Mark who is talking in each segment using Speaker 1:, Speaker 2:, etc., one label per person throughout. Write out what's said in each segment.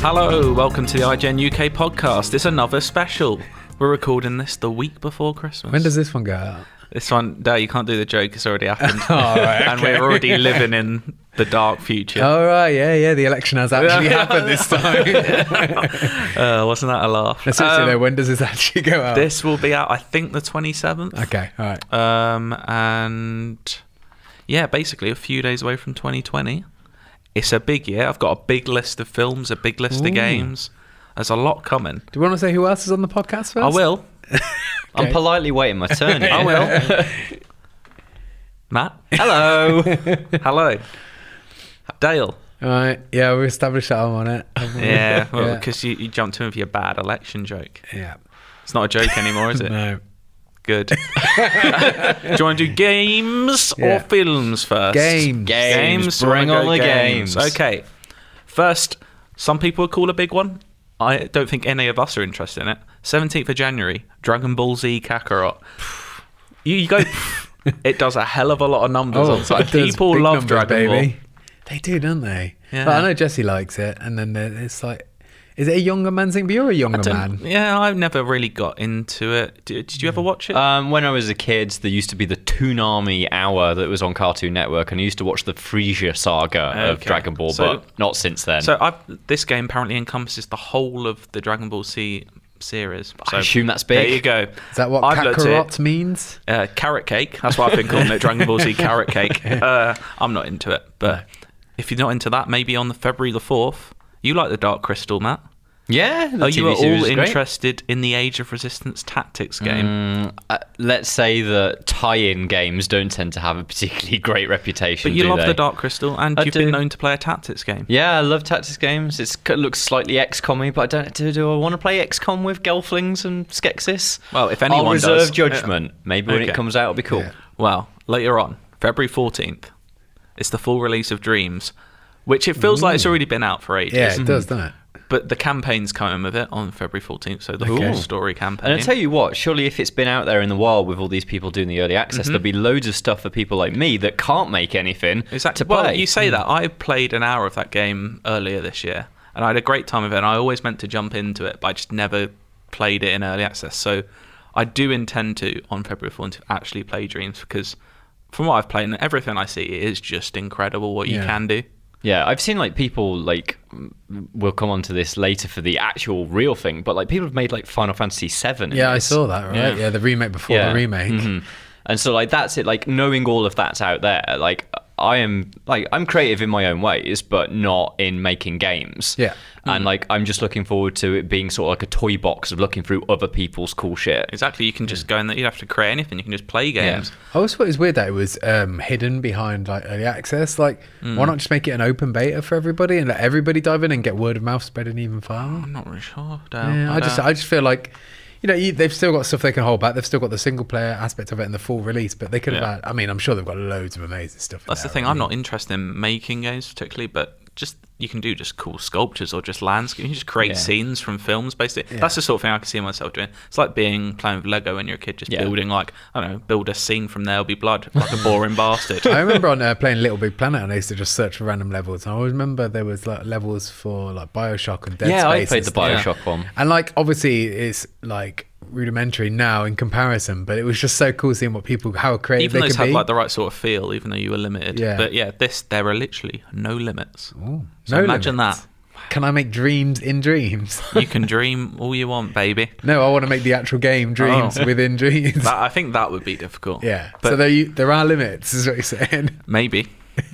Speaker 1: Hello, welcome to the iGen UK podcast. It's another special. We're recording this the week before Christmas.
Speaker 2: When does this one go out?
Speaker 1: this one, Dale, you can't do the joke, it's already happened.
Speaker 2: All Oh, right.
Speaker 1: and we're already living in the dark future.
Speaker 2: All Oh, right. Yeah, yeah. The election has actually happened this time.
Speaker 1: Uh, wasn't that a laugh?
Speaker 2: Essentially,
Speaker 1: Um,
Speaker 2: though, when does this Oh. actually go out?
Speaker 1: this will be out, I think, the 27th.
Speaker 2: Okay. All right.
Speaker 1: Um, and yeah, basically a few days away from 2020. It's a big year. I've got a big list of films, a big list of games. There's a lot coming.
Speaker 2: Do we want to say who else is on the podcast first?
Speaker 1: I will.
Speaker 3: I'm politely waiting my turn. I will.
Speaker 1: Matt. Hello. Hello. Dale.
Speaker 2: All right. Yeah, we established that I'm on it. haven't we?
Speaker 1: Yeah,
Speaker 2: yeah.
Speaker 1: because you, you jumped in with your bad election joke.
Speaker 2: Yeah.
Speaker 1: It's not a joke anymore, is it?
Speaker 2: No.
Speaker 1: Good. do you want to do games or
Speaker 2: Yeah.
Speaker 1: films first?
Speaker 2: Games.
Speaker 3: Games.
Speaker 1: do you wanna
Speaker 3: Bring on
Speaker 1: go
Speaker 3: the games.
Speaker 1: Okay. First, some people would call a big one. I don't think any of us are interested in it. 17th of January, Dragon Ball Z Kakarot. You, you go, it does a hell of a lot of numbers on site.
Speaker 2: Oh, it does
Speaker 1: People
Speaker 2: big
Speaker 1: love
Speaker 2: numbers,
Speaker 1: Dragon Ball.
Speaker 2: They do, don't they?
Speaker 1: Yeah.
Speaker 2: But I know Jesse likes it, and then there- it's like, is it a younger man thing? But you're a younger
Speaker 1: Don't-
Speaker 2: man.
Speaker 1: Yeah, I've never really got into it. Did, did you ever watch it?
Speaker 3: Um, when I was a kid, there used to be the Toonami hour that was on Cartoon Network, and I used to watch the Frisia saga of
Speaker 1: Okay.
Speaker 3: Dragon Ball,
Speaker 1: So-
Speaker 3: but not since then.
Speaker 1: so I've, this game apparently encompasses the whole of the Dragon Ball Z series. So
Speaker 3: I assume that's
Speaker 1: there
Speaker 3: big.
Speaker 1: you go.
Speaker 2: Is that what
Speaker 1: I've looked at it.
Speaker 2: Kakarot means?
Speaker 1: Uh, carrot cake. That's what I've been calling it. Dragon Ball Z carrot cake. Uh, I'm not into it, but if you're not into that, maybe on the February the fourth, you like the Dark Crystal, Matt.
Speaker 3: Yeah, the
Speaker 1: Are you
Speaker 3: TV
Speaker 1: at
Speaker 3: series
Speaker 1: all
Speaker 3: is great.
Speaker 1: interested in the Age of Resistance tactics game?
Speaker 3: Uh, let's say that tie-in games don't tend to have a particularly great reputation.
Speaker 1: but you
Speaker 3: do
Speaker 1: love
Speaker 3: they?
Speaker 1: the Dark Crystal, and
Speaker 3: I
Speaker 1: you've
Speaker 3: do.
Speaker 1: been known to play a tactics game.
Speaker 3: Yeah, I love tactics games. It's, it looks slightly XCOM-y, but I don't do. Do I want to play XCOM with Gelflings and Skeksis?
Speaker 1: Well, if
Speaker 3: I'll
Speaker 1: anyone
Speaker 3: reserve
Speaker 1: does-
Speaker 3: judgment. Maybe when
Speaker 1: Okay.
Speaker 3: it comes out, it'll be cool.
Speaker 2: Yeah.
Speaker 1: Well, later on, February 14th, it's the full release of Dreams, which it feels like it's already been out for ages.
Speaker 2: Yeah, it does, doesn't it?
Speaker 1: But the campaign's coming with it on February 14th, so the full
Speaker 2: Okay.
Speaker 1: story campaign.
Speaker 3: And I tell you what, surely if it's been out there in the wild with all these people doing the early access,
Speaker 1: Mm-hmm.
Speaker 3: there'll be loads of stuff for people like me that can't make anything
Speaker 1: exactly.
Speaker 3: to play.
Speaker 1: Well, you say that. I played an hour of that game earlier this year, and I had a great time with it, and I always meant to jump into it, but I just never played it in early access. So I do intend to, on February 14th, actually play Dreams, because from what I've played and everything I see, it is just incredible what you
Speaker 2: Yeah.
Speaker 1: can do.
Speaker 3: yeah, I've seen like people like m- we'll come on to this later for the actual real thing, but like people have made like Final Fantasy VII. in
Speaker 2: Yeah, I
Speaker 3: this.
Speaker 2: saw that. Right.
Speaker 3: Yeah.
Speaker 2: Yeah, the remake before the remake.
Speaker 1: Mm-hmm.
Speaker 3: Mhm. And so like that's it. Like knowing all of that's out there, like I am like I'm creative in my own ways, but not in making games.
Speaker 2: Yeah.
Speaker 1: Mm-hmm.
Speaker 3: And like I'm just looking forward to it being sort of like a toy box of looking through other people's cool shit.
Speaker 1: Exactly. You can just go in there. You don't have to create anything. You can just play games.
Speaker 2: I always thought it was weird that it was um, hidden behind like early access. Like,
Speaker 1: Mm.
Speaker 2: why not just make it an open beta for everybody and let everybody dive in and get word of mouth spreading even farther?
Speaker 1: I'm not really sure.
Speaker 2: Yeah, I just,
Speaker 1: Oh, don't-
Speaker 2: I just feel like, you know, you, they've still got stuff they can hold back. They've still got the single player aspect of it and the full release, but they could
Speaker 1: Yeah.
Speaker 2: have. Had, I mean, I'm sure they've got loads of amazing stuff. in
Speaker 1: that's the
Speaker 2: there,
Speaker 1: thing.
Speaker 2: right?
Speaker 1: I'm not interested in making games particularly, but just you can do just cool sculptures or just landscapes. You can just create
Speaker 3: Yeah.
Speaker 1: scenes from films. Basically, that's the sort of thing I can see myself doing. It's like being playing with Lego when you're a kid, just
Speaker 3: Yeah.
Speaker 1: building like I don't know, build a scene from There'll Be Blood, like a boring bastard.
Speaker 2: I remember on uh, playing Little Big Planet, and I used to just search for random levels. And I always remember there was like levels for like Bioshock and Dead
Speaker 3: yeah,
Speaker 2: Space.
Speaker 3: I
Speaker 2: and
Speaker 3: played the
Speaker 2: stuff.
Speaker 3: Bioshock one.
Speaker 2: And like obviously it's like rudimentary now in comparison, but it was just so cool seeing what people how creative
Speaker 1: Even
Speaker 2: they
Speaker 1: those
Speaker 2: could
Speaker 1: had
Speaker 2: be.
Speaker 1: like the right sort of feel, even though you were limited.
Speaker 2: Yeah.
Speaker 1: But yeah, this there are literally no limits. So
Speaker 2: no
Speaker 1: imagine
Speaker 2: limits. Can I make dreams in dreams?
Speaker 1: that. You can dream all you want, baby.
Speaker 2: no, I want to make the actual game dreams
Speaker 1: Oh.
Speaker 2: within dreams.
Speaker 1: That, I think that would be difficult.
Speaker 2: yeah.
Speaker 1: But
Speaker 2: so there you, there are limits, is what you're saying.
Speaker 1: Maybe.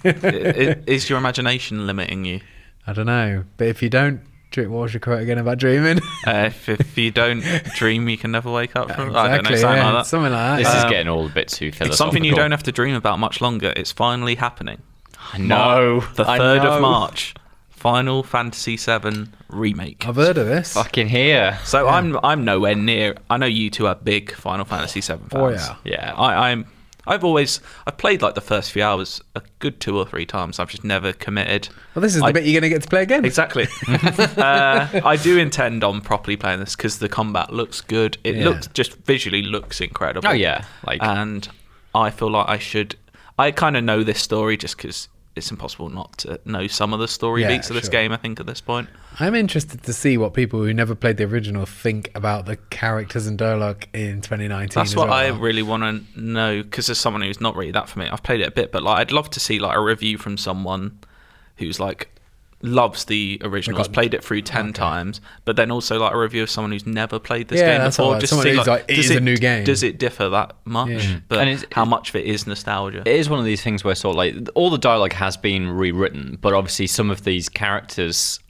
Speaker 1: I- i- Is your imagination limiting you?
Speaker 2: I don't know, but if you don't, drink, what was your quote again about dreaming?
Speaker 1: Uh, if, if you don't dream, you can never wake up from. I don't know,
Speaker 2: exactly.
Speaker 1: something
Speaker 2: yeah,
Speaker 1: like that.
Speaker 2: something like
Speaker 3: This
Speaker 2: that. Uh,
Speaker 3: is
Speaker 1: Um,
Speaker 3: getting all a bit too philosophical.
Speaker 1: It's something you don't have to dream about much longer. It's finally happening.
Speaker 3: I know.
Speaker 1: The
Speaker 3: I
Speaker 1: third of
Speaker 3: know.
Speaker 1: March, Final Fantasy VII remake.
Speaker 2: I've heard of this.
Speaker 3: Fucking here.
Speaker 1: So I'm I'm nowhere near. I know you two are big Final Fantasy VII fans.
Speaker 2: Oh, yeah.
Speaker 1: yeah. I, I'm. I've always I've played like the first few hours a good two or three times. I've just never committed.
Speaker 2: Well, this is the
Speaker 1: I-
Speaker 2: bit you're going to get to play again.
Speaker 1: Exactly. uh, I do intend on properly playing this because the combat looks good. It
Speaker 2: Yeah.
Speaker 1: looks just visually looks incredible.
Speaker 3: Oh, yeah, like-
Speaker 1: and I feel like I should. I kind of know this story just because it's impossible not to know some of the story
Speaker 2: Yeah,
Speaker 1: beats of this
Speaker 2: sure.
Speaker 1: game. I think at this point,
Speaker 2: I'm interested to see what people who never played the original think about the characters and dialogue in 2019.
Speaker 1: that's
Speaker 2: as
Speaker 1: what
Speaker 2: well.
Speaker 1: I really want to know because as someone who's not really that familiar, I've played it a bit, but like I'd love to see like a review from someone who's like loves the original, has
Speaker 2: got-
Speaker 1: played it through ten times, but then also like a review of someone who's never played this
Speaker 2: Yeah,
Speaker 1: game
Speaker 2: that's
Speaker 1: before.
Speaker 2: what I- someone who's like, it
Speaker 1: does
Speaker 2: is a new game.
Speaker 1: Does it differ that much?
Speaker 2: Yeah.
Speaker 1: But
Speaker 3: And it's-
Speaker 1: how much of it is nostalgia?
Speaker 3: It is one of these things where sort of like all the dialogue has been rewritten, but obviously some of these characters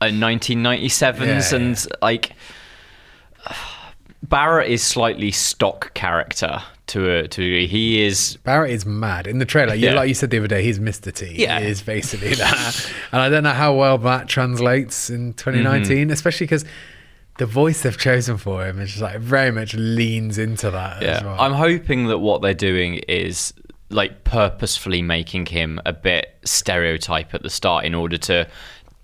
Speaker 3: are 1997s
Speaker 2: Yeah,
Speaker 3: and like Barrett is slightly stock character to a to a degree. He is
Speaker 2: Barrett is mad in the trailer. You,
Speaker 3: Yeah.
Speaker 2: Like you said the other day, he's Mr. T.
Speaker 3: Yeah.
Speaker 2: he is basically that. and I don't know how well that translates in 2019, especially 'cause especially because the voice they've chosen for him is just like very much leans into that. as
Speaker 3: yeah.
Speaker 2: well.
Speaker 3: I'm hoping that what they're doing is like purposefully making him a bit stereotype at the start in order to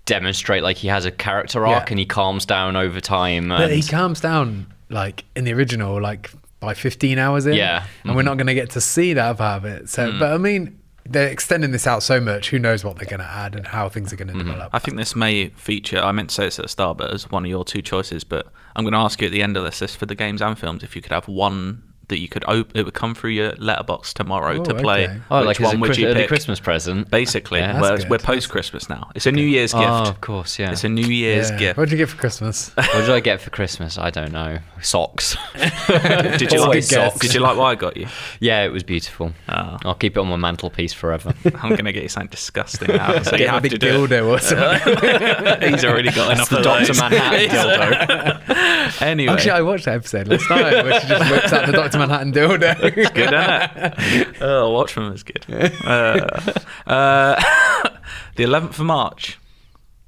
Speaker 3: demonstrate like he has a character arc
Speaker 2: Yeah.
Speaker 3: and he calms down over time.
Speaker 2: But
Speaker 3: And,
Speaker 2: he calms down like in the original, like by 15 hours in.
Speaker 3: Yeah.
Speaker 2: And we're not going to get to see that part of it. So,
Speaker 1: Mm.
Speaker 2: but I mean, they're extending this out so much. Who knows what they're going to add and how things are going to develop?
Speaker 1: I think this may feature. I meant to say this at the start, but as one of your two choices. But I'm going to ask you at the end of this list for the games and films if you could have one that you could open. It would come through your letterbox tomorrow
Speaker 2: Oh,
Speaker 1: to play.
Speaker 2: okay.
Speaker 3: oh,
Speaker 1: Which
Speaker 3: like as
Speaker 1: one
Speaker 3: a,
Speaker 1: would
Speaker 3: Chris-
Speaker 1: you
Speaker 3: early
Speaker 1: pick?
Speaker 3: Christmas present.
Speaker 1: Basically,
Speaker 3: Yeah.
Speaker 1: whereas
Speaker 2: good.
Speaker 1: we're post Christmas now. It's a New Year's
Speaker 3: Oh,
Speaker 1: gift.
Speaker 3: of course, yeah.
Speaker 1: It's a New Year's
Speaker 2: Yeah.
Speaker 1: gift.
Speaker 2: What did you get for Christmas?
Speaker 3: What did I get for Christmas? I don't know. Socks.
Speaker 1: did you like?
Speaker 2: Always guess.
Speaker 1: Did you like what I got you?
Speaker 3: yeah, it was beautiful.
Speaker 1: Oh.
Speaker 3: I'll keep it on my mantelpiece forever.
Speaker 1: I'm going to get you something disgusting now. So you
Speaker 2: Get a
Speaker 1: have
Speaker 2: big
Speaker 1: to do it.
Speaker 2: dildo or something.
Speaker 1: He's already got enough
Speaker 3: the
Speaker 1: of
Speaker 3: Dr.
Speaker 1: those.
Speaker 3: Manhattan
Speaker 1: dildo. anyway,
Speaker 2: Actually, I watched that episode last night where she just whips out the Dr. Manhattan dildo.
Speaker 1: good, isn't it? oh, Watchmen was good. Uh, uh, the 11th of March,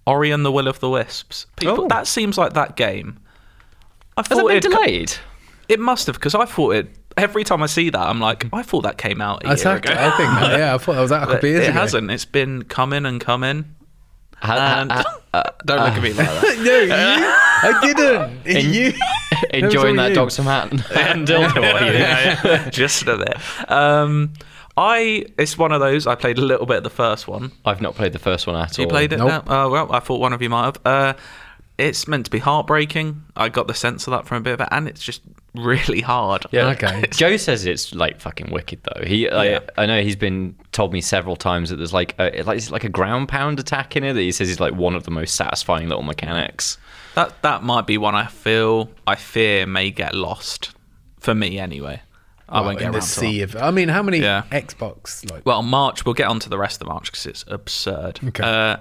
Speaker 1: Ori and the Will of the Wisps. People,
Speaker 3: Oh.
Speaker 1: That seems like that game. I
Speaker 3: Has it
Speaker 1: thought
Speaker 3: been
Speaker 1: it'd co-
Speaker 3: delayed?
Speaker 1: It must have, because I thought it. Every time I see that, I'm like, I thought that came out a
Speaker 2: That's
Speaker 1: year
Speaker 2: how-
Speaker 1: ago.
Speaker 2: I think, that- yeah, I thought that was out a
Speaker 1: But
Speaker 2: couple of years
Speaker 1: it
Speaker 2: ago.
Speaker 1: hasn't. It's been coming and coming.
Speaker 3: Ha-
Speaker 1: And
Speaker 3: ha-
Speaker 1: don't look at me like that.
Speaker 2: No, you, I didn't. you.
Speaker 3: ha-
Speaker 2: all
Speaker 3: enjoying that
Speaker 2: you.
Speaker 3: Dr. Manhattan dildo, are you?
Speaker 1: Just a bit. Um, I it's one of those. I played a little bit of the first one.
Speaker 3: I've not played the first one at all.
Speaker 1: You played it?
Speaker 2: Nope.
Speaker 1: No? Oh, well, I thought one of you might have. Uh, it's meant to be heartbreaking. I got the sense of that from a bit of it, and it's just really hard.
Speaker 3: Yeah.
Speaker 2: Okay.
Speaker 3: Joe says it's like fucking wicked though. He,
Speaker 1: Yeah.
Speaker 3: I, I know he's been told me several times that there's like, a, like, it's like a ground pound attack in it that he says is like one of the most satisfying little mechanics.
Speaker 1: That that might be one I feel I fear may get lost for me anyway. I
Speaker 2: Well,
Speaker 1: won't get
Speaker 2: in
Speaker 1: around
Speaker 2: the
Speaker 1: to that.
Speaker 2: sea of. I mean, how many
Speaker 1: Yeah.
Speaker 2: Xbox like
Speaker 1: Well, March, we'll get on to the rest of March because it's absurd.
Speaker 2: Okay.
Speaker 1: Uh,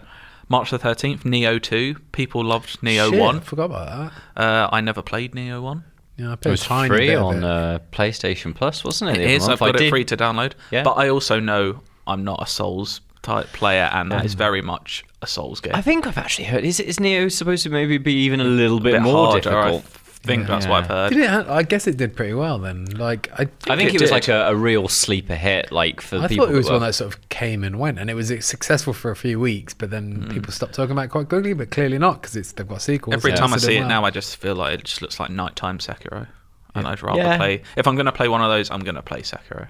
Speaker 1: March the 13th, Neo 2. People loved Neo
Speaker 2: Shit,
Speaker 1: 1.
Speaker 2: I forgot about that.
Speaker 1: Uh, I never played Neo 1.
Speaker 2: Yeah, I played
Speaker 3: It was
Speaker 2: a tiny
Speaker 3: free
Speaker 2: bit of
Speaker 3: on
Speaker 2: it.
Speaker 3: uh, PlayStation Plus, wasn't it? the
Speaker 1: It
Speaker 3: other
Speaker 1: is. I've
Speaker 3: month? I
Speaker 1: got it
Speaker 3: did-
Speaker 1: free to download.
Speaker 3: Yeah.
Speaker 1: But I also know I'm not a Souls type player, and that is very much a Souls game.
Speaker 3: I think I've actually heard. Is is Neo supposed to maybe be even a little bit,
Speaker 1: bit
Speaker 3: more
Speaker 1: harder, I
Speaker 3: difficult?
Speaker 1: think that's what I've
Speaker 3: Yeah.
Speaker 1: heard.
Speaker 2: Did it? ha- I guess it did pretty well then. Like I,
Speaker 3: I think
Speaker 1: it
Speaker 3: it,
Speaker 1: did.
Speaker 3: was like a, a real sleeper hit, like for
Speaker 2: I
Speaker 3: people.
Speaker 2: thought it was
Speaker 3: were-
Speaker 2: one that sort of came and went, and it was successful for a few weeks, but
Speaker 3: Hmm.
Speaker 2: then people stopped talking about it quite quickly. But clearly not because it's they've got sequels.
Speaker 1: Every
Speaker 2: so
Speaker 1: time I
Speaker 2: it's
Speaker 1: see it
Speaker 2: done
Speaker 1: now,
Speaker 2: well.
Speaker 1: I just feel like it just looks like nighttime Sekiro, and I'd rather
Speaker 3: Yeah.
Speaker 1: play. If I'm going to play one of those, I'm going to play Sekiro.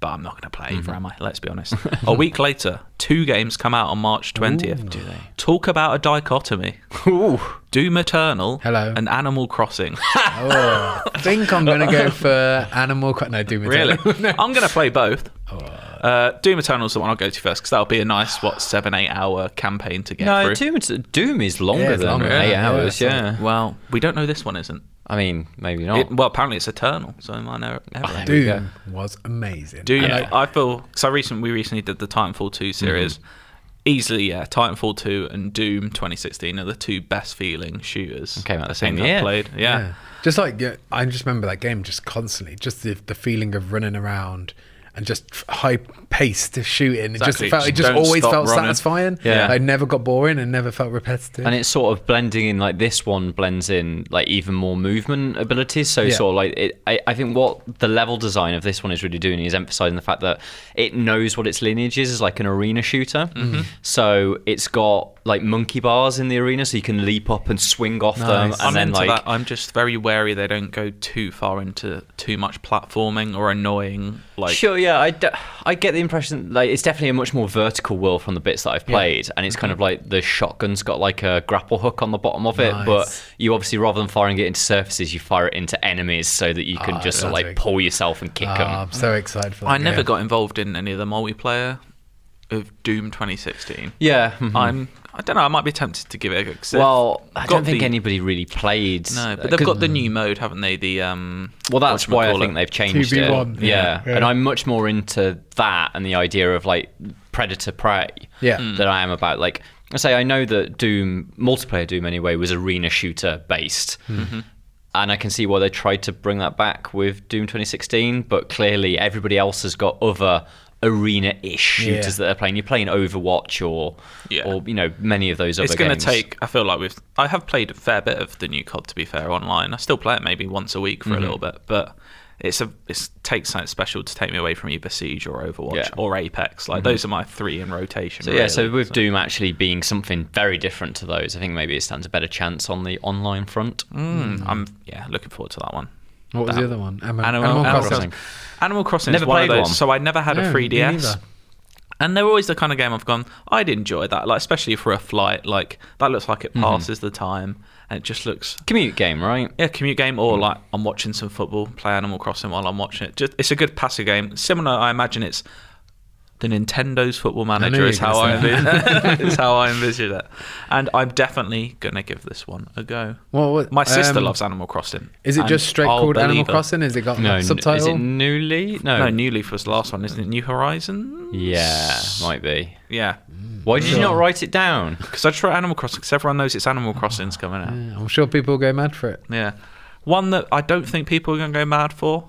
Speaker 1: But I'm not going to play either, am I? Let's be honest. a week later, two games come out on March 20th. Do they? Talk about a dichotomy. Doom Eternal
Speaker 2: Hello.
Speaker 1: and Animal Crossing.
Speaker 2: Oh, I think I'm gonna go for Animal. Cro- no, Doom
Speaker 1: Really?
Speaker 2: Eternal.
Speaker 1: I'm going to play both. Uh, Doom Eternal's the one I'll go to first because that'll be a nice, what, seven, eight hour campaign to get
Speaker 3: No,
Speaker 1: through.
Speaker 3: Doom, Doom is longer
Speaker 2: Yeah, it's
Speaker 3: than
Speaker 2: longer,
Speaker 3: Oh, eight
Speaker 2: yeah,
Speaker 3: hours.
Speaker 2: yeah.
Speaker 3: Yeah. Oh.
Speaker 1: Well, we don't know this one isn't.
Speaker 3: I mean, maybe not.
Speaker 1: It, well, apparently it's Eternal, so it might never. never end.
Speaker 3: we go.
Speaker 2: Doom was amazing.
Speaker 1: Do you?
Speaker 2: And,
Speaker 1: know-
Speaker 2: like,
Speaker 1: I feel because I recently we recently did the Titanfall two
Speaker 3: Mm-hmm.
Speaker 1: series. Easily, yeah. Titanfall two and Doom 2016 are the two best feeling shooters.
Speaker 3: Came out the
Speaker 1: I
Speaker 3: same
Speaker 1: think I've
Speaker 3: year.
Speaker 1: Played, yeah.
Speaker 2: Yeah. Just like yeah, I just remember that game just constantly, just the, the feeling of running around and just high paced shooting. It just
Speaker 1: Exactly.
Speaker 2: felt it just
Speaker 1: Don't
Speaker 2: always
Speaker 1: stop
Speaker 2: felt
Speaker 1: running.
Speaker 2: satisfying.
Speaker 1: Yeah.
Speaker 2: I never got boring and never felt repetitive.
Speaker 3: and it's sort of blending in like this one blends in like even more movement abilities so
Speaker 2: Yeah.
Speaker 3: sort of like it, I, I think what the level design of this one is really doing is emphasizing the fact that it knows what its lineage is as like an arena shooter
Speaker 2: Mm-hmm.
Speaker 3: so it's got like monkey bars in the arena so you can leap up and swing off them
Speaker 2: Nice.
Speaker 3: and
Speaker 1: I'm
Speaker 3: then
Speaker 1: into
Speaker 3: like
Speaker 1: that. I'm just very wary they don't go too far into too much platforming or annoying like
Speaker 3: Sure, yeah, I, d- I get the impression like it's definitely a much more vertical world from the bits that I've played, and it's kind of like the shotgun's got like a grapple hook on the bottom of it, but
Speaker 2: Nice.
Speaker 3: you obviously rather than firing it into surfaces, you fire it into enemies so that you can
Speaker 2: Ah,
Speaker 3: just sort of,
Speaker 2: that's
Speaker 3: like
Speaker 2: big.
Speaker 3: pull yourself and kick
Speaker 2: Ah,
Speaker 3: them.
Speaker 2: I'm so excited for that.
Speaker 1: I never
Speaker 2: game.
Speaker 1: got involved in any of the multiplayer of Doom 2016.
Speaker 3: Yeah, mhm.
Speaker 1: I'm- I don't know. I might be tempted to give it a go. 'cause they've
Speaker 3: well, I
Speaker 1: got
Speaker 3: don't think
Speaker 1: the-
Speaker 3: anybody really played.
Speaker 1: No, but
Speaker 3: uh,
Speaker 1: they've
Speaker 3: 'cause-
Speaker 1: got the new mode, haven't they? The um.
Speaker 3: Well, that's why I
Speaker 1: whatchamacallit.
Speaker 3: think they've changed it. Yeah.
Speaker 2: 2v1, yeah, yeah.
Speaker 3: and I'm much more into that and the idea of like predator prey.
Speaker 2: Yeah.
Speaker 1: Hmm.
Speaker 2: Mm.
Speaker 3: than I am about like I say I know that Doom multiplayer Doom anyway was arena shooter based,
Speaker 2: Hmm.
Speaker 1: Mm-hmm.
Speaker 3: and I can see why they tried to bring that back with Doom 2016. But clearly, everybody else has got other arena-ish shooters
Speaker 2: Yeah.
Speaker 3: that they're playing. You're playing Overwatch or
Speaker 1: Yeah.
Speaker 3: or you know many of those
Speaker 1: It's
Speaker 3: other
Speaker 1: going to
Speaker 3: games.
Speaker 1: take. I feel like we've. I have played a fair bit of the new COD. To be fair, online, I still play it maybe once a week for
Speaker 3: Mm-hmm.
Speaker 1: a little bit, but it's a it takes something special to take me away from either Siege or Overwatch
Speaker 3: Yeah. Mm-hmm.
Speaker 1: or Apex. Like those are my three in rotation.
Speaker 3: So yeah, so with Doom actually being something very different to those, I think maybe it stands a better chance on the online front.
Speaker 1: Mm, I'm yeah looking forward to that one.
Speaker 2: What was
Speaker 1: That-
Speaker 2: the other one? Animal,
Speaker 1: Animal,
Speaker 2: Animal
Speaker 1: Animal
Speaker 2: Crossing.
Speaker 1: Crossing. Animal Crossing
Speaker 3: Never
Speaker 1: is one of
Speaker 3: played
Speaker 1: those.
Speaker 3: one.
Speaker 1: So I never had
Speaker 2: No,
Speaker 1: a
Speaker 2: me
Speaker 1: 3DS.
Speaker 2: neither.
Speaker 1: And they're always the kind of game I've gone, I'd enjoy that, like especially for a flight. Like that looks like it
Speaker 2: Mm-hmm.
Speaker 1: passes the time, and it just looks
Speaker 3: Commute game, right?
Speaker 1: yeah, commute game
Speaker 2: Mm.
Speaker 1: or like I'm watching some football, play Animal Crossing while I'm watching it. Just it's a good passive game. Similar, I imagine it's the Nintendo's Football
Speaker 2: you
Speaker 1: Manager
Speaker 2: were
Speaker 1: is how I
Speaker 2: gonna say
Speaker 1: envision, is how I envision it. And I'm definitely gonna give this one a go.
Speaker 2: Well, what-
Speaker 1: My sister
Speaker 2: um,
Speaker 1: loves Animal Crossing.
Speaker 2: Is it
Speaker 1: and
Speaker 2: just straight
Speaker 1: I'll
Speaker 2: called Animal
Speaker 1: believe her.
Speaker 2: Crossing? Is it got
Speaker 3: No,
Speaker 2: a
Speaker 3: n-
Speaker 2: subtitle?
Speaker 3: is it newly? No,
Speaker 1: No, New Leaf was the last one, isn't it? New Horizons.
Speaker 3: yeah, might be.
Speaker 1: Yeah,
Speaker 3: Why did you not write it down?
Speaker 1: because I just wrote Animal Crossing because everyone knows it's Animal Crossing's coming
Speaker 3: Mm.
Speaker 1: out.
Speaker 2: Yeah, I'm sure people will go mad for it.
Speaker 1: Yeah. One that I don't think people are going to go mad for,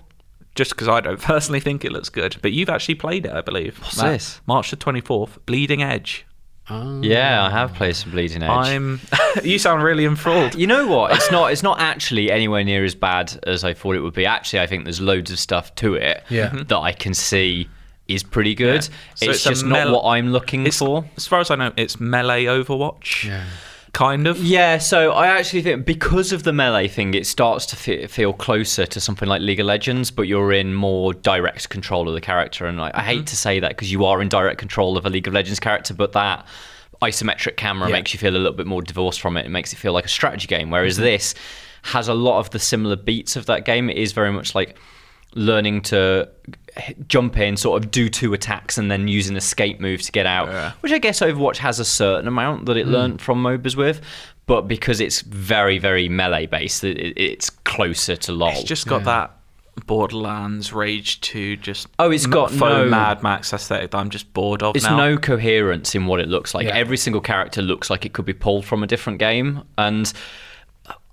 Speaker 1: just because I don't personally think it looks good. But you've actually played it, I believe. What's
Speaker 3: this?
Speaker 1: March the 24th, Bleeding Edge.
Speaker 2: Ah.
Speaker 3: Yeah, I have played some Bleeding Edge.
Speaker 1: I'm. you sound really enthralled.
Speaker 3: You know what? It's not. It's not actually anywhere near as bad as I thought it would be. Actually, I think there's loads of stuff to it
Speaker 2: Yeah. Mhm.
Speaker 3: that I can see is pretty good.
Speaker 1: So
Speaker 3: it's,
Speaker 1: it's a
Speaker 3: just
Speaker 1: mel-
Speaker 3: not what I'm looking
Speaker 1: It's,
Speaker 3: for.
Speaker 1: as far as I know, it's Melee Overwatch.
Speaker 2: Yeah.
Speaker 1: Kind of.
Speaker 3: Yeah, so I actually think because of the melee thing, it starts to fe- feel closer to something like League of Legends, but you're in more direct control of the character. And like, I
Speaker 1: Mm-hmm.
Speaker 3: hate to say that because you are in direct control of a League of Legends character, but that isometric camera
Speaker 2: Yeah.
Speaker 3: makes you feel a little bit more divorced from it. It makes it feel like a strategy game, whereas
Speaker 1: Mm-hmm.
Speaker 3: this has a lot of the similar beats of that game. It is very much like learning to h- jump in sort of do two attacks and then use an escape move to get out
Speaker 1: Yeah.
Speaker 3: which I guess Overwatch has a certain amount that it learned from MOBAs with, but because it's very, very melee based, it, it- it's closer to LoL.
Speaker 1: It's just got that Borderlands, Rage 2, just.
Speaker 3: Oh, it's
Speaker 1: m-
Speaker 3: got
Speaker 1: faux
Speaker 3: no-
Speaker 1: Mad Max aesthetic that I'm just bored of
Speaker 3: it's
Speaker 1: now.
Speaker 3: no coherence in what it looks like.
Speaker 2: Yeah.
Speaker 3: Every single character looks like it could be pulled from a different game, and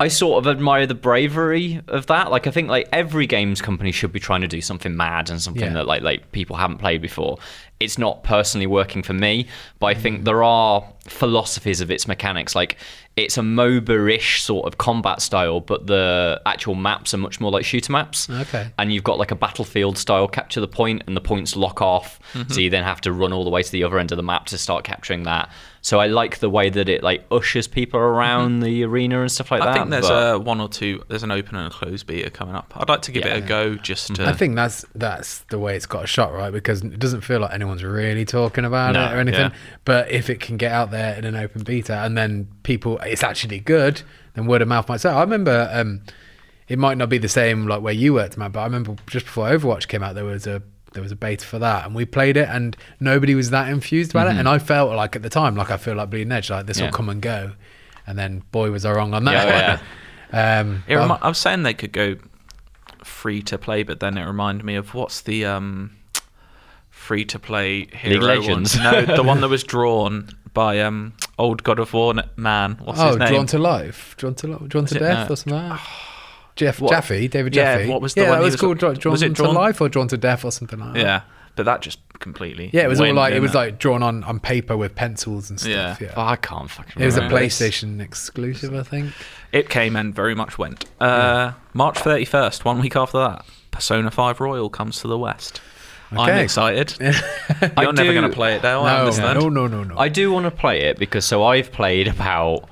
Speaker 3: I sort of admire the bravery of that. Like I think like every games company should be trying to do something mad and something
Speaker 2: Yeah.
Speaker 3: that like like people haven't played before. It's not personally working for me, but I think
Speaker 2: Mm.
Speaker 3: there are philosophies of its mechanics. Like it's a MOBA-ish sort of combat style, but the actual maps are much more like shooter maps
Speaker 2: Okay.
Speaker 3: and you've got like a battlefield style capture the point and the points lock off so you then have to run all the way to the other end of the map to start capturing that so i like the way that it like ushers people around the arena and stuff like
Speaker 1: I
Speaker 3: that
Speaker 1: think there's
Speaker 3: but
Speaker 1: a one or two. There's an open and a closed beta coming up. I'd like to give it a go just to.
Speaker 2: Mm-hmm. I think that's that's the way it's got a shot, right? Because it doesn't feel like anyone's really talking about
Speaker 3: No,
Speaker 2: it or anything.
Speaker 1: yeah.
Speaker 2: But if it can get out there in an open beta and then people, it's actually good, then word of mouth might say. I remember um, it might not be the same like where you worked, Matt, but I remember just before Overwatch came out, there was a there was a beta for that, and we played it, and nobody was that infused about it. And I felt like at the time, like I feel like Bleeding Edge, like this
Speaker 3: Mm-hmm. Yeah.
Speaker 2: will come and go, and then boy was I wrong on that.
Speaker 3: Yeah, oh, yeah.
Speaker 2: Um,
Speaker 1: It
Speaker 2: but
Speaker 1: remi- I was saying they could go free to play, but then it reminded me of what's the um, free to play hero
Speaker 3: League of Legends.
Speaker 1: One? No, the one that was drawn by um, old God of War n- man. What's
Speaker 2: Oh,
Speaker 1: his name?
Speaker 2: drawn to life, drawn to life, drawn to
Speaker 1: it?
Speaker 2: death,
Speaker 1: No.
Speaker 2: or something. Like that. Jeff
Speaker 1: What-
Speaker 2: Jaffe, David
Speaker 1: Yeah,
Speaker 2: Jaffe.
Speaker 1: what was the
Speaker 2: yeah,
Speaker 1: one
Speaker 2: it
Speaker 1: he
Speaker 2: was
Speaker 1: was-
Speaker 2: called Dra- drawn,
Speaker 1: was it
Speaker 2: to
Speaker 1: drawn-
Speaker 2: life or drawn to death or something like that.
Speaker 1: yeah, but that just completely.
Speaker 2: yeah, it was all
Speaker 1: went,
Speaker 2: like it
Speaker 1: didn't
Speaker 2: was like drawn on on paper with pencils and stuff. Yeah,
Speaker 1: Yeah.
Speaker 3: i can't fucking
Speaker 2: it was a
Speaker 3: remember this.
Speaker 2: PlayStation exclusive, I think.
Speaker 1: it came and very much went. Uh, March thirty first, one week after that, Persona Five Royal comes to the West. I'm
Speaker 2: Okay.
Speaker 1: excited. You're
Speaker 3: I
Speaker 1: never
Speaker 3: do-
Speaker 1: going to play it, though. Oh, I
Speaker 2: no,
Speaker 1: understand.
Speaker 2: no, no, no, no.
Speaker 3: I do want to play it because so I've played about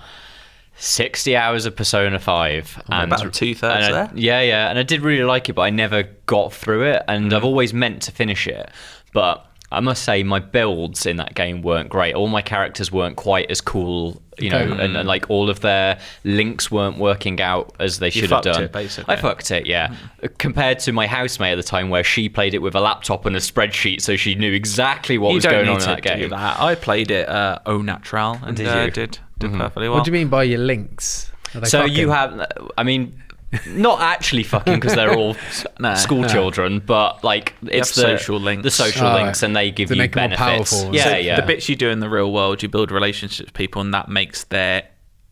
Speaker 3: 60 hours of Persona 5. and
Speaker 1: Oh, about two-thirds
Speaker 3: and I-
Speaker 1: there.
Speaker 3: Yeah, yeah. And I did really like it, but I never got through it. And
Speaker 1: Mm-hmm.
Speaker 3: I've always meant to finish it. But I must say, my builds in that game weren't great. All my characters weren't quite as cool, you know,
Speaker 1: Mm-hmm.
Speaker 2: Okay.
Speaker 3: and, and like all of their links weren't working out as they should have
Speaker 1: fucked
Speaker 3: done.
Speaker 1: it, basically. Mm-hmm.
Speaker 3: I fucked it, yeah. Compared to my housemate at the time, where she played it with a laptop and a spreadsheet, so she knew exactly what
Speaker 1: you
Speaker 3: was
Speaker 1: don't
Speaker 3: going
Speaker 1: need
Speaker 3: on in
Speaker 1: to
Speaker 3: that
Speaker 1: do
Speaker 3: game.
Speaker 1: that. I played it uh, au natural and
Speaker 3: Did
Speaker 1: did uh,
Speaker 3: you? Mm-hmm.
Speaker 1: did, did perfectly well.
Speaker 2: What do you mean by your links? Are they
Speaker 3: So you
Speaker 2: fucking-
Speaker 3: have, I mean, not actually fucking because they're all s-
Speaker 1: No.
Speaker 3: school
Speaker 2: No.
Speaker 3: children, but like it's the
Speaker 1: have social links.
Speaker 3: the social
Speaker 2: Oh,
Speaker 3: links, and they give
Speaker 2: to
Speaker 3: you
Speaker 2: make them more
Speaker 3: benefits.
Speaker 2: powerful.
Speaker 3: Yeah,
Speaker 2: So
Speaker 3: yeah.
Speaker 1: The bits you do in the real world, you build relationships with people, and that makes their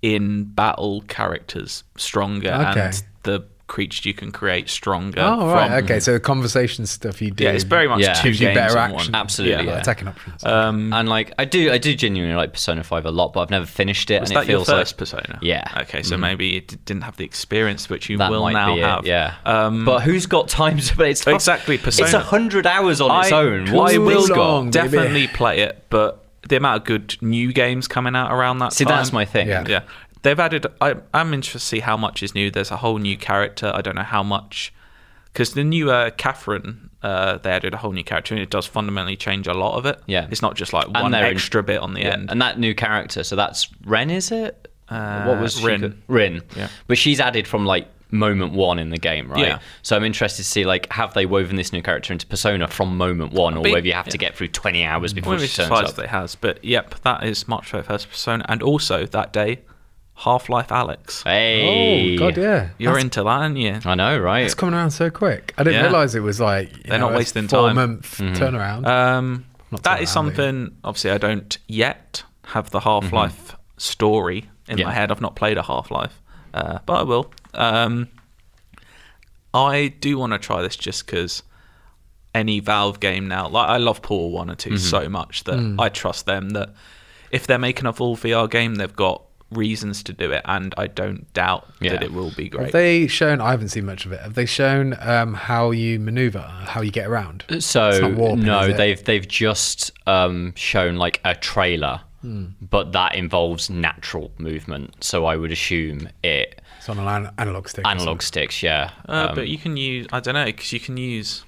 Speaker 1: in battle characters stronger
Speaker 2: Okay.
Speaker 1: and the creatures you can create stronger.
Speaker 2: Oh, right.
Speaker 1: from-
Speaker 2: okay, so the conversation stuff you do.
Speaker 1: Yeah, it's very much
Speaker 3: Yeah.
Speaker 1: two
Speaker 2: Gives you
Speaker 1: games
Speaker 2: better
Speaker 1: in
Speaker 2: action.
Speaker 1: one.
Speaker 3: Absolutely,
Speaker 2: like
Speaker 3: yeah.
Speaker 2: attacking options.
Speaker 1: Um,
Speaker 3: and like I do, I do genuinely like Persona Five a lot, but I've never finished it,
Speaker 1: was
Speaker 3: and
Speaker 1: that
Speaker 3: it
Speaker 1: your
Speaker 3: feels
Speaker 1: first
Speaker 3: like
Speaker 1: Persona?
Speaker 3: Yeah. Mm.
Speaker 1: Okay, so maybe you d- didn't have the experience which you
Speaker 3: that
Speaker 1: will
Speaker 3: might
Speaker 1: now
Speaker 3: be
Speaker 1: have.
Speaker 3: it. Yeah,
Speaker 1: Um,
Speaker 3: but who's got time to play? It's
Speaker 1: Exactly,
Speaker 3: It's a
Speaker 1: Persona.
Speaker 3: hundred hours on its
Speaker 1: I-
Speaker 3: own.
Speaker 1: I
Speaker 3: What's
Speaker 2: Too
Speaker 3: Will's got?
Speaker 2: long. baby.
Speaker 1: definitely play it, but the amount of good new games coming out around that
Speaker 3: See,
Speaker 1: time.
Speaker 3: that's my thing.
Speaker 2: Yeah.
Speaker 1: Um, Yeah. They've added. I, I'm interested to see how much is new. There's a whole new character. I don't know how much. Because the new uh, Catherine, uh, they added a whole new character, and it does fundamentally change a lot of it.
Speaker 3: Yeah.
Speaker 1: It's not just like
Speaker 3: And
Speaker 1: one
Speaker 3: they're in-
Speaker 1: extra bit on the
Speaker 3: Yeah,
Speaker 1: end.
Speaker 3: And that new character, so that's Ren, is it?
Speaker 1: Uh,
Speaker 3: what was she
Speaker 1: Rin.
Speaker 3: co- Rin.
Speaker 1: Yeah.
Speaker 3: But she's added from like moment one in the game, right?
Speaker 1: Yeah.
Speaker 3: So I'm interested to see like have they woven this new character into Persona from moment one, or
Speaker 1: Be-
Speaker 3: whether you have to get through 20 hours before
Speaker 1: Wouldn't be
Speaker 3: she turns
Speaker 1: surprised
Speaker 3: up.
Speaker 1: if it has, but yep, that is March 31st Persona. And also that day, Half Life Alex.
Speaker 3: Hey.
Speaker 2: oh, God, yeah.
Speaker 1: You're
Speaker 2: That's-
Speaker 1: into that, aren't you?
Speaker 3: I know, right?
Speaker 2: It's coming around so quick. I didn't
Speaker 1: Yeah.
Speaker 2: realize it was like you
Speaker 1: They're
Speaker 2: know,
Speaker 1: not
Speaker 2: a
Speaker 1: wasting
Speaker 2: four
Speaker 1: time.
Speaker 2: month turnaround.
Speaker 1: Um,
Speaker 2: Not
Speaker 1: that
Speaker 2: so
Speaker 1: is
Speaker 2: bad, either.
Speaker 1: something. Obviously, I don't yet have the Half Life story in
Speaker 3: Mm-hmm. Yeah.
Speaker 1: my head. I've not played a Half Life, uh, but I will. Um, I do want to try this just because any Valve game now, like I love Portal One and 2
Speaker 3: Mm-hmm.
Speaker 1: so much that
Speaker 3: Mm.
Speaker 1: I trust them that if they're making a full VR game, they've got reasons to do it, and I don't doubt
Speaker 3: Yeah.
Speaker 1: that it will be
Speaker 2: have
Speaker 1: great.
Speaker 2: they shown? I haven't seen much of it. Have they shown um, how you maneuver, how you get around? It's
Speaker 3: So
Speaker 2: not warping,
Speaker 3: no,
Speaker 2: is it?
Speaker 3: they've they've just um, shown like a trailer, but that involves natural movement. So I would assume it
Speaker 2: It's on an an- analog stick. or
Speaker 3: analog sticks. Yeah,
Speaker 1: Uh,
Speaker 3: Um,
Speaker 1: but you can use I don't know because you can use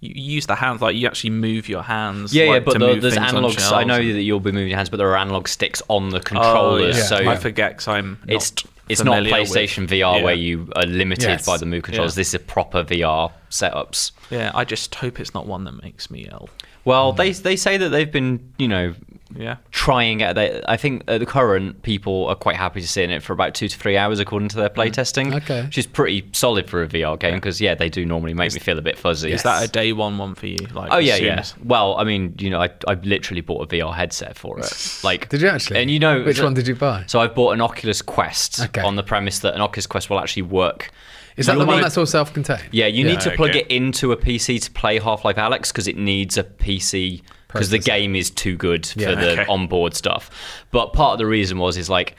Speaker 1: you you use the hands like you actually move your hands.
Speaker 3: Yeah,
Speaker 1: like,
Speaker 3: yeah, but
Speaker 1: to
Speaker 3: the,
Speaker 1: move
Speaker 3: there's
Speaker 1: things on
Speaker 3: analog. s- I
Speaker 1: shelves.
Speaker 3: know that you'll be moving your hands, but there are analog sticks on the
Speaker 1: Oh,
Speaker 3: controllers,
Speaker 1: yeah.
Speaker 3: so
Speaker 1: I forget because I'm not
Speaker 3: it's it's not
Speaker 1: familiar with-
Speaker 3: PlayStation VR
Speaker 1: yeah.
Speaker 3: where you are limited
Speaker 2: Yes.
Speaker 3: by the move controllers.
Speaker 1: Yeah.
Speaker 3: This is proper VR setups.
Speaker 1: Yeah, I just hope it's not one that makes me ill.
Speaker 3: Well,
Speaker 1: Hmm.
Speaker 3: they they say that they've been you know
Speaker 1: Yeah,
Speaker 3: trying it. They, I think at the current people are quite happy to sit in it for about two to three hours according to their
Speaker 1: Hmm.
Speaker 3: playtesting,
Speaker 2: Okay.
Speaker 3: which is pretty solid for a VR game because yeah, they do normally make me feel a bit fuzzy.
Speaker 1: is that a day one one for you? Like,
Speaker 3: Oh
Speaker 1: as
Speaker 3: yeah,
Speaker 1: soon
Speaker 3: yeah.
Speaker 1: as-
Speaker 3: Well, I mean, you know, I I literally bought a VR headset for it. Like,
Speaker 2: Did you actually?
Speaker 3: And you know,
Speaker 2: Which
Speaker 3: so-
Speaker 2: one did you buy?
Speaker 3: So I've bought an Oculus Quest
Speaker 2: Okay.
Speaker 3: on the premise that an Oculus Quest will actually work.
Speaker 2: Is that
Speaker 3: You
Speaker 2: the one
Speaker 3: might-
Speaker 2: that's all self-contained?
Speaker 3: Yeah, you need to plug
Speaker 1: okay.
Speaker 3: it into a PC to play Half Life Alex because it needs a PC because the
Speaker 2: Processor.
Speaker 3: game is too good for
Speaker 2: Yeah.
Speaker 3: the
Speaker 1: Okay.
Speaker 3: onboard stuff. But part of the reason was is like.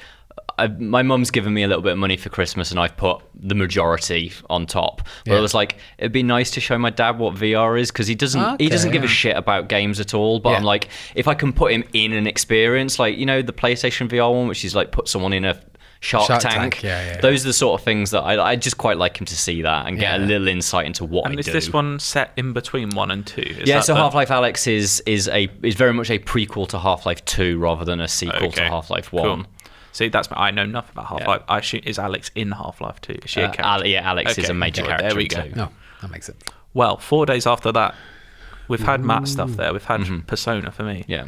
Speaker 3: I, my mum's given me a little bit of money for Christmas, and I've put the majority on top. But I
Speaker 2: Yeah.
Speaker 3: was like, it'd be nice to show my dad what VR is because he doesn't he
Speaker 2: Okay,
Speaker 3: doesn't give a
Speaker 2: yeah.
Speaker 3: shit about games at all. But
Speaker 2: Yeah.
Speaker 3: I'm like, if I can put him in an experience, like you know the PlayStation VR one, which is like put someone in a Shark,
Speaker 2: Shark
Speaker 3: Tank.
Speaker 2: Tank, yeah, yeah.
Speaker 3: Those are the sort of things that I, I just quite like him to see that and get a
Speaker 2: Yeah.
Speaker 3: little insight into what
Speaker 1: and
Speaker 3: I
Speaker 1: is
Speaker 3: do.
Speaker 1: this one set in between one and two? Is
Speaker 3: yeah,
Speaker 1: that
Speaker 3: so
Speaker 1: the-
Speaker 3: Half Life Alex is is a is very much a prequel to Half Life Two rather than a sequel to
Speaker 1: Okay,
Speaker 3: Half Life
Speaker 1: cool.
Speaker 3: One.
Speaker 1: See, that's I know nothing about Half Life. I assume is Alex in Half Life too? Is she a
Speaker 3: Uh,
Speaker 1: character?
Speaker 3: Ale- yeah, Alex is
Speaker 1: Okay,
Speaker 3: a major
Speaker 1: cool.
Speaker 3: character.
Speaker 1: There we
Speaker 3: in
Speaker 1: go.
Speaker 3: two.
Speaker 2: No, that makes sense.
Speaker 1: Well, four days after that, we've had Matt stuff there. We've had Persona for me.
Speaker 3: Yeah.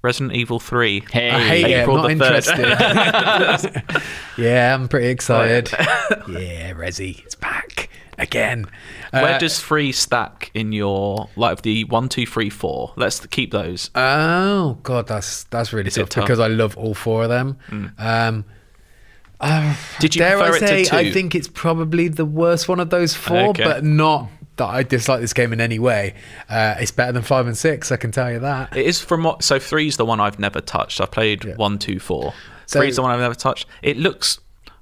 Speaker 1: Resident Evil 3.
Speaker 3: Hey.
Speaker 2: I hate it.
Speaker 1: April
Speaker 2: I'm not
Speaker 1: the 3rd.
Speaker 2: interested. yeah, I'm pretty excited. yeah, Resi, it's back again. Uh,
Speaker 1: Where does 3 stack in your, like the one, two, three, four? Let's keep those.
Speaker 2: Oh god, that's that's really
Speaker 1: it
Speaker 2: tough,
Speaker 1: tough? Mm.
Speaker 2: because I love all four of them. Um, uh,
Speaker 1: Did you
Speaker 2: dare
Speaker 1: prefer
Speaker 2: I
Speaker 1: it to
Speaker 2: say I
Speaker 1: two?
Speaker 2: think it's probably the worst one of those four,
Speaker 1: Okay.
Speaker 2: but not that I dislike this game in any way. Uh, it's better than five and six, I can tell you that.
Speaker 1: It is from what, so 3 is the one I've never touched. I've played one, two, four.
Speaker 2: So-
Speaker 1: 3 is the one I've never touched. It looks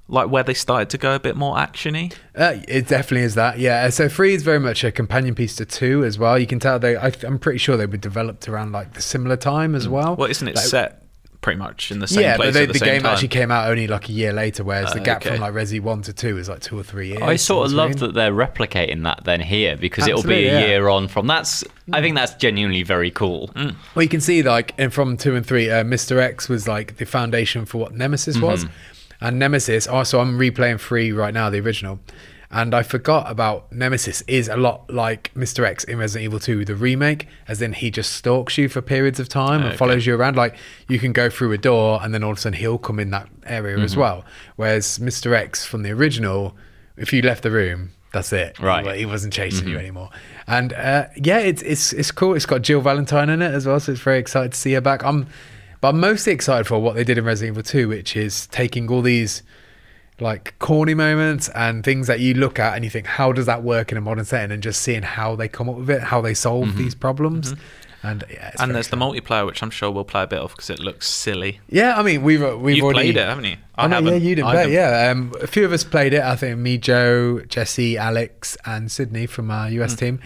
Speaker 1: like where they started to go a bit more actiony.
Speaker 2: Uh, it definitely is that. Yeah. So three is very much a companion piece to two as well. You can tell they. I, I'm pretty sure they were developed around like the similar time as well.
Speaker 1: Mm. Well, isn't it
Speaker 2: Like,
Speaker 1: set pretty much in the same
Speaker 2: yeah,
Speaker 1: place
Speaker 2: but they,
Speaker 1: at the,
Speaker 2: the
Speaker 1: same
Speaker 2: game
Speaker 1: time.
Speaker 2: actually came out only like a year later, whereas the
Speaker 1: Ah,
Speaker 2: gap
Speaker 1: okay.
Speaker 2: from like Resi one to two is like two or three years.
Speaker 3: I sort of
Speaker 2: you know what
Speaker 3: love
Speaker 2: mean?
Speaker 3: that they're replicating that then here because
Speaker 2: Absolutely,
Speaker 3: it'll be a
Speaker 2: yeah.
Speaker 3: year on from that's. I
Speaker 1: Mm.
Speaker 3: think that's genuinely very cool.
Speaker 2: Well, you can see like and from two and three, uh, Mr. X was like the foundation for what Nemesis was, and Nemesis. Also, I'm replaying three right now, the original, and I forgot about Nemesis is a lot like Mr. X in Resident Evil 2, the remake, as in he just stalks you for periods of time and follows you around. Like you can go through a door, and then all of a sudden he'll come in that area as well. Whereas Mr. X from the original, if you left the room. That's it.
Speaker 3: Right.
Speaker 2: Like, he wasn't chasing
Speaker 1: Mm-hmm.
Speaker 2: you anymore. And uh, yeah, it's it's it's cool. It's got Jill Valentine in it as well, so it's very excited to see her back. I'm but I'm mostly excited for what they did in Resident Evil 2, which is taking all these like corny moments and things that you look at and you think, how does that work in a modern setting? And just seeing how they come up with it, how they solve these problems. And yeah, it's
Speaker 1: Mm-hmm. and
Speaker 2: very
Speaker 1: there's the multiplayer, which I'm sure we'll play a bit of because it looks silly.
Speaker 2: yeah, I mean, we've we've
Speaker 1: You've
Speaker 2: already
Speaker 1: played it, haven't you?
Speaker 2: I, know, Oh, yeah,
Speaker 1: haven't.
Speaker 2: you didn't
Speaker 1: I
Speaker 2: play.
Speaker 1: haven't.
Speaker 2: it, Yeah, um, a few of us played it. I think me, Joe, Jesse, Alex, and Sydney from our
Speaker 1: Hmm.
Speaker 2: US team,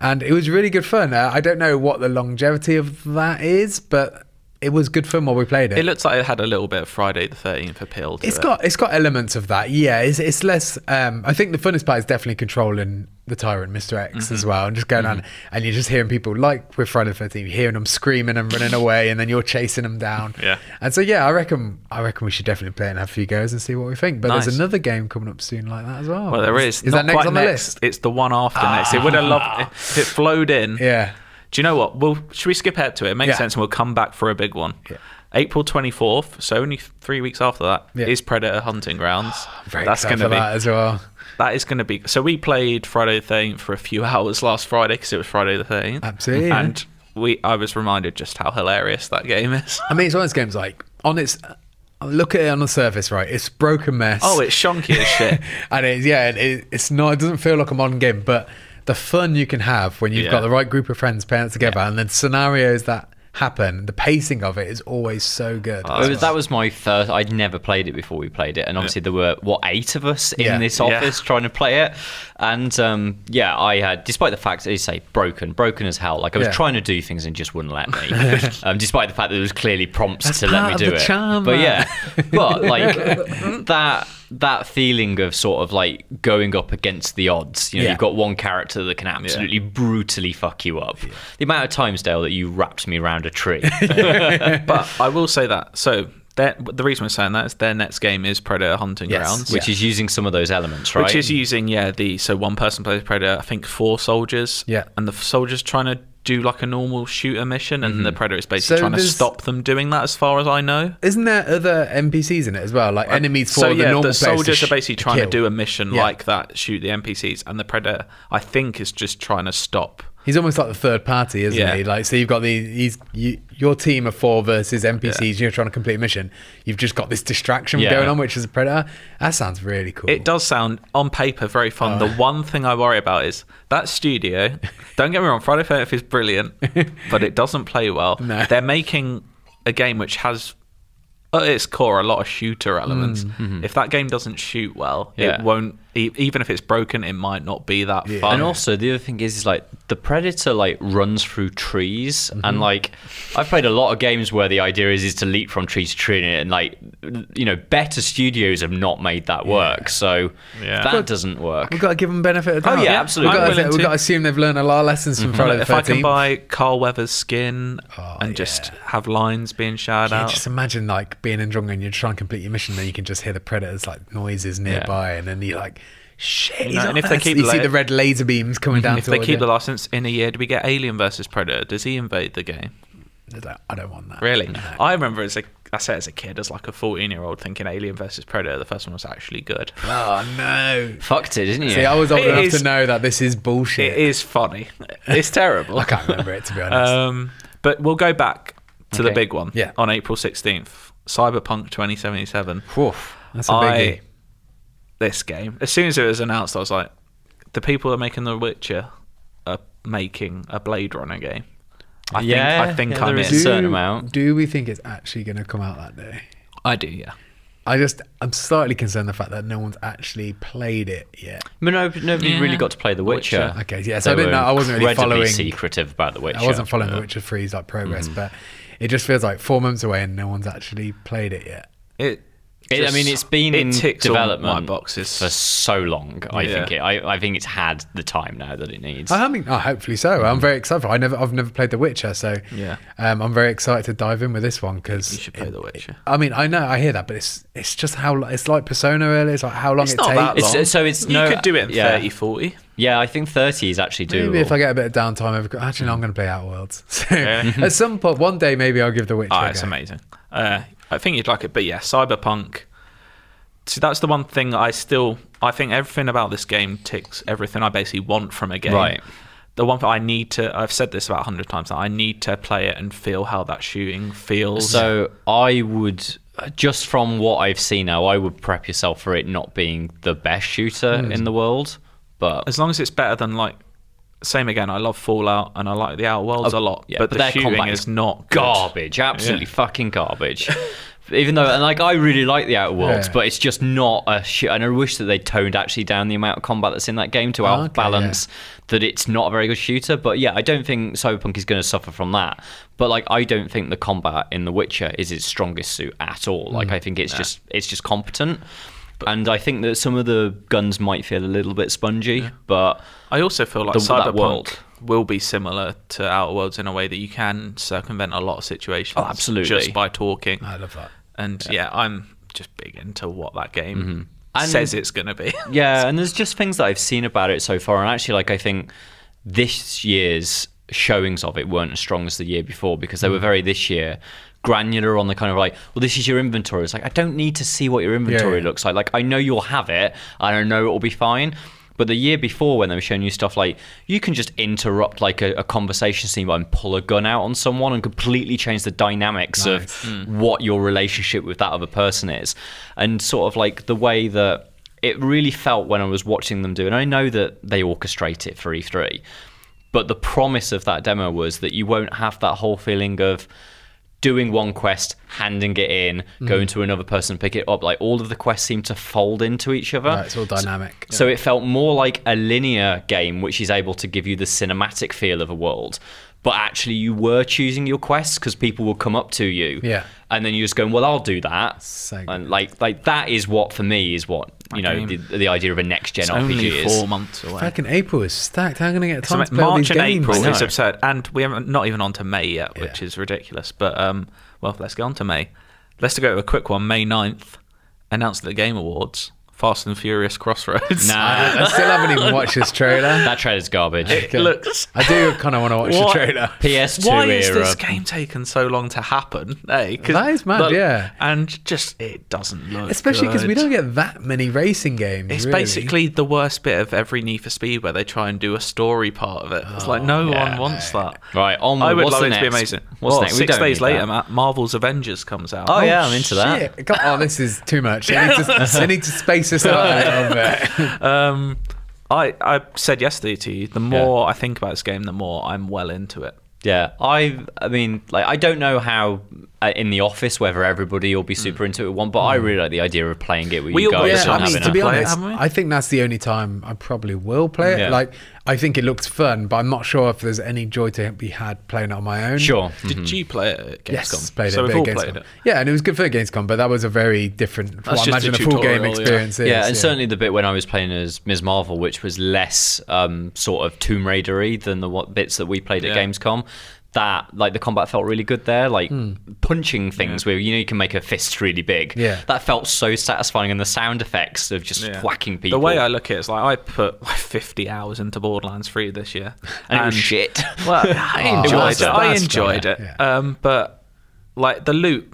Speaker 2: and it was really good fun. Uh, I don't know what the longevity of that is, but it was good fun while we played it.
Speaker 1: It looks like it had a little bit of Friday the 13th appeal to
Speaker 2: It's
Speaker 1: it.
Speaker 2: got it's got elements of that. Yeah, it's it's less. Um, I think the funnest part is definitely controlling the tyrant, Mister X,
Speaker 1: Mm-hmm.
Speaker 2: as well, and just going on and you're just hearing people like with Friday the Thirteenth, you're hearing them screaming and running away, and then you're chasing them down.
Speaker 1: Yeah.
Speaker 2: and so yeah, I reckon I reckon we should definitely play and have a few goes and see what we think. But
Speaker 1: Nice.
Speaker 2: there's another game coming up soon like that as well.
Speaker 1: Well, there is.
Speaker 2: Is
Speaker 1: Not
Speaker 2: that next
Speaker 1: quite
Speaker 2: on the
Speaker 1: next.
Speaker 2: list? Ah.
Speaker 1: It's the one after next. It would have loved if it flowed in.
Speaker 2: Yeah.
Speaker 1: Do you know what? Well, should we skip ahead to it? It makes
Speaker 2: Yeah.
Speaker 1: sense, and we'll come back for a big one.
Speaker 2: Yeah.
Speaker 1: April 24th, so only th- three weeks after that, is
Speaker 2: Yeah. Ah,
Speaker 1: Predator Hunting Grounds.
Speaker 2: Very
Speaker 1: That's
Speaker 2: excited
Speaker 1: going to
Speaker 2: for
Speaker 1: be.
Speaker 2: that as well.
Speaker 1: That is going to be. So we played Friday the 13th for a few hours last Friday because it was Friday the 13th.
Speaker 2: Absolutely, yeah.
Speaker 1: And we, I was reminded just how hilarious that game is.
Speaker 2: I mean, it's one of those games like on its look at it on the surface, right? It's broken mess.
Speaker 1: Oh, it's shonky as shit.
Speaker 2: and it's yeah, it- it, it's not. It doesn't feel like a modern game, but the fun you can have when you've
Speaker 1: Yeah.
Speaker 2: got the right group of friends playing it together, and the scenarios that happen, the pacing of it is always so good.
Speaker 1: Oh,
Speaker 3: It was- that was my first. I'd never played it before we played it, and obviously there were what eight of us in
Speaker 2: Yeah.
Speaker 3: this
Speaker 1: Yeah.
Speaker 3: office trying to play it. And um, yeah, I had, despite the fact as you say, broken, broken as hell. Like I was
Speaker 2: Yeah.
Speaker 3: trying to do things and it just wouldn't let me. um, despite the fact that there was clearly prompts to let
Speaker 2: part
Speaker 3: me
Speaker 2: of
Speaker 3: do
Speaker 2: the
Speaker 3: it.
Speaker 2: charm,
Speaker 3: but
Speaker 2: man.
Speaker 3: yeah, but like that that feeling of sort of like going up against the odds. You know,
Speaker 2: Yeah.
Speaker 3: you've got one character that can absolutely brutally fuck you up. The amount of times, Dale, that you wrapped me around a tree.
Speaker 1: but I will say that. So their- the reason we're saying that is their next game is Predator Hunting
Speaker 2: Yes,
Speaker 1: Grounds,
Speaker 3: which is using some of those elements, right?
Speaker 1: Which is using yeah the so one person plays predator. I think four soldiers.
Speaker 2: Yeah.
Speaker 1: and the soldiers trying to do like a normal shooter mission, and the predator is basically
Speaker 2: Mm-hmm. So
Speaker 1: trying to
Speaker 2: there's-
Speaker 1: stop them doing that. As far as I know.
Speaker 2: Isn't there other NPCs in it as well, like enemies for
Speaker 1: so
Speaker 2: the
Speaker 1: yeah,
Speaker 2: normal
Speaker 1: the
Speaker 2: players to
Speaker 1: soldiers
Speaker 2: sh-
Speaker 1: are basically trying to
Speaker 2: kill?
Speaker 1: do a mission
Speaker 2: Yeah.
Speaker 1: like that, shoot the NPCs, and the predator I think is just trying to stop.
Speaker 2: He's almost like the third party, isn't
Speaker 1: Yeah.
Speaker 2: he? Like, so you've got the he's you, your team of four versus NPCs. You're trying to complete a mission. You've just got this distraction
Speaker 3: Yeah.
Speaker 2: going on, which is a predator. That sounds really cool.
Speaker 1: It does sound on paper very fun.
Speaker 2: Oh.
Speaker 1: The one thing I worry about is that studio. don't get me wrong, Friday the 13th is brilliant, but it doesn't play well.
Speaker 2: No.
Speaker 1: They're making a game which has at its core a lot of shooter elements.
Speaker 2: Mm, mm-hmm.
Speaker 1: If that game doesn't shoot well,
Speaker 3: Yeah.
Speaker 1: it won't. E- even if it's broken, it might not be that fun.
Speaker 3: And also, the other thing is, is like the predator like runs through trees,
Speaker 1: Mm-hmm.
Speaker 3: and like I've played a lot of games where the idea is is to leap from tree to tree, and like you know, better studios have not made that work, so
Speaker 1: Yeah.
Speaker 3: that
Speaker 1: But-
Speaker 3: doesn't work.
Speaker 2: We've got to give them benefit of the
Speaker 3: Oh,
Speaker 2: doubt.
Speaker 3: yeah, absolutely.
Speaker 2: We've
Speaker 1: I'm
Speaker 2: got, to,
Speaker 1: willing
Speaker 2: we've
Speaker 1: to. Mm-hmm.
Speaker 2: got to assume they've learned a lot of lessons from Friday the
Speaker 1: if I can
Speaker 2: 13th.
Speaker 1: buy Carl Weathers' skin
Speaker 2: Oh,
Speaker 1: and just have lines being shouted
Speaker 2: Yeah,
Speaker 1: out,
Speaker 2: just imagine like being in Drunga and you're trying to complete your mission, then you can just hear the predators like noises nearby, and then you're like, shit. he's
Speaker 1: know,
Speaker 2: on
Speaker 1: and if they
Speaker 2: us.
Speaker 1: keep
Speaker 2: you see
Speaker 1: la-
Speaker 2: the red laser beams coming down.
Speaker 1: if they
Speaker 2: toward
Speaker 1: keep the
Speaker 2: you.
Speaker 1: license in a year, do we get Alien versus Predator? Does he invade the game?
Speaker 2: I don't- I don't want that.
Speaker 1: Really? I remember as a I said as a kid, as like a fourteen year old thinking Alien versus Predator, the first one was actually good.
Speaker 2: Oh no.
Speaker 3: Fucked it, didn't you?
Speaker 2: See, I was old
Speaker 1: It
Speaker 2: enough
Speaker 1: is-
Speaker 2: to know that this is
Speaker 1: It
Speaker 2: bullshit.
Speaker 1: is funny. It's terrible.
Speaker 2: I can't remember it to be honest.
Speaker 1: um but we'll go back to the
Speaker 3: Okay.
Speaker 1: big one.
Speaker 2: Yeah.
Speaker 1: On April sixteenth. Cyberpunk twenty seventy seven.
Speaker 2: Woof. That's a biggie.
Speaker 1: I this game. As soon as it was announced, I was like, the people that are making The Witcher are making a Blade Runner game. I think
Speaker 3: Yeah,
Speaker 1: I think
Speaker 3: yeah,
Speaker 1: I'm
Speaker 3: there
Speaker 1: in.
Speaker 3: is. certain amount.
Speaker 2: Do we think it's actually going to come out that day?
Speaker 1: I do, yeah.
Speaker 2: I just, I'm slightly concerned the fact that no one's actually played it yet.
Speaker 3: But no, nobody
Speaker 1: Yeah.
Speaker 3: really got to play The Witcher.
Speaker 1: Witcher.
Speaker 2: Okay, yeah, so I
Speaker 3: They
Speaker 2: didn't
Speaker 3: were
Speaker 2: know- I wasn't really
Speaker 3: incredibly
Speaker 2: following-
Speaker 3: secretive about The Witcher.
Speaker 1: Mm-hmm.
Speaker 2: I wasn't following The Witcher 3's like progress, but It just feels like four months away and no one's actually played it yet.
Speaker 1: It.
Speaker 3: It, I
Speaker 1: just-
Speaker 3: mean, it's been
Speaker 1: it
Speaker 3: in
Speaker 1: ticks all
Speaker 3: development
Speaker 1: my boxes.
Speaker 3: for so long. I
Speaker 1: Yeah.
Speaker 3: think it. I, I think it's had the time now that it needs.
Speaker 2: I mean, oh, hopefully so. I'm very excited. For I never, I've never played The Witcher, so
Speaker 1: Mm-hmm. Yeah.
Speaker 2: um, I'm very excited to dive in with this one because
Speaker 1: You should play The Witcher.
Speaker 2: I mean, I know, I hear that, but it's it's just how lo- it's like Persona. Really, it's like how long
Speaker 1: It's
Speaker 2: it
Speaker 1: not
Speaker 2: takes.
Speaker 1: that
Speaker 3: It's-
Speaker 1: long.
Speaker 3: so it's-
Speaker 1: you
Speaker 3: no,
Speaker 1: could do it in
Speaker 3: yeah.
Speaker 1: 30, 40.
Speaker 3: Yeah, I think thirty is actually doable.
Speaker 2: Maybe if I get a bit of downtime, over, actually, no, I'm going to play Outer Worlds. So at some point, one day, maybe I'll give The Witcher.
Speaker 1: Ah,
Speaker 2: a
Speaker 1: it's
Speaker 2: go.
Speaker 1: amazing. Uh, I think you'd like it, but yeah, Cyberpunk. See, that's the one thing I still. I think everything about this game ticks everything I basically want from a game.
Speaker 3: Right.
Speaker 1: The one thing I need to. I've said this about a hundred times now. I need to play it and feel how that shooting feels.
Speaker 3: So I would just from what I've seen now, I would prep yourself for it not being the best shooter
Speaker 2: Hmm.
Speaker 3: in the world. But
Speaker 1: as long as it's better than like. Same again. I love Fallout and I like the Outer Worlds a lot,
Speaker 3: Oh, yeah,
Speaker 1: but,
Speaker 3: but
Speaker 1: the
Speaker 3: their
Speaker 1: shooting
Speaker 3: combat
Speaker 1: is
Speaker 3: is
Speaker 1: not good.
Speaker 3: garbage, absolutely fucking garbage. Even though, and like, I really like the Outer Worlds,
Speaker 2: Yeah.
Speaker 3: but it's just not a shit. And I wish that they toned actually down the amount of combat that's in that game to
Speaker 2: okay,
Speaker 3: outbalance that it's not a very good shooter. But yeah, I don't think Cyberpunk is going to suffer from that. But like, I don't think the combat in The Witcher is its strongest suit at all. Like,
Speaker 2: Mm.
Speaker 3: I think it's just it's just competent. And I think that some of the guns might feel a little bit spongy, but
Speaker 1: I also feel like
Speaker 3: The- that
Speaker 1: Cyberpunk
Speaker 3: world.
Speaker 1: will be similar to Outer Worlds in a way that you can circumvent a lot of situations.
Speaker 3: Oh, absolutely. Uh,
Speaker 1: Just by talking.
Speaker 2: I love that.
Speaker 1: And yeah, I'm just big into what that game
Speaker 3: Mm-hmm. And-
Speaker 1: says it's going to be.
Speaker 3: Yeah, and there's just things that I've seen about it so far, and actually, like I think this year's showings of it weren't as strong as the year before because they were
Speaker 2: Mm.
Speaker 3: very this year granular on the kind of like, well, this is your inventory. It's like I don't need to see what your inventory
Speaker 2: yeah.
Speaker 3: looks like. Like I know you'll have it, and I know it'll be fine. But the year before, when they were showing you stuff like you can just interrupt like a, a conversation scene and pull a gun out on someone and completely change the dynamics of
Speaker 2: Nice.
Speaker 3: Hmm. what your relationship with that other person is and sort of like the way that it really felt when I was watching them do and I know that they orchestrate it for E3 but the promise of that demo was that you won't have that whole feeling of doing one quest handing it in going to another person pick it up like all of the quests seem to fold into each other
Speaker 2: Right, it's all
Speaker 3: So-
Speaker 2: dynamic.
Speaker 3: so it felt more like a linear game, which is able to give you the cinematic feel of a world. But actually, you were choosing your quests because people will come up to you,
Speaker 2: Yeah.
Speaker 3: and then you're just going, "Well, I'll do that."
Speaker 2: So good.
Speaker 3: and like, like that is what for me is what you know
Speaker 1: game-
Speaker 3: the, the idea of a next gen
Speaker 1: It's
Speaker 3: RPG
Speaker 1: only
Speaker 3: is.
Speaker 1: four months away.
Speaker 2: Fucking April is stacked. How can I get
Speaker 1: So
Speaker 2: time to play all
Speaker 1: March
Speaker 2: these
Speaker 1: and
Speaker 2: games?
Speaker 1: April
Speaker 3: I
Speaker 1: is
Speaker 3: know.
Speaker 1: absurd, and we haven't not even on to May yet, which
Speaker 2: Yeah.
Speaker 1: is ridiculous. But um, well, let's get on to May. Let's go to a quick one. May 9th, announced at the Game Awards, Fast and Furious Crossroads.
Speaker 3: Nah,
Speaker 2: I still haven't even watched this trailer.
Speaker 3: that trailer's garbage.
Speaker 1: it looks
Speaker 2: I do kind of want to watch
Speaker 1: What?
Speaker 2: the trailer.
Speaker 3: PS2
Speaker 1: Why
Speaker 3: era.
Speaker 1: is this game taking so long to happen? Hey, 'cause
Speaker 2: That is mad,
Speaker 1: the-
Speaker 2: yeah.
Speaker 1: And just it doesn't look
Speaker 2: Especially because we
Speaker 1: good.
Speaker 2: don't get that many racing games.
Speaker 1: It's
Speaker 2: really.
Speaker 1: basically the worst bit of every Need for Speed where they try and do a story part of it. It's like no
Speaker 2: Oh,
Speaker 3: yeah,
Speaker 1: one wants that.
Speaker 3: Right, onward,
Speaker 1: I would
Speaker 3: what's
Speaker 1: love
Speaker 3: the
Speaker 1: it to be
Speaker 3: next?
Speaker 1: amazing.
Speaker 3: What's
Speaker 1: Well,
Speaker 3: next? We
Speaker 1: Six
Speaker 3: don't
Speaker 1: days
Speaker 3: need that.
Speaker 1: later, Matt, Marvel's Avengers comes out.
Speaker 3: Oh, yeah, I'm into that.
Speaker 2: Shit. God, oh, this is too much. I need to, I need to space this out a little bit.
Speaker 1: Um, I I said yesterday to you. The more I think about this game, the more I'm well into it.
Speaker 3: Yeah, I I mean, like, I don't know how uh, in the office whether everybody will be super into it one, but I really like the idea of playing it with
Speaker 1: We
Speaker 3: you
Speaker 1: all got
Speaker 3: guys.
Speaker 1: this
Speaker 3: and
Speaker 1: one,
Speaker 2: I
Speaker 3: having
Speaker 1: haven't
Speaker 2: mean, to
Speaker 1: I?
Speaker 2: be
Speaker 1: Play it,
Speaker 2: honest,
Speaker 1: haven't we?
Speaker 2: I think that's the only time I probably will play it.
Speaker 3: Yeah.
Speaker 2: Like, I think it looks fun, but I'm not sure if there's any joy to be had playing it on my own.
Speaker 3: a- sure.
Speaker 1: Did you play it at Gamescom?
Speaker 2: Yes, played
Speaker 1: so
Speaker 2: it.
Speaker 1: we've all
Speaker 2: bit at
Speaker 1: played
Speaker 2: Gamescom.
Speaker 1: it.
Speaker 2: Yeah, and it was good for Gamescom, but that was a very different. Well, I
Speaker 1: just a
Speaker 2: imagine a full game
Speaker 1: tutorial, yeah.
Speaker 2: experience. is,
Speaker 3: Yeah, and certainly the bit when I was playing as Ms. Marvel, which was less um, sort of Tomb Raidery than the what bits that we played at
Speaker 1: Yeah.
Speaker 3: Gamescom. That like the combat felt really good there, like punching things where you know you can make a fist really big.
Speaker 2: Yeah.
Speaker 3: that felt so satisfying, and the sound effects of just
Speaker 1: Yeah.
Speaker 3: whacking people.
Speaker 1: The way I look at it is like I put like 50 hours into Borderlands 3 this year,
Speaker 3: and, it was shit.
Speaker 1: Well, I
Speaker 2: Oh,
Speaker 1: enjoyed
Speaker 2: that's
Speaker 1: it. I
Speaker 2: bad.
Speaker 1: enjoyed it.
Speaker 2: Yeah.
Speaker 1: Um, but like the loot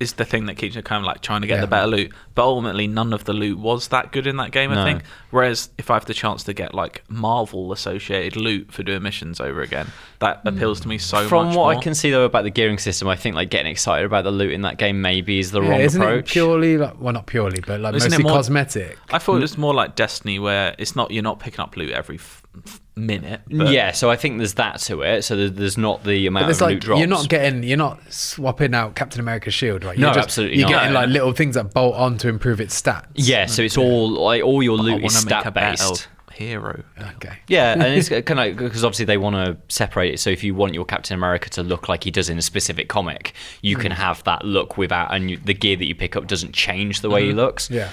Speaker 1: is the thing that keeps me kind of like trying to get
Speaker 2: Yeah.
Speaker 1: the better loot. But ultimately, none of the loot was that good in that game.
Speaker 3: No.
Speaker 1: I think. Whereas if I have the chance to get like Marvel associated loot for doing missions over again, that appeals to me so much.
Speaker 3: Hmm. From what I
Speaker 1: more.
Speaker 3: can see though about the gearing system, I think like getting excited about the loot in that game maybe is the
Speaker 2: Yeah,
Speaker 3: wrong
Speaker 2: isn't
Speaker 3: approach.
Speaker 2: it purely like well, not purely, but like
Speaker 1: Isn't it
Speaker 2: mostly
Speaker 1: more-
Speaker 2: cosmetic?
Speaker 1: I
Speaker 3: Mm.
Speaker 1: thought it was more like Destiny, where it's not you're not picking up loot every f- f- minute. But
Speaker 3: yeah, so I think there's that to it. So there- there's not the
Speaker 2: But
Speaker 3: amount of
Speaker 2: there's
Speaker 3: loot
Speaker 2: like
Speaker 3: drops.
Speaker 2: you're not getting, you're not swapping out Captain America's shield, right?
Speaker 3: No,
Speaker 2: you're
Speaker 3: absolutely
Speaker 2: You're
Speaker 3: not.
Speaker 2: getting
Speaker 1: No.
Speaker 2: like little things that bolt on to I improve its stats.
Speaker 3: Yeah, so it's all like all your
Speaker 1: I
Speaker 3: loot
Speaker 1: want
Speaker 3: is
Speaker 1: to make a
Speaker 3: stat
Speaker 1: better
Speaker 3: based.
Speaker 1: hero.
Speaker 2: Okay.
Speaker 3: Yeah, and it's kind of because obviously they want to separate it. So if you want your Captain America to look like he does in a specific comic, you
Speaker 2: Hmm.
Speaker 3: can have that look without, and you, the gear that you pick up doesn't change the way he looks.
Speaker 2: Mm-hmm. Yeah.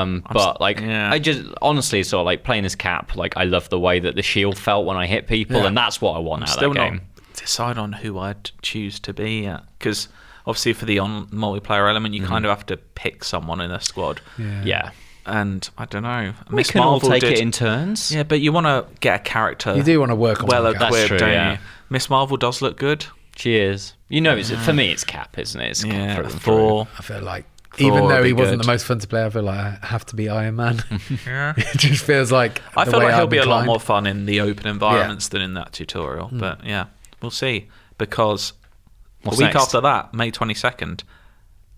Speaker 3: Um, but like,
Speaker 1: yeah.
Speaker 3: I just honestly sort of like playing as Cap. Like, I love the way that the shield felt when I hit people,
Speaker 2: Yeah.
Speaker 3: and that's what I want out
Speaker 1: Still
Speaker 3: of that
Speaker 1: not
Speaker 3: game.
Speaker 1: decide on who I'd choose to be at because obviously for the on multiplayer element you kind of have to pick someone in a squad.
Speaker 2: Yeah.
Speaker 3: Mm. Yeah,
Speaker 1: And I don't know.
Speaker 3: we can all take it in turns.
Speaker 1: Yeah, but you want to get a character.
Speaker 2: You do wanna work on
Speaker 1: well
Speaker 2: one character.
Speaker 1: equipped,
Speaker 3: That's true,
Speaker 1: don't
Speaker 3: yeah.
Speaker 1: you? Miss Marvel does look good.
Speaker 3: Cheers. You know, it's, for me, it's Cap, isn't it? It's Cap
Speaker 1: Yeah,
Speaker 3: through and through.
Speaker 1: Thor.
Speaker 2: I feel like
Speaker 1: Thor
Speaker 2: even
Speaker 1: would
Speaker 2: though
Speaker 1: be
Speaker 2: he wasn't
Speaker 1: good.
Speaker 2: the most fun to play, I feel like I have to be Iron Man.
Speaker 1: Yeah.
Speaker 2: it just feels like
Speaker 1: I
Speaker 2: the
Speaker 1: feel
Speaker 2: way
Speaker 1: like he'll
Speaker 2: I'm
Speaker 1: be a lot
Speaker 2: inclined.
Speaker 1: more fun in the open environments than in that tutorial.
Speaker 2: Mm.
Speaker 1: But yeah, we'll see. Because a
Speaker 3: What's
Speaker 1: week
Speaker 3: next?
Speaker 1: after that, May 22nd,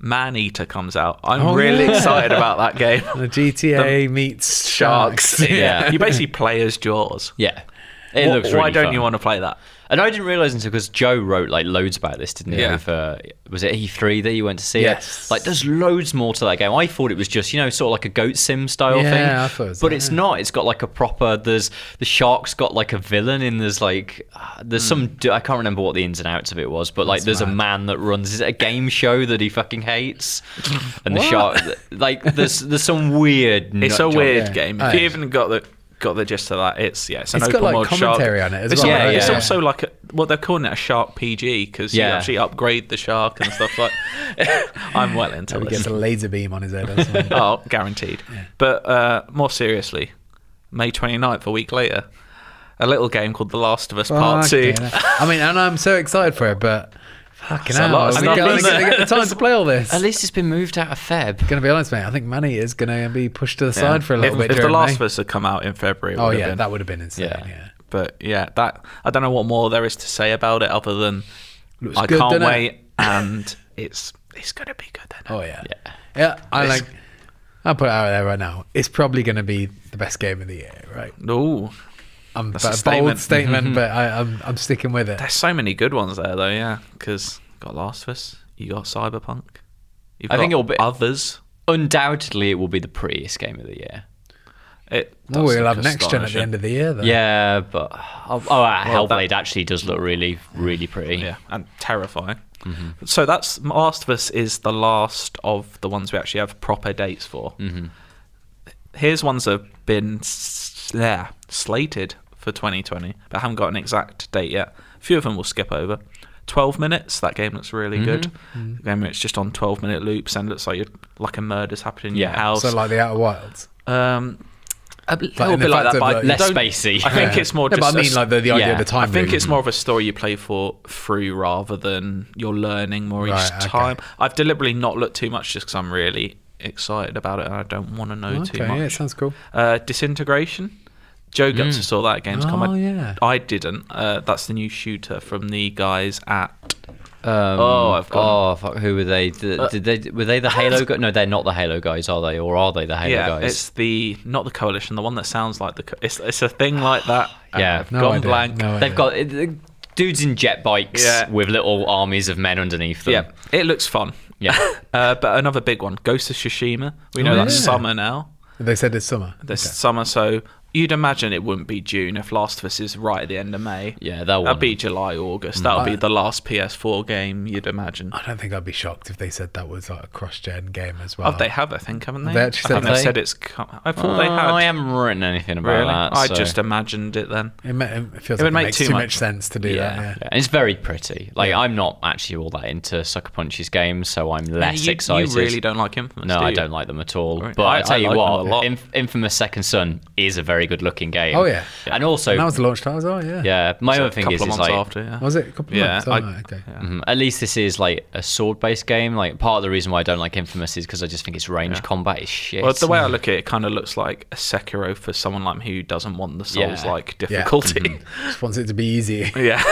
Speaker 1: Man Eater comes out. I'm
Speaker 2: Oh,
Speaker 1: really
Speaker 2: yeah.
Speaker 1: excited about that game.
Speaker 2: The GTA meets
Speaker 1: Sharks.
Speaker 2: sharks.
Speaker 3: Yeah.
Speaker 1: You basically play as Jaws.
Speaker 3: Yeah. It
Speaker 1: Wh-
Speaker 3: looks really
Speaker 1: why don't you
Speaker 3: fun.
Speaker 1: want to play that?
Speaker 3: And I didn't realize until because Joe wrote like loads about this, didn't he?
Speaker 1: Yeah.
Speaker 3: Over, was it E3 that you went to see? it?
Speaker 2: Yes.
Speaker 3: Like, there's loads more to that game. I thought it was just you know sort of like a goat sim style
Speaker 2: Yeah,
Speaker 3: thing.
Speaker 2: I thought it was
Speaker 3: but
Speaker 2: that,
Speaker 3: it's
Speaker 2: yeah.
Speaker 3: not. It's got like a proper. There's the shark's got like a villain, and there's like uh, there's
Speaker 2: Hmm.
Speaker 3: some some. I can't remember what the ins and outs of it was, but like there's a man that runs. Is it a game show that he fucking hates? And the shark, like there's there's some weird. nut
Speaker 1: It's a
Speaker 3: job.
Speaker 1: weird
Speaker 2: Yeah.
Speaker 1: game.
Speaker 2: Oh,
Speaker 1: If you
Speaker 2: yeah.
Speaker 1: even got the got the gist of that, it's yeah, it's an
Speaker 2: It's got,
Speaker 1: open
Speaker 2: like,
Speaker 1: world
Speaker 2: commentary
Speaker 1: shark.
Speaker 2: on it as
Speaker 1: it's
Speaker 2: well,
Speaker 1: al-
Speaker 3: right?
Speaker 1: It's
Speaker 3: Yeah.
Speaker 1: also like a, well, they're calling it a shark PG because you
Speaker 3: Yeah.
Speaker 1: actually upgrade the shark and stuff like. I'm well into
Speaker 2: He
Speaker 1: this.
Speaker 2: gets a laser beam on his head. Or something.
Speaker 1: oh, guaranteed. But uh, more seriously, May 29th, a week later, a little game called The Last
Speaker 2: Oh,
Speaker 1: of Us Part
Speaker 2: Fucking
Speaker 1: 2.
Speaker 2: hell. I mean, and I'm so excited for it, but fucking
Speaker 1: a
Speaker 2: hell,
Speaker 1: lot
Speaker 2: are
Speaker 1: of
Speaker 2: we
Speaker 1: stuff,
Speaker 2: going to
Speaker 1: isn't it?
Speaker 2: get the time to play all this?
Speaker 3: At least it's been moved out of Feb.
Speaker 2: Gonna be honest, mate. I think money is gonna be pushed to the
Speaker 1: Yeah.
Speaker 2: side for a little
Speaker 1: if,
Speaker 2: bit.
Speaker 1: If The
Speaker 2: during
Speaker 1: Last
Speaker 2: May.
Speaker 1: of Us had come out in February, it
Speaker 2: oh
Speaker 1: would
Speaker 2: yeah,
Speaker 1: have been.
Speaker 2: that would have been insane.
Speaker 3: Yeah.
Speaker 2: Yeah,
Speaker 1: But yeah, that I don't know what more there is to say about it other than
Speaker 2: Looks
Speaker 1: I
Speaker 2: good,
Speaker 1: can't
Speaker 2: doesn't it?
Speaker 1: wait, and it's it's gonna be good. Then
Speaker 2: oh yeah,
Speaker 3: Yeah.
Speaker 2: yeah. I like. I'll put it out there right now. It's probably gonna be the best game of the year, right?
Speaker 1: Ooh,
Speaker 2: I'm
Speaker 1: That's a
Speaker 2: but a
Speaker 1: statement.
Speaker 2: bold statement, but I, I'm I'm sticking with it.
Speaker 1: there's so many good ones there though. Yeah, because got Last of Us, you got Cyberpunk. You've
Speaker 3: I
Speaker 1: got
Speaker 3: think it'll be-
Speaker 1: others.
Speaker 3: Undoubtedly, it will be the prettiest game of the year.
Speaker 1: It
Speaker 2: Oh, Well,
Speaker 1: does
Speaker 2: we'll
Speaker 1: look
Speaker 2: have next gen at the
Speaker 1: astonishing.
Speaker 2: end of the year, though.
Speaker 3: Yeah, but oh, oh, uh,
Speaker 1: Well, that-
Speaker 3: Hellblade actually does look really, really pretty.
Speaker 1: Yeah, and terrifying. So that's Last of Us is the last of the ones we actually have proper dates for. Here's ones that have been s- there slated for 2020, but haven't got an exact date yet. A few of them will skip over. 12 minutes. That game looks really good. The game it's just on 12 minute loops and looks like you're, like a murder's happening in your
Speaker 3: Yeah,
Speaker 1: house.
Speaker 2: So like the Outer Wilds.
Speaker 1: um, a little
Speaker 2: in the
Speaker 1: bit like
Speaker 2: fact
Speaker 1: that,
Speaker 2: of,
Speaker 1: but I
Speaker 2: like, less
Speaker 1: don't-
Speaker 3: spacey.
Speaker 1: I think
Speaker 2: Yeah.
Speaker 1: it's more
Speaker 2: No,
Speaker 1: just
Speaker 2: but I
Speaker 1: a
Speaker 2: mean,
Speaker 1: s-
Speaker 2: like the, the idea
Speaker 3: yeah,
Speaker 2: of the time.
Speaker 1: I think
Speaker 2: loop.
Speaker 1: it's more of a story you play for through rather than you're learning more each
Speaker 2: Right, okay.
Speaker 1: time. I've deliberately not looked too much just because I'm really excited about it and I don't want to know
Speaker 2: Okay,
Speaker 1: too
Speaker 2: yeah, it
Speaker 1: much.
Speaker 2: sounds cool.
Speaker 1: uh, disintegration. Joe Gutzer saw that at Gamescom.
Speaker 2: Oh,
Speaker 1: I,
Speaker 2: yeah.
Speaker 1: I didn't. Uh, that's the new shooter from the guys at.
Speaker 3: Um,
Speaker 1: Oh, I've got- Uh,
Speaker 3: Oh, fuck, who were they? Did, did they? Were they the Halo? Go- no, they're not the Halo guys, are they? Or are they the Halo
Speaker 1: yeah,
Speaker 3: guys?
Speaker 1: it's the not the coalition, the one that sounds like the. Co- it's it's a thing like that. and
Speaker 3: Yeah.
Speaker 1: I've
Speaker 2: No
Speaker 1: gone
Speaker 2: idea,
Speaker 1: blank.
Speaker 2: no idea.
Speaker 3: They've got it, the dudes in jet bikes
Speaker 1: Yeah.
Speaker 3: with little armies of men underneath them.
Speaker 1: Yeah, it looks fun.
Speaker 3: Yeah.
Speaker 1: uh, but another big one, Ghost of Tsushima. We know
Speaker 2: Oh,
Speaker 1: that's
Speaker 2: yeah.
Speaker 1: summer now.
Speaker 2: They said it's summer.
Speaker 1: this summer. So you'd imagine it wouldn't be June if Last of Us is right at the end of May.
Speaker 3: Yeah, Mm.
Speaker 1: That'd
Speaker 3: they'll want
Speaker 1: be
Speaker 3: it.
Speaker 1: July, August. That'll be the last PS4 game you'd imagine.
Speaker 3: Uh,
Speaker 2: I don't think I'd be shocked if they said that was like a cross-gen game as well.
Speaker 1: Oh, they have, I think, haven't they?
Speaker 2: They actually
Speaker 1: I think they
Speaker 2: said-
Speaker 3: Have
Speaker 1: said
Speaker 3: they?
Speaker 1: it's. Com- I thought
Speaker 3: Uh,
Speaker 1: they had.
Speaker 3: I haven't written anything about
Speaker 1: really.
Speaker 3: that.
Speaker 1: I
Speaker 3: so-
Speaker 1: just uh, imagined it then.
Speaker 2: It, ma- it feels
Speaker 1: It would make
Speaker 2: like it makes
Speaker 1: too
Speaker 2: too,
Speaker 1: much-
Speaker 2: much, sense to do that. Yeah.
Speaker 3: And it's very pretty. Like I'm not actually all that into Sucker Punch's games, so I'm less
Speaker 1: you,
Speaker 3: excited.
Speaker 1: You really don't like Infamous.
Speaker 3: No,
Speaker 1: do
Speaker 3: I
Speaker 1: you?
Speaker 3: don't like them at all.
Speaker 1: Right.
Speaker 3: But
Speaker 1: I-
Speaker 3: I, tell
Speaker 1: I
Speaker 3: you
Speaker 1: like
Speaker 3: what,
Speaker 1: them a lot.
Speaker 3: Inf- Infamous Second Son is a very good looking game.
Speaker 2: Oh, yeah.
Speaker 3: and also
Speaker 2: And that was the launch title as well. Yeah.
Speaker 3: yeah. My
Speaker 1: So
Speaker 3: other
Speaker 1: a
Speaker 3: thing
Speaker 1: couple
Speaker 3: is,
Speaker 1: of
Speaker 3: is
Speaker 1: months
Speaker 3: like
Speaker 1: after. Yeah.
Speaker 2: Was it a couple of
Speaker 1: Yeah,
Speaker 2: months?
Speaker 1: I-
Speaker 2: Oh, okay.
Speaker 1: yeah.
Speaker 3: mm, at least this is like a sword based game. Like part of the reason why I don't like Infamous is because I just think its range combat is shit.
Speaker 1: Well, the way I look at it, it kind of looks like a Sekiro for someone like me who doesn't want the
Speaker 3: Yeah.
Speaker 1: Souls-like
Speaker 2: Yeah. Mm-hmm.
Speaker 1: difficulty.
Speaker 2: Just wants it to be easy.
Speaker 1: Yeah,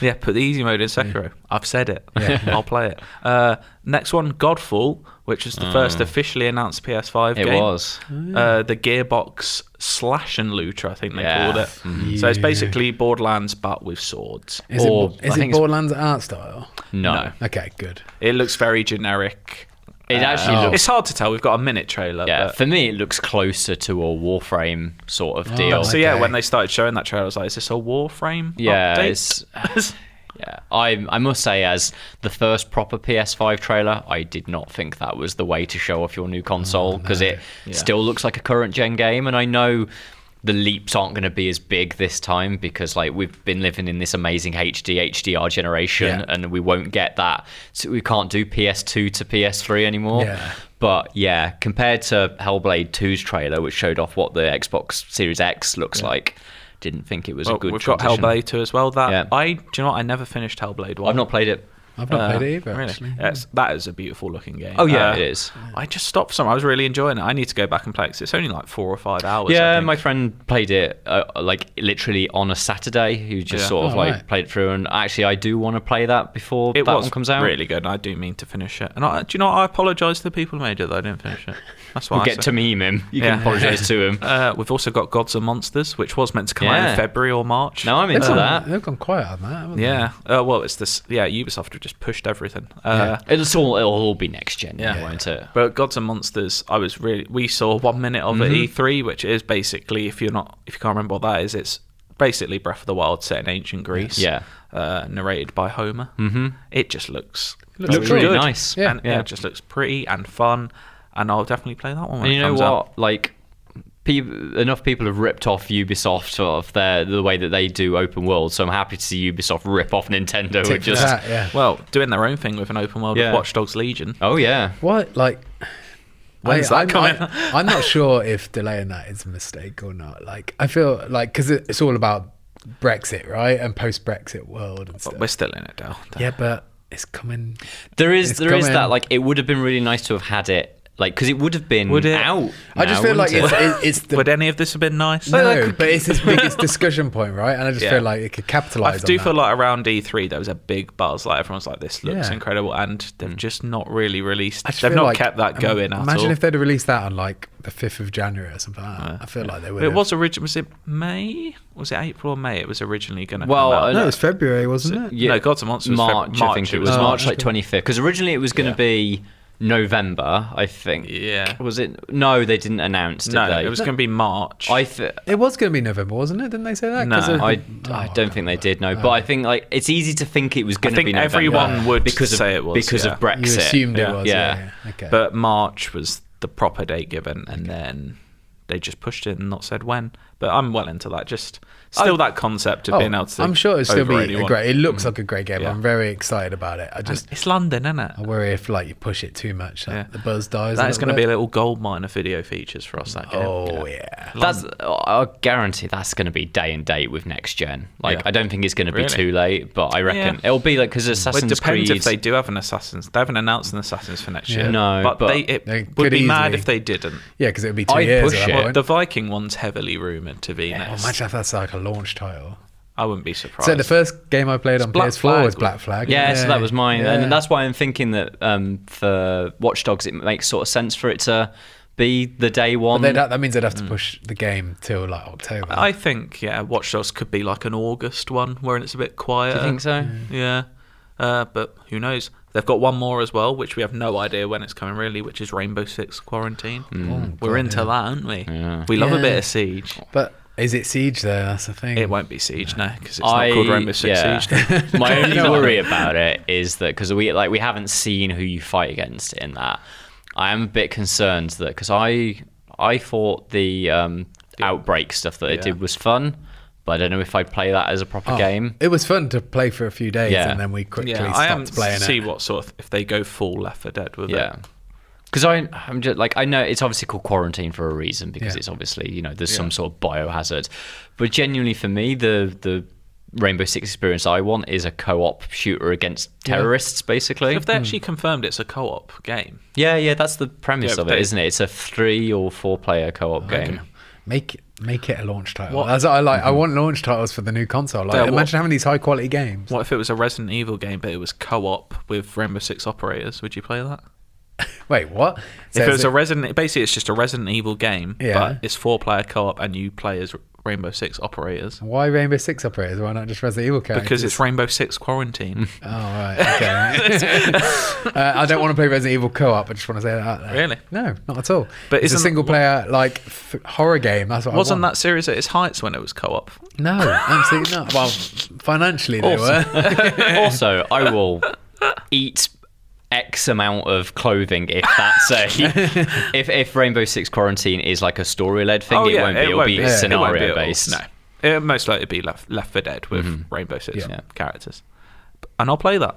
Speaker 1: yeah. Put the easy mode in Sekiro. I've said it. I'll play it. Uh, next one, Godfall, which is the
Speaker 2: Mm.
Speaker 1: first officially announced PS5
Speaker 3: It
Speaker 1: game.
Speaker 3: was.
Speaker 2: Oh,
Speaker 1: uh, the Gearbox Slash and Looter, I think they
Speaker 3: Yeah.
Speaker 1: called it. So it's
Speaker 2: Mm-hmm. Yeah.
Speaker 1: basically Borderlands but with swords.
Speaker 2: Is
Speaker 3: Or-
Speaker 2: it, is
Speaker 3: I think
Speaker 2: it
Speaker 3: it's-
Speaker 2: Borderlands art style?
Speaker 3: no.
Speaker 1: No.
Speaker 2: Okay, good.
Speaker 1: It looks very generic. Uh,
Speaker 3: It actually
Speaker 2: Oh.
Speaker 3: looks.
Speaker 1: It's hard to tell. We've got a minute trailer.
Speaker 3: Yeah,
Speaker 1: but-
Speaker 3: for me, it looks closer to a Warframe sort of
Speaker 2: Oh,
Speaker 3: deal.
Speaker 1: So yeah,
Speaker 2: Okay.
Speaker 1: when they started showing that trailer, I was like, "Is this a Warframe?"
Speaker 3: uh, yeah,
Speaker 1: update?
Speaker 3: it's, yeah. I I must say, as the first proper PS5 trailer, I did not think that was the way to show off your new
Speaker 2: Oh,
Speaker 3: console because it
Speaker 1: Yeah.
Speaker 3: still looks like a current gen game, and I know the leaps aren't going to be as big this time because like we've been living in this amazing HD HDR generation,
Speaker 2: Yeah.
Speaker 3: and we won't get that. So we can't do PS2 to PS3 anymore.
Speaker 2: Yeah.
Speaker 3: But yeah, compared to Hellblade 2's trailer, which showed off what the Xbox Series X looks like, didn't think it was
Speaker 1: Well,
Speaker 3: a good.
Speaker 1: we've
Speaker 3: transition.
Speaker 1: got Hellblade 2 as well. That
Speaker 3: Yeah.
Speaker 1: I do you know what? I never finished Hellblade 1.
Speaker 3: I've not played it.
Speaker 2: I've not played it either.
Speaker 1: Uh, Really?
Speaker 2: Actually.
Speaker 1: It's- that is a beautiful looking game. Uh,
Speaker 3: Oh, yeah, it is.
Speaker 1: I just stopped some. I was really enjoying it. I need to go back and play it 'cause it's only like four or five hours. I
Speaker 3: yeah,
Speaker 1: think.
Speaker 3: my friend played it uh, like literally on a Saturday. Who just
Speaker 1: Yeah.
Speaker 3: sort of
Speaker 2: Oh,
Speaker 3: like
Speaker 2: right.
Speaker 3: played it through, and actually, I do want to play that before
Speaker 1: it
Speaker 3: that
Speaker 1: was
Speaker 3: one comes out.
Speaker 1: really good. and I do mean to finish it. And I, do you know what? I apologise to the people who made it that I didn't finish it. That's why
Speaker 3: We'll
Speaker 1: I
Speaker 3: get
Speaker 1: said-
Speaker 3: to meme him. You
Speaker 1: Yeah.
Speaker 3: can apologise to him.
Speaker 1: Uh, we've also got Gods and Monsters, which was meant to come out
Speaker 3: Yeah.
Speaker 1: in February or March.
Speaker 3: No, I'm
Speaker 2: They've
Speaker 3: into
Speaker 2: gone-
Speaker 3: that.
Speaker 2: They've gone quiet on that. haven't they?
Speaker 1: Yeah. Uh, well, it's this. Yeah, Ubisoft have just pushed everything. Uh,
Speaker 3: It's all. It'll all be next gen,
Speaker 1: Yeah.
Speaker 3: yeah. won't it?
Speaker 1: But Gods and Monsters, I was really. We saw one minute of
Speaker 3: Mm-hmm.
Speaker 1: at E3, which is basically if you're not, if you can't remember what that is, it's basically Breath of the Wild set in ancient Greece.
Speaker 3: Yeah.
Speaker 1: Uh, narrated by Homer. Mm-hmm. It just looks
Speaker 2: Looks
Speaker 1: looks
Speaker 2: really
Speaker 1: good.
Speaker 3: nice.
Speaker 1: Yeah. And,
Speaker 3: Yeah.
Speaker 1: yeah, it just looks pretty and fun, and I'll definitely play that one. When
Speaker 3: And
Speaker 1: it
Speaker 3: you know
Speaker 1: comes
Speaker 3: what?
Speaker 1: out.
Speaker 3: Like, pe- enough people have ripped off Ubisoft sort of their the way that they do open world. So I'm happy to see Ubisoft rip off Nintendo
Speaker 2: Tick
Speaker 3: and
Speaker 2: for
Speaker 3: just.
Speaker 2: that, yeah.
Speaker 1: Well, doing their own thing with an open world
Speaker 3: Yeah.
Speaker 1: of Watch Dogs Legion.
Speaker 3: Oh yeah.
Speaker 2: What like?
Speaker 1: When's
Speaker 2: I,
Speaker 1: that
Speaker 2: I'm,
Speaker 1: coming?
Speaker 2: I, am not sure if delaying that is a mistake or not. Like, I feel like because it, it's all about Brexit, right, and post-Brexit world and
Speaker 1: But
Speaker 2: stuff.
Speaker 1: we're still in it, Dale.
Speaker 2: yeah, but it's coming.
Speaker 3: There is
Speaker 2: It's
Speaker 3: there is
Speaker 2: coming.
Speaker 3: that like it would have been really nice to have had it like because it would have been
Speaker 1: Would it?
Speaker 3: out.
Speaker 2: I just
Speaker 3: now,
Speaker 2: feel like it's,
Speaker 3: wouldn't it?
Speaker 2: it- it's the
Speaker 1: Would any of this have been nice?
Speaker 2: no, but it's his biggest discussion point, right? And I just
Speaker 1: Yeah.
Speaker 2: feel like it could
Speaker 1: I
Speaker 2: capitalize.
Speaker 1: do
Speaker 2: on
Speaker 1: feel
Speaker 2: that.
Speaker 1: like around E3 there was a big buzz. Like everyone's like, "This looks
Speaker 2: Yeah. Mm.
Speaker 1: incredible," and they've just not really released.
Speaker 2: I just
Speaker 1: They've
Speaker 2: feel
Speaker 1: not
Speaker 2: like-
Speaker 1: kept that
Speaker 2: um,
Speaker 1: going at
Speaker 2: Imagine
Speaker 1: all.
Speaker 2: if they'd have released that on like the fifth of January or something. Like that. I feel like they would.
Speaker 1: But it
Speaker 2: have.
Speaker 1: was originally. Was it May? Was it April or May? It was originally going to.
Speaker 3: Well,
Speaker 1: come out.
Speaker 3: I-
Speaker 2: no, it was February, wasn't it?
Speaker 1: Yeah. No, Gods and Monsters was
Speaker 3: March,
Speaker 1: Feb-
Speaker 3: I think
Speaker 1: March,
Speaker 3: it was
Speaker 2: Oh,
Speaker 3: March like
Speaker 2: okay.
Speaker 3: 25th because originally it was going to
Speaker 1: Yeah.
Speaker 3: be November, I think.
Speaker 1: Yeah.
Speaker 3: Was it? No, they didn't announce. Did
Speaker 1: no,
Speaker 3: they?
Speaker 1: it was going to be March.
Speaker 3: I th-
Speaker 2: It was going to be November, wasn't it? Didn't they say that? 'Cause
Speaker 1: No,
Speaker 2: of the-
Speaker 3: I,
Speaker 2: Oh,
Speaker 3: I don't think they did. No, but I think like it's easy to think it was going to
Speaker 1: think
Speaker 3: be. November
Speaker 1: everyone would
Speaker 3: because of,
Speaker 1: say it was,
Speaker 3: because
Speaker 1: yeah.
Speaker 3: of Brexit.
Speaker 2: Oh, You assumed
Speaker 1: Yeah.
Speaker 2: it was.
Speaker 3: Yeah.
Speaker 2: Yeah. yeah. Okay.
Speaker 1: but March was the proper date given, and then they just pushed it and not said when. But I'm well into that. Just still that concept of
Speaker 2: Oh,
Speaker 1: being able to.
Speaker 2: I'm sure it'll still
Speaker 1: over
Speaker 2: be a
Speaker 1: anyone. Mm.
Speaker 2: great. It looks like a great game.
Speaker 1: Yeah.
Speaker 2: I'm very excited about it. I just Oh,
Speaker 1: It's London, isn't it?
Speaker 2: I worry if like you push it too much, like,
Speaker 1: Yeah.
Speaker 2: the buzz dies.
Speaker 1: That is going
Speaker 2: to
Speaker 1: to be a little goldmine of video features for us. That game.
Speaker 2: Oh yeah.
Speaker 3: That's I guarantee that's going to be day and date with next gen. Like
Speaker 1: Yeah.
Speaker 3: I don't think it's going to be
Speaker 1: Really?
Speaker 3: too late, but I reckon
Speaker 1: Yeah.
Speaker 3: it'll be like because
Speaker 1: Well,
Speaker 3: Assassin's
Speaker 1: it depends
Speaker 3: Creed.
Speaker 1: if they do have an Assassin's. They haven't announced an Assassin's for next
Speaker 2: Yeah.
Speaker 1: year.
Speaker 3: No,
Speaker 1: but,
Speaker 3: but
Speaker 1: they, it
Speaker 2: They
Speaker 1: would
Speaker 2: could
Speaker 1: be mad
Speaker 2: easily-
Speaker 1: if they didn't.
Speaker 2: Yeah, because it would be 2
Speaker 3: I'd
Speaker 2: years.
Speaker 3: push
Speaker 2: at that
Speaker 3: it.
Speaker 1: But
Speaker 2: point.
Speaker 1: the Viking one's heavily rumored to be
Speaker 2: Oh,
Speaker 1: next.
Speaker 2: imagine if that's like a launch title.
Speaker 1: I wouldn't be surprised.
Speaker 2: So the first game I played on
Speaker 1: Black
Speaker 2: PS4
Speaker 1: Flag,
Speaker 2: was
Speaker 1: wasn't
Speaker 2: Black Flag.
Speaker 3: yeah, so that was mine,
Speaker 2: Yeah.
Speaker 3: and that's why I'm thinking that um, for Watch Dogs it makes sort of sense for it to be the day one.
Speaker 2: But that, that means they'd have to push the game till like October.
Speaker 1: I think yeah, Watch Dogs could be like an August one, where it's a bit
Speaker 3: do
Speaker 1: quieter.
Speaker 3: you think so?
Speaker 2: Mm.
Speaker 1: Yeah, uh, but who knows? They've got one more as well, which we have no idea when it's coming really, which is Rainbow Six Quarantine. We're
Speaker 2: Oh, God,
Speaker 1: into
Speaker 2: yeah.
Speaker 1: that, aren't we?
Speaker 3: Mm. Yeah.
Speaker 1: We love a
Speaker 2: Yeah.
Speaker 1: bit of Siege.
Speaker 2: but is it Siege though? That's the thing.
Speaker 1: It won't be Siege, no, because it's
Speaker 3: I-
Speaker 1: not called Rainbow Six
Speaker 3: yeah.
Speaker 1: Siege.
Speaker 3: My only
Speaker 2: No.
Speaker 3: worry about it is that because we like we haven't seen who you fight against in that. I am a bit concerned that because I I thought the um, outbreak stuff that they
Speaker 1: Yeah.
Speaker 3: did was fun, but I don't know if I'd play that as a proper
Speaker 2: Oh,
Speaker 3: game.
Speaker 2: It was fun to play for a few days,
Speaker 3: Yeah.
Speaker 2: and then we quickly
Speaker 1: Yeah,
Speaker 2: stopped
Speaker 1: I am
Speaker 2: playing
Speaker 1: see
Speaker 2: it.
Speaker 1: what sort of if they go full Left 4 Dead with
Speaker 3: Yeah.
Speaker 1: it.
Speaker 3: Because I, I'm just like I know it's obviously called quarantine for a reason because
Speaker 2: Yeah.
Speaker 3: it's obviously you know there's some sort of biohazard, but genuinely for me the the Rainbow Six experience I want is a co-op shooter against terrorists basically.
Speaker 1: If they actually confirmed it's a co-op game,
Speaker 3: Yeah, yeah, that's the premise
Speaker 1: Yeah,
Speaker 3: of
Speaker 1: but-
Speaker 3: it, isn't it? It's a three or four player co op game.
Speaker 2: Make it, make it a launch title.
Speaker 1: What-
Speaker 2: That's what I like. I want launch titles for the new console. Like,
Speaker 1: Yeah, what-
Speaker 2: imagine having these high quality games.
Speaker 1: what if it was a Resident Evil game but it was co-op with Rainbow Six operators? Would you play that?
Speaker 2: Wait, what? So
Speaker 1: if it
Speaker 2: is
Speaker 1: was a Resident, basically it's just a Resident Evil game,
Speaker 2: Yeah.
Speaker 1: but it's four player co-op and you play as Rainbow Six operators
Speaker 2: Why Rainbow Six operators? Why not just Resident Evil characters?
Speaker 1: because it's Rainbow Six Quarantine.
Speaker 3: Hmm.
Speaker 2: Oh, right. Okay. uh, I don't want to play Resident Evil co op. I just want to say that out there.
Speaker 1: Really?
Speaker 2: No, not at all.
Speaker 1: But
Speaker 2: But it's a
Speaker 1: isn't-
Speaker 2: single player, like, f- horror game. That's what
Speaker 1: Wasn't
Speaker 2: I want.
Speaker 1: that series at its heights when it was co-op?
Speaker 2: No, absolutely not. Well, financially, they were.
Speaker 3: also, I will eat X amount of clothing if that's a if if Rainbow Six Quarantine is like a story led thing, it won't be. It will be,
Speaker 1: Oh, It won't be at all.
Speaker 3: scenario based.
Speaker 1: No, it'll most likely be Left Left for Dead with
Speaker 3: Mm-hmm.
Speaker 1: Rainbow Six
Speaker 2: Yeah.
Speaker 1: characters, and I'll play that.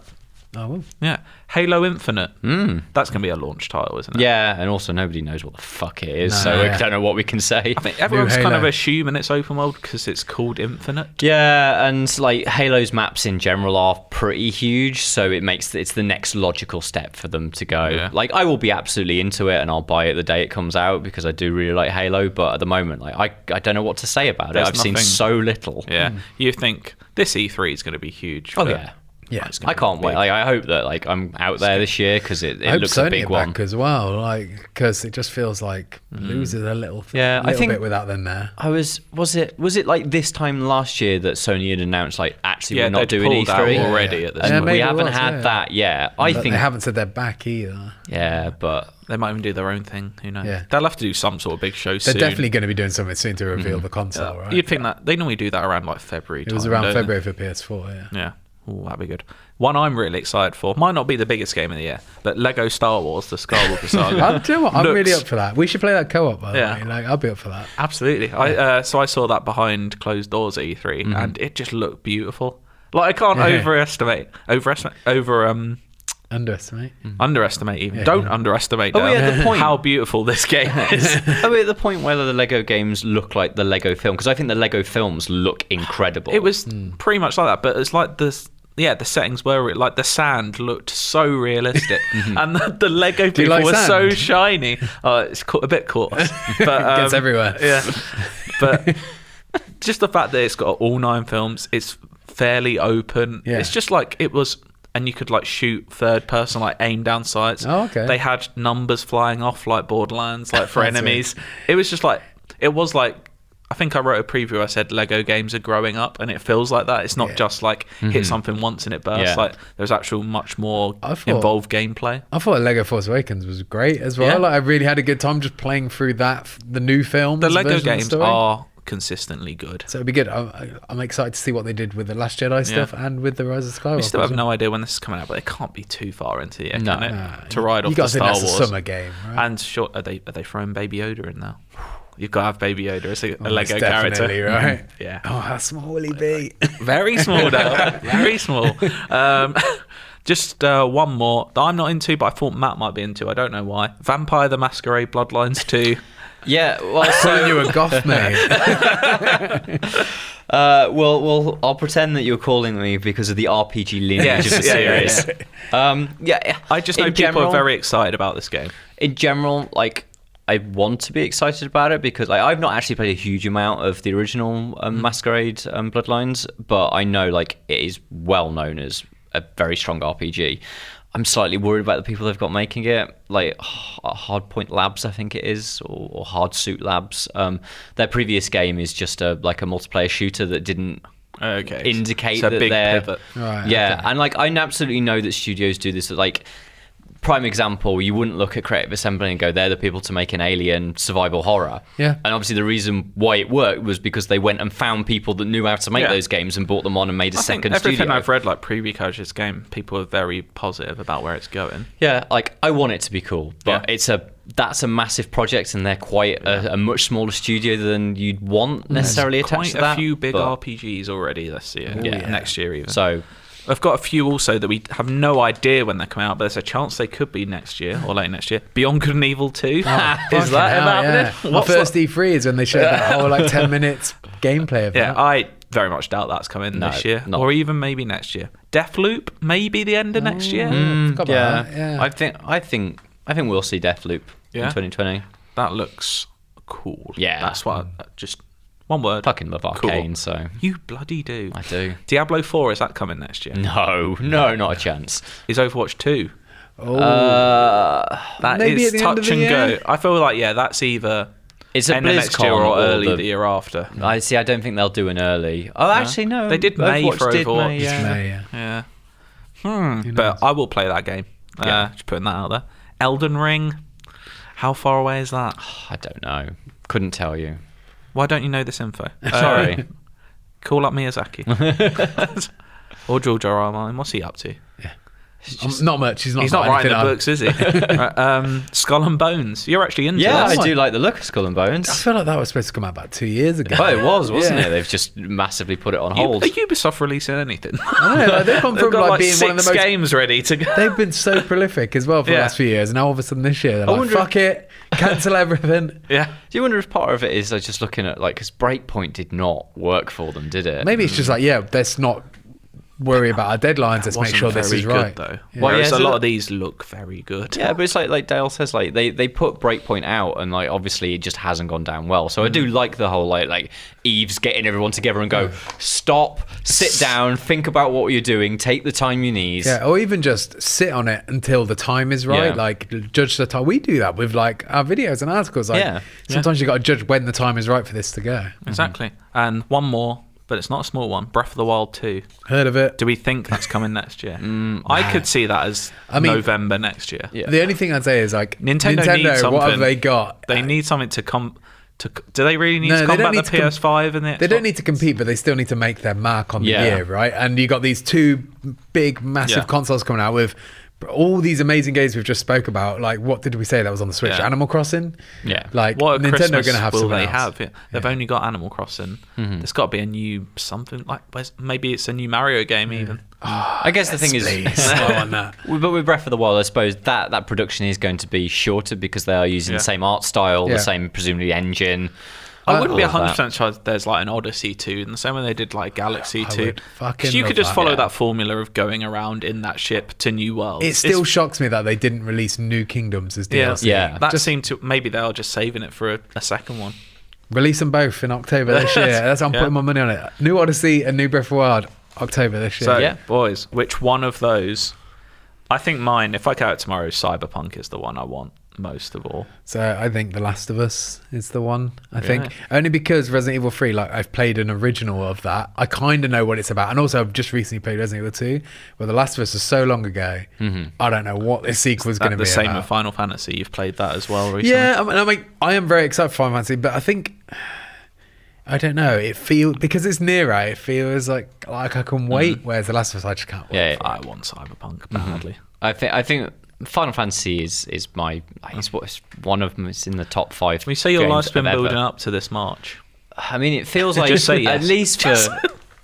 Speaker 2: Oh, well.
Speaker 1: Yeah, Halo Infinite. Mm. That's gonna be a launch title, isn't it?
Speaker 3: Hmm. Yeah, and also nobody knows what the fuck it is,
Speaker 2: No.
Speaker 3: so
Speaker 2: Yeah.
Speaker 3: we don't know what we can say.
Speaker 1: I think everyone's kind
Speaker 2: Halo.
Speaker 1: of assuming it's open world because it's called Infinite.
Speaker 3: Yeah, and like Halo's maps in general are pretty huge, so it makes it's the next logical step for them to go.
Speaker 1: Yeah.
Speaker 3: Like I will be absolutely into it, and I'll buy it the day it comes out because I do really like Halo. But at the moment, like I, I don't know what to say about
Speaker 1: There's
Speaker 3: it. I've seen
Speaker 1: nothing-
Speaker 3: so little.
Speaker 1: Yeah, you think this E3 is going to be huge?
Speaker 3: Hmm. Oh
Speaker 1: but-
Speaker 3: yeah.
Speaker 2: Yeah.
Speaker 3: I can't wait. Like, I hope that like I'm out there this year because it,
Speaker 2: I
Speaker 3: it
Speaker 2: hope
Speaker 3: looks
Speaker 2: Sony
Speaker 3: a big
Speaker 2: are
Speaker 3: one. Mm.
Speaker 2: back as well, like because it just feels like loses a little,
Speaker 3: Yeah, I
Speaker 2: little
Speaker 3: think-
Speaker 2: bit without them there.
Speaker 3: I was was it was it like this time last year that Sony had announced like actually
Speaker 1: Yeah,
Speaker 3: we're not
Speaker 1: they'd
Speaker 3: doing
Speaker 1: pulled out
Speaker 3: E3
Speaker 1: already at this point.
Speaker 3: And
Speaker 2: Yeah,
Speaker 3: we
Speaker 2: maybe it
Speaker 3: haven't
Speaker 2: was,
Speaker 3: had
Speaker 2: yeah.
Speaker 3: that yet. I
Speaker 2: But
Speaker 3: think
Speaker 2: they haven't said they're back either.
Speaker 3: yeah, but
Speaker 1: They might even do their own thing. Who knows?
Speaker 2: Yeah.
Speaker 1: They'll have to do some sort of big show
Speaker 2: They're
Speaker 1: soon.
Speaker 2: definitely going to be doing something soon
Speaker 3: Mm-hmm.
Speaker 2: to reveal the console, right?
Speaker 1: You'd think that they normally do that around like February.
Speaker 2: it was
Speaker 1: time,
Speaker 2: around
Speaker 1: don't they?
Speaker 2: February for PS4. Yeah.
Speaker 1: Yeah. Ooh, that'd be good. One I'm really excited for might not be the biggest game of the year, but Lego Star Wars: The Skywalker Saga.
Speaker 2: I'm, do you know what? I'm really
Speaker 1: looks-
Speaker 2: up for that. We should play that co-op, by the
Speaker 1: Yeah.
Speaker 2: way. Like, I'll be up for that.
Speaker 1: Absolutely. I uh, so I saw that behind closed doors at E3,
Speaker 3: Mm-hmm.
Speaker 1: and it just looked beautiful. Like I can't
Speaker 2: Yeah.
Speaker 1: overestimate, overestimate, over um,
Speaker 2: Underestimate.
Speaker 1: Hmm. underestimate even. Don't underestimate.
Speaker 3: Mm. Oh, yeah,
Speaker 1: Dale,
Speaker 3: good point.
Speaker 1: How beautiful this game is.
Speaker 3: Are we at the point where the Lego games look like the Lego film? Because I think the Lego films look incredible.
Speaker 1: It was
Speaker 2: Hmm.
Speaker 1: pretty much like that, but it's like the yeah the settings were re- like the sand looked so realistic, and the, the Lego
Speaker 2: Mm-hmm. you
Speaker 1: people
Speaker 2: like
Speaker 1: were so
Speaker 2: sand?
Speaker 1: shiny. Uh, it's co- a bit coarse, but um,
Speaker 2: Gets everywhere.
Speaker 1: Yeah, but just the fact that it's got all nine films, it's fairly open.
Speaker 2: Yeah.
Speaker 1: It's just like it was. And you could like shoot third person, like aim down sights.
Speaker 2: Oh, okay.
Speaker 1: They had numbers flying off like Borderlands, like for
Speaker 2: That's weird.
Speaker 1: enemies. It was just like it was like I think I wrote a preview. I said Lego games are growing up, and it feels like that. It's not
Speaker 2: Yeah.
Speaker 1: just like hit something once and it bursts.
Speaker 3: Mm-hmm. Yeah.
Speaker 1: Like there's actual much more
Speaker 2: I thought-
Speaker 1: involved gameplay.
Speaker 2: I thought Lego Force Awakens was great as well.
Speaker 1: Yeah.
Speaker 2: Like, I really had a good time just playing through that f- the new film.
Speaker 1: The Lego games are consistently good.
Speaker 2: So it'd be good. I'm, I'm excited to see what they did with the Last Jedi stuff and with the Rise Oh, of Skywalker.
Speaker 1: We still have
Speaker 2: as well.
Speaker 1: no idea when this is coming out, but it can't be too far into the year,
Speaker 3: No.
Speaker 1: can it?
Speaker 2: Nah,
Speaker 1: to ride
Speaker 2: you
Speaker 1: off the
Speaker 2: gotta think
Speaker 1: Star
Speaker 2: that's a
Speaker 1: Wars
Speaker 2: summer game, right?
Speaker 1: And sure, are they are they throwing Baby Yoda in now? You've got to have Baby Yoda as a, a
Speaker 2: Almost
Speaker 1: Lego
Speaker 2: Oh, definitely,
Speaker 1: character,
Speaker 2: right?
Speaker 1: Yeah.
Speaker 2: Oh, how small will he be?
Speaker 1: Very small, though. Very small. Um, just uh, one more that I'm not into, but I thought Matt might be into. I don't know why. Vampire the Masquerade Bloodlines 2.
Speaker 3: yeah. Well,
Speaker 2: Calling you
Speaker 3: so
Speaker 2: a goth, mate.
Speaker 3: uh, well, well, I'll pretend that you're calling me because of the RPG lineage
Speaker 1: Yes,
Speaker 3: of the
Speaker 1: yeah, yeah,
Speaker 3: series. Um, yeah.
Speaker 1: I just know
Speaker 3: in
Speaker 1: people
Speaker 3: general-
Speaker 1: are very excited about this game.
Speaker 3: in general, like I want to be excited about it because like, I've not actually played a huge amount of the original um, Masquerade um, Bloodlines, but I know like it is well known as a very strong RPG. I'm slightly worried about the people they've got making it, like H- Hardpoint Labs, I think it is, or, or Hard Suit Labs. Um, their previous game is just a like a multiplayer shooter that didn't
Speaker 1: Okay.
Speaker 3: indicate
Speaker 1: It's a
Speaker 3: that
Speaker 1: big
Speaker 3: they're
Speaker 1: pivot.
Speaker 2: Right,
Speaker 3: yeah
Speaker 2: okay.
Speaker 3: and like i absolutely know that studios do this like prime example you wouldn't look at creative assembly and go they're the people to make an alien survival horror
Speaker 2: Yeah.
Speaker 3: and obviously the reason why it worked was because they went and found people that knew how to make
Speaker 1: Yeah.
Speaker 3: those games and bought them on and made a
Speaker 1: I think
Speaker 3: second
Speaker 1: everything
Speaker 3: studio
Speaker 1: I've read, like pre-recoach this game, people are very positive about where it's going.
Speaker 3: yeah like i want it to be cool but
Speaker 1: Yeah.
Speaker 3: it's a that's a massive project and they're quite a, a much smaller studio than you'd want necessarily
Speaker 1: Quite
Speaker 3: attached to that
Speaker 1: a few big
Speaker 3: but-
Speaker 1: RPGs already this year.
Speaker 2: Yeah. yeah.
Speaker 1: Next year even.
Speaker 3: so
Speaker 1: I've got a few also that we have no idea when they come out, but there's a chance they could be next year or late next year. Beyond Good and Evil 2. is that
Speaker 2: Fucking hell,
Speaker 1: happening?
Speaker 2: Yeah. My
Speaker 1: What's
Speaker 2: first E3 is when they showed that whole like 10 minutes gameplay of
Speaker 1: Yeah,
Speaker 2: that.
Speaker 1: I very much doubt that's coming
Speaker 3: No,
Speaker 1: this year,
Speaker 3: not-
Speaker 1: or even maybe next year. Deathloop, maybe the end of next year.
Speaker 2: Oh, Forgot about
Speaker 3: yeah.
Speaker 2: that, yeah.
Speaker 3: I think I think I think we'll see Deathloop in
Speaker 1: Yeah?
Speaker 3: 2020.
Speaker 1: That looks cool.
Speaker 3: Yeah.
Speaker 1: that's what. I, uh, just one word.
Speaker 3: Fucking love Arcane, so
Speaker 1: You bloody do.
Speaker 3: I Mm. do.
Speaker 1: Diablo Four is that coming next year?
Speaker 3: No, no, not a chance.
Speaker 1: Is Overwatch Two?
Speaker 2: oh,
Speaker 3: Uh,
Speaker 1: That is
Speaker 2: Maybe at the end
Speaker 1: touch
Speaker 2: of the
Speaker 1: and
Speaker 2: year?
Speaker 1: go. I feel like yeah, that's either
Speaker 3: It's a
Speaker 1: end of next year
Speaker 3: BlizzCon
Speaker 1: or early
Speaker 3: the-
Speaker 1: the year after.
Speaker 3: I see. I don't think they'll do an early. Oh, actually, no.
Speaker 1: They did May
Speaker 3: Overwatch
Speaker 1: for
Speaker 3: did
Speaker 1: Overwatch.
Speaker 3: May, yeah.
Speaker 2: May, yeah.
Speaker 1: Yeah. Hmm.
Speaker 2: Who
Speaker 1: But
Speaker 2: knows?
Speaker 1: I will play that game. Uh,
Speaker 3: Yeah.
Speaker 1: just putting that out there. Elden Ring. How far away is that?
Speaker 3: I don't know. Couldn't tell you.
Speaker 1: Why don't you know this info? Uh,
Speaker 3: Sorry.
Speaker 1: call up Miyazaki. or George R. R. Martin. What's he up to?
Speaker 2: Um, not much. He's not.
Speaker 1: He's not
Speaker 2: got
Speaker 1: writing the
Speaker 2: anything uh, on.
Speaker 1: books, is he? Right, um, Skull and Bones. You're actually into
Speaker 3: yeah,
Speaker 1: this.
Speaker 3: I
Speaker 2: one.
Speaker 3: do like the look of Skull and
Speaker 2: I
Speaker 3: Bones.
Speaker 2: feel like that was supposed to come out about two years ago.
Speaker 1: Oh,
Speaker 3: Well, it was, wasn't
Speaker 2: Yeah.
Speaker 3: it? They've just massively put it on
Speaker 1: You-
Speaker 3: hold.
Speaker 1: Are Ubisoft releasing anything?
Speaker 2: I know, like, they've gone
Speaker 1: They've
Speaker 2: from
Speaker 1: got
Speaker 2: like,
Speaker 1: like
Speaker 2: being
Speaker 1: six
Speaker 2: one of the most.
Speaker 1: games ready to go.
Speaker 2: They've been so prolific as well for
Speaker 1: Yeah.
Speaker 2: the last few years, and now all of a sudden this year they're like,
Speaker 3: wonder if-
Speaker 2: "Fuck it, cancel everything."
Speaker 1: Yeah.
Speaker 3: Do you wonder if part of it is like just looking at like because Breakpoint did not work for them, did it?
Speaker 2: Maybe it's just like, yeah, let's not worry about our deadlines. Let's make
Speaker 1: Wasn't
Speaker 2: sure this
Speaker 1: very
Speaker 2: is
Speaker 1: good,
Speaker 2: right.
Speaker 1: Though.
Speaker 2: Yeah.
Speaker 3: Well,
Speaker 1: Whereas
Speaker 3: yeah,
Speaker 1: a
Speaker 3: so
Speaker 1: lot
Speaker 3: that-
Speaker 1: of these look very good.
Speaker 3: Yeah, but it's like like Dale says, like they they put Breakpoint out, and like obviously it just hasn't gone down well. So I
Speaker 1: Mm.
Speaker 3: do like the whole like like Eve's getting everyone together and go stop, sit down, think about what you're doing, take the time you need.
Speaker 2: Yeah, or even just sit on it until the time is right.
Speaker 3: Yeah.
Speaker 2: Like judge the time. We do that with like our videos and articles. Like
Speaker 3: Yeah.
Speaker 2: sometimes you got to judge when the time is right for this to go.
Speaker 1: Exactly. And one more, but it's not a small one. Breath of the Wild 2.
Speaker 2: Heard of it?
Speaker 1: Do we think that's coming next year? I could see that as
Speaker 2: Mm, I mean-
Speaker 1: November next year.
Speaker 3: Yeah.
Speaker 2: The only thing I'd say is like
Speaker 1: Nintendo,
Speaker 2: Nintendo.
Speaker 1: needs something.
Speaker 2: what have they got?
Speaker 1: They need something to come. To c- do they really need
Speaker 2: Uh, No,
Speaker 1: to
Speaker 2: they don't
Speaker 1: combat
Speaker 2: need
Speaker 1: the
Speaker 2: to com-
Speaker 1: PS5 and the
Speaker 2: They
Speaker 1: Xbox?
Speaker 2: don't need to compete, but they still need to make their mark on the
Speaker 3: Yeah.
Speaker 2: year, right? And you got these two big, massive
Speaker 1: Yeah.
Speaker 2: consoles coming out with all these amazing games we've just spoke about. Like, what did we say that was on the Switch?
Speaker 1: Yeah.
Speaker 2: Animal Crossing.
Speaker 3: Yeah.
Speaker 2: Like
Speaker 1: What
Speaker 2: Nintendo
Speaker 1: Nintendo
Speaker 2: going to have
Speaker 1: will
Speaker 2: something
Speaker 1: they
Speaker 2: else.
Speaker 1: have?
Speaker 2: Mm-hmm.
Speaker 1: Yeah. They've only got Animal Crossing. There's got to be a new something like where's- maybe it's a new Mario game even.
Speaker 3: I guess the thing
Speaker 2: Please,
Speaker 3: is.
Speaker 2: I want that.
Speaker 3: Well, But with Breath of the Wild, I suppose that, that production is going to be shorter because they are using
Speaker 1: Yeah.
Speaker 3: the same art style,
Speaker 2: Yeah.
Speaker 3: the same presumably engine.
Speaker 1: I wouldn't be
Speaker 3: all of
Speaker 1: hundred
Speaker 3: that.
Speaker 1: percent sure there's like an Odyssey two, and the same way they did like Galaxy
Speaker 2: I
Speaker 1: two.
Speaker 2: would fucking
Speaker 1: you
Speaker 2: love
Speaker 1: could just
Speaker 2: that.
Speaker 1: follow
Speaker 2: Yeah.
Speaker 1: that formula of going around in that ship to new worlds.
Speaker 2: It still shocks me that they didn't release New Kingdoms as
Speaker 1: yeah,
Speaker 2: DLC.
Speaker 3: Yeah.
Speaker 1: That
Speaker 2: Just
Speaker 1: seemed to maybe they are just saving it for a, a second one.
Speaker 2: release them both in October this year. That's I'm
Speaker 1: Yeah.
Speaker 2: putting my money on it. New Odyssey and New Breath of the Wild, October this year.
Speaker 1: So,
Speaker 3: Yeah.
Speaker 1: boys, which one of those? I think mine. If I go out tomorrow, Cyberpunk is the one I want most of all.
Speaker 2: So I think The Last of Us is the one. I
Speaker 1: Really?
Speaker 2: think only because Resident Evil Three, like I've played an original of that, I kind of know what it's about, and also I've just recently played Resident Evil Two, where The Last of Us was so long ago,
Speaker 3: Mm-hmm.
Speaker 2: I don't know what this sequel is
Speaker 1: That
Speaker 2: going to be.
Speaker 1: Uh, the same
Speaker 2: about.
Speaker 1: with Final Fantasy. You've played that as well recently.
Speaker 2: Yeah, I mean, I mean, I am very excited for Final Fantasy, but I think I don't know. It feels because it's near, right? It feels like like I can wait. Whereas The Last of Us, I just can't wait.
Speaker 3: Mm. Yeah,
Speaker 1: I want Cyberpunk badly.
Speaker 3: I think I think Final Fantasy is is my it's what- it's one of them. It's in the top five.
Speaker 1: We say your
Speaker 3: games
Speaker 1: life's been
Speaker 3: I've ever-
Speaker 1: building up to this March.
Speaker 3: I mean, it feels like
Speaker 1: Just say yes.
Speaker 3: at least for.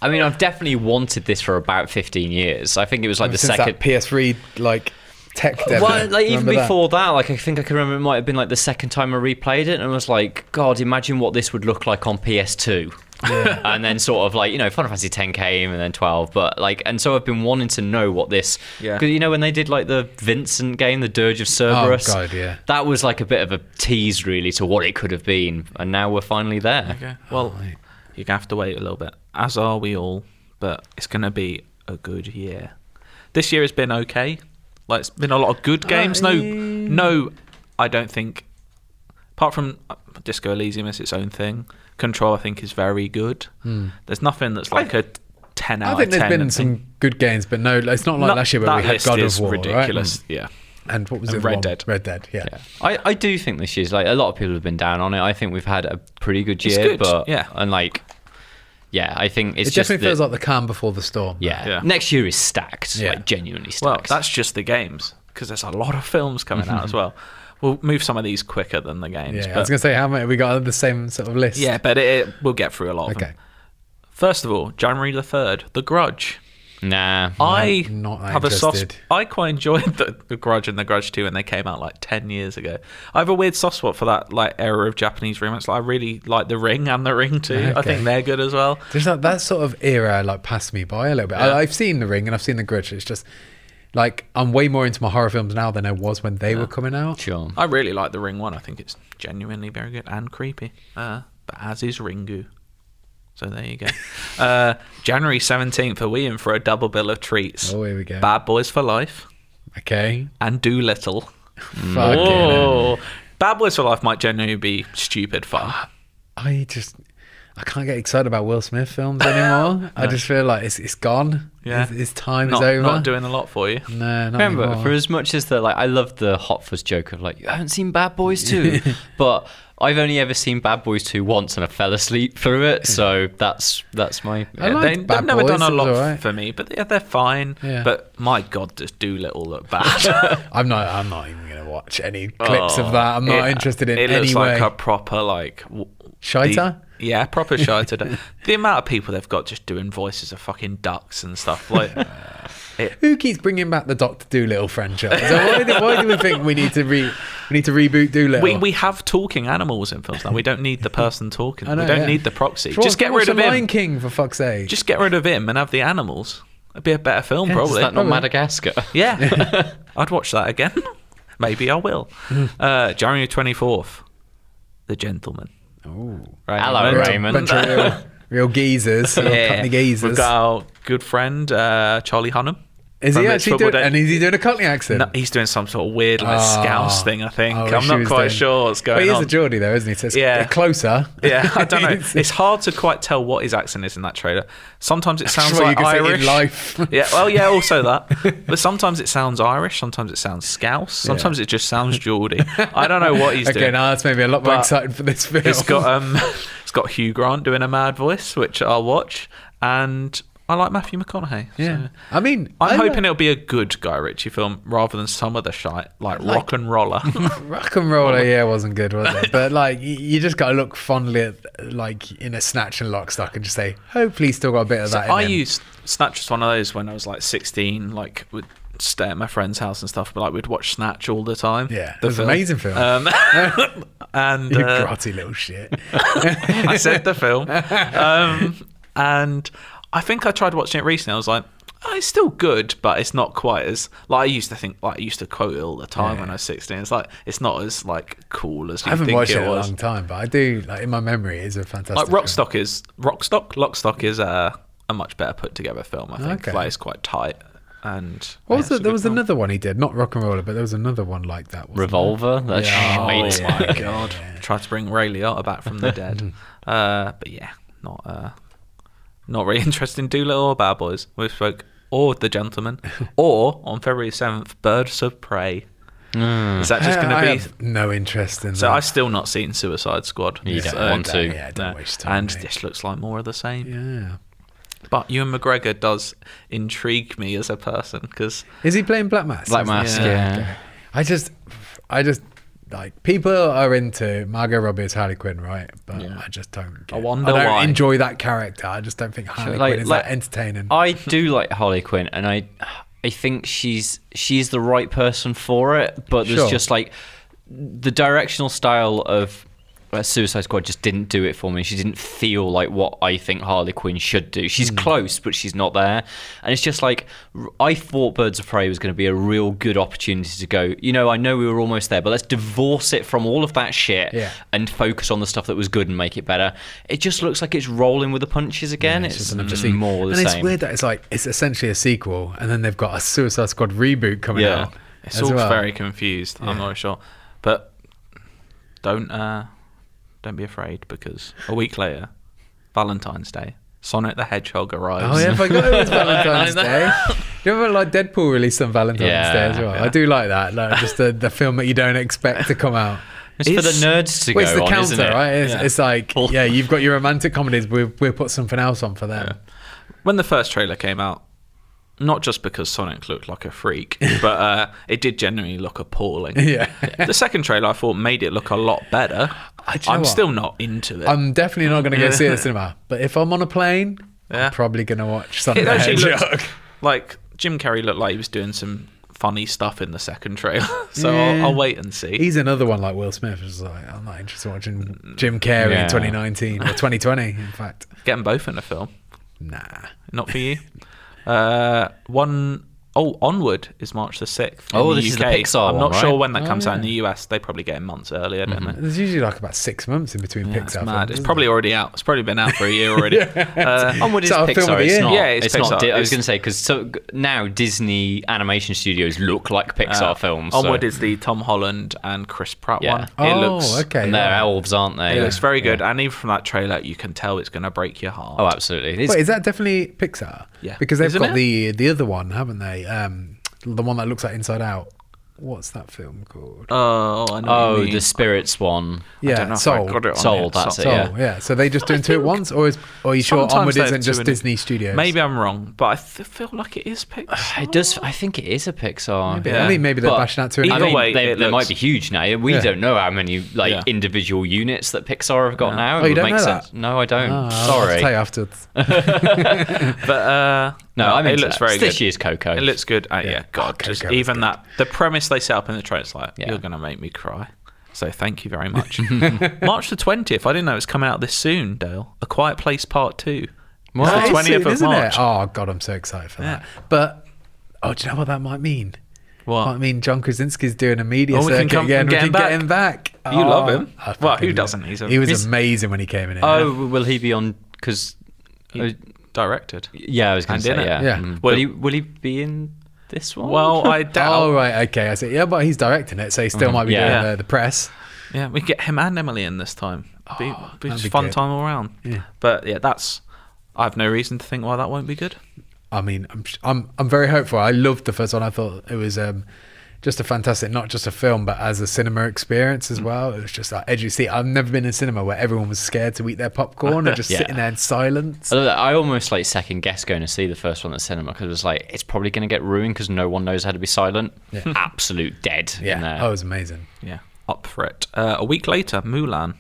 Speaker 3: I mean, I've definitely wanted this for about fifteen years. I think it was like the
Speaker 2: Since
Speaker 3: second.
Speaker 2: that PS3 like tech demo,
Speaker 3: well, like even
Speaker 2: Remember that?
Speaker 3: before that? like I think I can remember it might have been like the second time I replayed it, and I was like, God, imagine what this would look like on PS2. and then sort of like you know Final Fantasy 10 came and then 12 but like and so I've been wanting to know what this
Speaker 1: Yeah. Oh,
Speaker 3: because you know when they did like the Vincent game the Dirge of Cerberus
Speaker 2: Oh, God, yeah.
Speaker 3: that was like a bit of a tease really to what it could have been and now we're finally there
Speaker 1: Okay.
Speaker 2: Oh,
Speaker 1: Well, you're gonna have to wait a little bit, as are we all. But it's gonna be a good year. This year has been okay. Like it's been a lot of good games. No, no, I don't think. Apart from uh, Disco Elysium is its own thing. Control, I think, is very good. There's nothing that's like a ten out
Speaker 2: I think
Speaker 1: of
Speaker 2: there's
Speaker 1: ten.
Speaker 2: been some good games, but no, it's not like
Speaker 1: Not-
Speaker 2: last year where
Speaker 1: that
Speaker 2: we had
Speaker 1: list
Speaker 2: God of
Speaker 1: is
Speaker 2: War, right? Hmm.
Speaker 1: ridiculous. Yeah.
Speaker 2: And what was
Speaker 1: And
Speaker 2: it?
Speaker 1: Red
Speaker 2: one?
Speaker 1: Dead.
Speaker 2: Red Dead. Yeah.
Speaker 3: I, I do think this year's like a lot of people have been down on it. I think we've had a pretty good
Speaker 1: It's
Speaker 3: year,
Speaker 1: good,
Speaker 3: but
Speaker 1: yeah.
Speaker 3: and like yeah, I think it's
Speaker 2: It
Speaker 3: just
Speaker 2: definitely
Speaker 3: that-
Speaker 2: feels like the calm before the storm.
Speaker 3: yeah.
Speaker 1: Yeah.
Speaker 3: next year is stacked,
Speaker 2: Yeah.
Speaker 3: like genuinely
Speaker 1: Well,
Speaker 3: stacked.
Speaker 1: that's just the games because there's a lot of films coming out as well. We'll move some of these quicker than the games.
Speaker 2: Yeah. I
Speaker 1: but
Speaker 2: was gonna say how many we got on the same sort of list.
Speaker 1: Yeah, but it, it, we'll get through a lot. Of
Speaker 2: Okay.
Speaker 1: them. First of all, January the third, The Grudge.
Speaker 3: nah.
Speaker 1: I
Speaker 2: not that
Speaker 1: have a soft.
Speaker 2: interested.
Speaker 1: I quite enjoyed the, the Grudge and the Grudge Two when they came out like ten years ago. I have a weird soft spot for that like era of Japanese remakes. Like, I really like The Ring and The Ring Two. I
Speaker 2: Okay.
Speaker 1: think they're good as well.
Speaker 2: There's that that sort of era like passed me by a little bit.
Speaker 1: Yeah.
Speaker 2: I, I've seen The Ring and I've seen The Grudge. It's just like I'm way more into my horror films now than I was when they were coming out.
Speaker 3: sure.
Speaker 1: I really like The Ring One. I think it's genuinely very good and creepy. Uh, but as is Ringu. So there you go. uh, January seventeenth, are we in for a double bill of treats?
Speaker 2: Oh, here we go.
Speaker 1: Bad Boys for Life
Speaker 2: Okay.
Speaker 1: and Doolittle.
Speaker 2: Fucking hell.
Speaker 1: Oh, Bad Boys for Life might generally be stupid fun.
Speaker 2: Ah, I just I can't get excited about Will Smith films anymore. I just feel like it's it's gone.
Speaker 1: Yeah.
Speaker 2: His, his time
Speaker 1: Not,
Speaker 2: is over.
Speaker 1: not doing a lot for you.
Speaker 2: no, not
Speaker 3: Remember,
Speaker 2: anymore.
Speaker 3: for as much as the like, I love the hot fuzz joke of like, you haven't seen Bad Boys Two, but I've only ever seen Bad Boys Two once, and I fell asleep through it. So that's that's my.
Speaker 2: I like-
Speaker 1: they,
Speaker 2: liked Bad
Speaker 1: have never
Speaker 2: Boys,
Speaker 1: done a
Speaker 2: it was
Speaker 1: lot
Speaker 2: alright.
Speaker 1: for me, but yeah, they're fine.
Speaker 2: Yeah.
Speaker 1: But my God, does Doolittle look bad?
Speaker 2: I'm not. I'm not even going to watch any clips of that. I'm not
Speaker 1: Oh, It-
Speaker 2: interested in
Speaker 1: It
Speaker 2: any
Speaker 1: looks
Speaker 2: way.
Speaker 1: like a proper like w-
Speaker 2: Shiter?
Speaker 1: the- yeah, proper shiter. The- the amount of people they've got just doing voices of fucking ducks and stuff like.
Speaker 2: Who keeps bringing back the Doctor Doolittle franchise? why, do, why do we think we need to re we need to reboot Doolittle?
Speaker 1: We, we have talking animals in films now. We don't need the person talking.
Speaker 2: I know,
Speaker 1: we don't
Speaker 2: yeah.
Speaker 1: need the proxy.
Speaker 2: For
Speaker 1: Just
Speaker 2: what-
Speaker 1: get
Speaker 2: what's
Speaker 1: rid of
Speaker 2: the Lion
Speaker 1: him.
Speaker 2: King for fuck's sake.
Speaker 1: Just get rid of him and have the animals. It'd be a better film,
Speaker 2: Yeah,
Speaker 1: probably.
Speaker 3: Is that not
Speaker 2: Probably.
Speaker 3: Madagascar?
Speaker 1: Yeah, I'd watch that again. Maybe I will.
Speaker 2: Hmm.
Speaker 1: Uh, January twenty fourth, The Gentleman.
Speaker 2: Ooh.
Speaker 1: Right,
Speaker 3: Hello,
Speaker 2: Bunch of-
Speaker 3: Raymond.
Speaker 2: bunch of real, real geezers, real Cockney
Speaker 1: We've
Speaker 2: geezers.
Speaker 1: got our good friend uh, Charlie Hunnam.
Speaker 2: Is
Speaker 1: from
Speaker 2: he
Speaker 1: It's
Speaker 2: actually
Speaker 1: Football
Speaker 2: doing?
Speaker 1: Day.
Speaker 2: And is he doing a Cockney accent?
Speaker 1: No, he's doing some sort of weird like scouse
Speaker 2: Oh.
Speaker 1: thing. I think
Speaker 2: I
Speaker 1: I'm
Speaker 2: wish he
Speaker 1: not
Speaker 2: was
Speaker 1: quite
Speaker 2: doing-
Speaker 1: sure what's
Speaker 2: But
Speaker 1: going
Speaker 2: he is
Speaker 1: on.
Speaker 2: a Geordie though, isn't he? So it's
Speaker 1: Yeah.
Speaker 2: yeah. closer.
Speaker 1: yeah, I don't know.
Speaker 2: It's-
Speaker 1: It's hard to quite tell what his accent is in that trailer. Sometimes it sounds
Speaker 2: what you
Speaker 1: like
Speaker 2: can say in
Speaker 1: Irish.
Speaker 2: life.
Speaker 1: yeah, well, yeah, also that. But sometimes it sounds Irish. Sometimes it sounds Scouse. Sometimes it just sounds Geordie. I don't know what he's
Speaker 2: okay,
Speaker 1: doing.
Speaker 2: now that's made me a lot more
Speaker 1: But
Speaker 2: excited for this film.
Speaker 1: It's got um, it's got Hugh Grant doing a mad voice, which I'll watch, and I like Matthew McConaughey.
Speaker 2: yeah.
Speaker 1: so-
Speaker 2: I mean,
Speaker 1: I'm
Speaker 2: I-
Speaker 1: hoping it'll be a good Guy Ritchie film rather than some of the shite like, Rock and Roller.
Speaker 2: Rock and roller, yeah, wasn't good, was it? But like, y- you just got to look fondly at, like, in a snatch and lock stock and just say, hopefully, he's still got a bit of that. in
Speaker 1: I
Speaker 2: him.
Speaker 1: used Snatch was one of those when I was like 16, like would stay at my friend's house and stuff, but like we'd watch Snatch all the time.
Speaker 2: Yeah,
Speaker 1: the
Speaker 2: it was an amazing film.
Speaker 1: Um, and
Speaker 2: you
Speaker 1: uh,
Speaker 2: grotty little shit.
Speaker 1: I said the film. Um, and I think I tried watching it recently. I was like, oh, it's still good, but it's not quite as like I used to think. Like I used to quote it all the time when I was sixteen. It's like it's not as like cool as you
Speaker 2: I haven't
Speaker 1: think
Speaker 2: watched it
Speaker 1: it
Speaker 2: in a
Speaker 1: was.
Speaker 2: long time, but I do like in my memory, it is a fantastic.
Speaker 1: like
Speaker 2: film.
Speaker 1: Rockstock is Rockstock. Lockstock is a a much better put together film. I think.
Speaker 2: Okay.
Speaker 1: Like it's quite tight. And
Speaker 2: What
Speaker 1: yeah,
Speaker 2: was
Speaker 1: it's a
Speaker 2: it? There
Speaker 1: good
Speaker 2: was
Speaker 1: film.
Speaker 2: another one he did, not rock and roller, but there was another one like that. wasn't
Speaker 3: Revolver. That's
Speaker 2: Yeah.
Speaker 3: shite.
Speaker 1: Oh my god! Tried to bring Ray Liotta back from the dead, uh, but yeah, not uh, not really interested in Doolittle or Bad Boys. We spoke or The Gentleman, or on February seventh, Birds of Prey. Is that
Speaker 2: there?
Speaker 1: just going
Speaker 2: Mm. I- I
Speaker 1: to be?
Speaker 2: have no interest in
Speaker 1: So
Speaker 2: that.
Speaker 1: I've still not seen Suicide Squad.
Speaker 3: You don't
Speaker 1: so-
Speaker 3: want to.
Speaker 2: Yeah, don't
Speaker 1: no.
Speaker 2: waste time.
Speaker 1: and
Speaker 2: mate.
Speaker 1: this looks like more of the same.
Speaker 2: yeah,
Speaker 1: But Ewan McGregor does intrigue me as a person because
Speaker 2: is he playing Black Mass?
Speaker 3: Black
Speaker 2: Isn't he?
Speaker 3: Mask.
Speaker 1: Yeah.
Speaker 3: Yeah.
Speaker 2: I just, I just like people are into Margot Robbie as Harley Quinn, right? But I just don't. Get,
Speaker 1: I wonder
Speaker 2: I don't
Speaker 1: why.
Speaker 2: enjoy that character. I just don't think Harley
Speaker 3: like-
Speaker 2: Quinn is
Speaker 3: like-
Speaker 2: that entertaining.
Speaker 3: I do like Harley Quinn, and I, I think she's she's the right person for it. But there's
Speaker 2: Sure.
Speaker 3: just like the directional style of uh, Suicide Squad just didn't do it for me. She didn't feel like what I think Harley Quinn should do. She's
Speaker 2: Hmm.
Speaker 3: close, but she's not there. And it's just like r- I thought Birds of Prey was going to be a real good opportunity to go. You know, I know we were almost there, but let's divorce it from all of that shit
Speaker 2: Yeah.
Speaker 3: and focus on the stuff that was good and make it better. It just looks like it's rolling with the punches again. it's
Speaker 2: It's
Speaker 3: just
Speaker 2: an
Speaker 3: mm,
Speaker 2: interesting-
Speaker 3: more the
Speaker 2: and
Speaker 3: same.
Speaker 2: it's weird that it's like it's essentially a sequel, and then they've got a Suicide Squad reboot coming
Speaker 3: Yeah.
Speaker 2: out.
Speaker 1: it's
Speaker 2: as
Speaker 1: all
Speaker 2: well.
Speaker 1: very confused. I'm not sure, but don't uh, don't be afraid because a week later, Valentine's Day, Sonic the Hedgehog arrives.
Speaker 2: Oh yeah, I forgot it was Valentine's Day. Do you remember like Deadpool released on Valentine's
Speaker 3: Yeah,
Speaker 2: Day as well? I do like that. Like, just the, the film that you don't expect to come out.
Speaker 3: It's, for
Speaker 1: It's-
Speaker 3: the nerds to
Speaker 2: Well,
Speaker 3: go
Speaker 2: it's the
Speaker 3: on,
Speaker 2: counter,
Speaker 3: isn't it?
Speaker 2: right? It's,
Speaker 1: Yeah.
Speaker 2: it's like,
Speaker 3: Paul.
Speaker 2: yeah, you've got your romantic comedies. We'll, we'll put something else on for them.
Speaker 1: When the first trailer came out, not just because Sonic looked like a freak, but uh, it did genuinely look appalling.
Speaker 2: Yeah.
Speaker 1: the second trailer I thought made it look a lot better.
Speaker 2: I- do you know
Speaker 1: I'm
Speaker 2: what?
Speaker 1: still not into it.
Speaker 2: I'm definitely not going to go see it at the cinema. But if I'm on a plane,
Speaker 1: Yeah.
Speaker 2: I'm probably going to watch something.
Speaker 1: it actually
Speaker 2: Hedgehog.
Speaker 1: looked like Jim Carrey looked like he was doing some funny stuff in the second trailer. so I'll,
Speaker 2: Yeah.
Speaker 1: I'll wait and see.
Speaker 2: He's another one like Will Smith. It's like I'm not interested in watching Jim Carrey
Speaker 3: Yeah.
Speaker 2: in 2019 or 2020. In fact,
Speaker 1: Get them both in a film.
Speaker 2: nah.
Speaker 1: Not for you. uh, one Oh, Onward is March the sixth. in
Speaker 3: Oh,
Speaker 1: the
Speaker 3: this is the
Speaker 1: UK.
Speaker 3: Pixar
Speaker 1: I'm
Speaker 3: one,
Speaker 1: not
Speaker 3: right? Mm-hmm.
Speaker 1: sure when that
Speaker 2: Oh,
Speaker 1: comes out in
Speaker 2: yeah.
Speaker 1: the US. They probably get it months earlier, don't they?
Speaker 2: There's usually like about six months in between
Speaker 1: Yeah,
Speaker 2: Pixar.
Speaker 1: it's
Speaker 2: films,
Speaker 1: mad. It's
Speaker 2: isn't
Speaker 1: probably already out. It's probably been out for a year already. uh,
Speaker 3: Onward is
Speaker 2: So, film of
Speaker 3: Pixar.
Speaker 2: the
Speaker 3: It's
Speaker 2: year.
Speaker 3: not.
Speaker 1: Yeah, it's Pixar.
Speaker 3: not. Di- I
Speaker 1: It's-
Speaker 3: was going to say because so g- now Disney animation studios look like Pixar films. so-
Speaker 1: Uh, Onward is the Tom Holland and Chris Pratt
Speaker 3: Yeah.
Speaker 1: one.
Speaker 2: Oh,
Speaker 1: it looks
Speaker 2: okay.
Speaker 3: and they're
Speaker 2: yeah.
Speaker 3: elves, aren't they?
Speaker 1: It looks very good,
Speaker 3: Yeah.
Speaker 1: and even from that trailer, you can tell it's going to break your heart.
Speaker 3: Oh, absolutely. It's,
Speaker 2: Wait, is that definitely Pixar?
Speaker 1: Yeah.
Speaker 2: Because they've
Speaker 1: Isn't
Speaker 2: got
Speaker 1: it?
Speaker 2: the the other one, haven't they? Um, the one that looks like Inside Out. What's that film called?
Speaker 1: Oh, I know what you
Speaker 3: oh,
Speaker 1: mean.
Speaker 3: the spirits one.
Speaker 1: I
Speaker 2: yeah,
Speaker 1: don't know if I
Speaker 2: Soul.
Speaker 1: got it on
Speaker 3: Soul,
Speaker 1: here.
Speaker 3: that's
Speaker 1: Soul.
Speaker 3: it,
Speaker 2: Soul,
Speaker 3: yeah.
Speaker 2: Oh, yeah. So they just doing two at once, or is or are you sure
Speaker 1: Sometimes
Speaker 2: Onward
Speaker 1: they're
Speaker 2: isn't
Speaker 1: two
Speaker 2: just
Speaker 1: in it.
Speaker 2: Disney Studios?
Speaker 1: Maybe I'm wrong, but I th- feel like it is Pixar.
Speaker 3: It does. I think it is a Pixar.
Speaker 2: Maybe.
Speaker 1: Yeah.
Speaker 2: I mean, maybe they're
Speaker 3: But
Speaker 2: bashing out two. At
Speaker 1: Either
Speaker 3: I
Speaker 2: once.
Speaker 3: mean,
Speaker 1: way,
Speaker 3: they,
Speaker 1: it
Speaker 3: they
Speaker 1: looks-
Speaker 3: might be huge now. We
Speaker 2: Yeah.
Speaker 3: don't know how many like
Speaker 1: Yeah.
Speaker 3: individual units that Pixar have got
Speaker 1: Yeah.
Speaker 3: now.
Speaker 2: Oh,
Speaker 3: It
Speaker 2: you
Speaker 3: would
Speaker 2: don't
Speaker 3: make
Speaker 2: know
Speaker 3: sense.
Speaker 2: that?
Speaker 3: No, I don't.
Speaker 2: Ah, I'll tell
Speaker 3: Sorry.
Speaker 2: you afterwards.
Speaker 1: But uh,
Speaker 3: No, I'm
Speaker 1: it
Speaker 3: into
Speaker 1: looks
Speaker 3: that.
Speaker 1: very
Speaker 3: It's
Speaker 1: good.
Speaker 3: this year's Coco.
Speaker 1: It looks good. Uh, yeah. God,
Speaker 2: Coco
Speaker 1: just
Speaker 2: was
Speaker 1: even
Speaker 2: good.
Speaker 1: that the premise they set up in the trailer is like
Speaker 3: Yeah.
Speaker 1: you're gonna make me cry. So thank you very much. March the twentieth. I didn't know it was coming out this soon, Dale. A Quiet Place Part Two.
Speaker 3: What?
Speaker 1: It's
Speaker 2: That
Speaker 1: the
Speaker 2: is
Speaker 1: twentieth
Speaker 2: soon,
Speaker 1: of
Speaker 2: isn't
Speaker 1: March.
Speaker 2: It? Oh god, I'm so excited for that. But oh, do you know what that might mean?
Speaker 1: What?
Speaker 2: Might mean John Krasinski's doing a media
Speaker 1: Oh, we can
Speaker 2: circuit
Speaker 1: come-
Speaker 2: again.
Speaker 1: get
Speaker 2: we
Speaker 1: him
Speaker 2: can
Speaker 1: back.
Speaker 2: get him back. Oh,
Speaker 1: You love him.
Speaker 2: I
Speaker 1: Well, who
Speaker 2: fucking love-
Speaker 1: doesn't? He's a-
Speaker 2: he was
Speaker 1: he's-
Speaker 2: amazing when he came in.
Speaker 3: Oh, will he be on? uh, Because
Speaker 1: He directed.
Speaker 3: yeah, I was going
Speaker 1: And
Speaker 3: to say
Speaker 1: in it.
Speaker 3: yeah.
Speaker 2: Yeah.
Speaker 3: Mm.
Speaker 1: Well-
Speaker 3: will he will he be in this one?
Speaker 1: Well, I doubt.
Speaker 2: Oh right, okay. I see. Yeah, but he's directing it, so he
Speaker 1: Mm-hmm.
Speaker 2: still might be
Speaker 3: Yeah.
Speaker 2: doing uh, the press.
Speaker 1: Yeah, we get him and Emily in this time. Be, be
Speaker 2: Oh, that'd
Speaker 1: just
Speaker 2: be
Speaker 1: fun
Speaker 2: good.
Speaker 1: time all around.
Speaker 2: Yeah.
Speaker 1: But yeah, that's. I have no reason to think why that won't be good.
Speaker 2: I mean, I'm I'm I'm very hopeful. I loved the first one. I thought it was um, just a fantastic, not just a film, but as a cinema experience
Speaker 1: Hmm.
Speaker 2: as well. It was just that edgy seat. I've never been in a cinema where everyone was scared to eat their popcorn or just
Speaker 3: Yeah.
Speaker 2: sitting there in silence.
Speaker 3: I, love that. I almost like second guess going to see the first one at the cinema because it was like it's probably going to get ruined because no one knows how to be silent. Absolute dead. in there.
Speaker 2: Yeah, oh, it was amazing.
Speaker 1: Yeah, up for it. Uh, a week later, Mulan,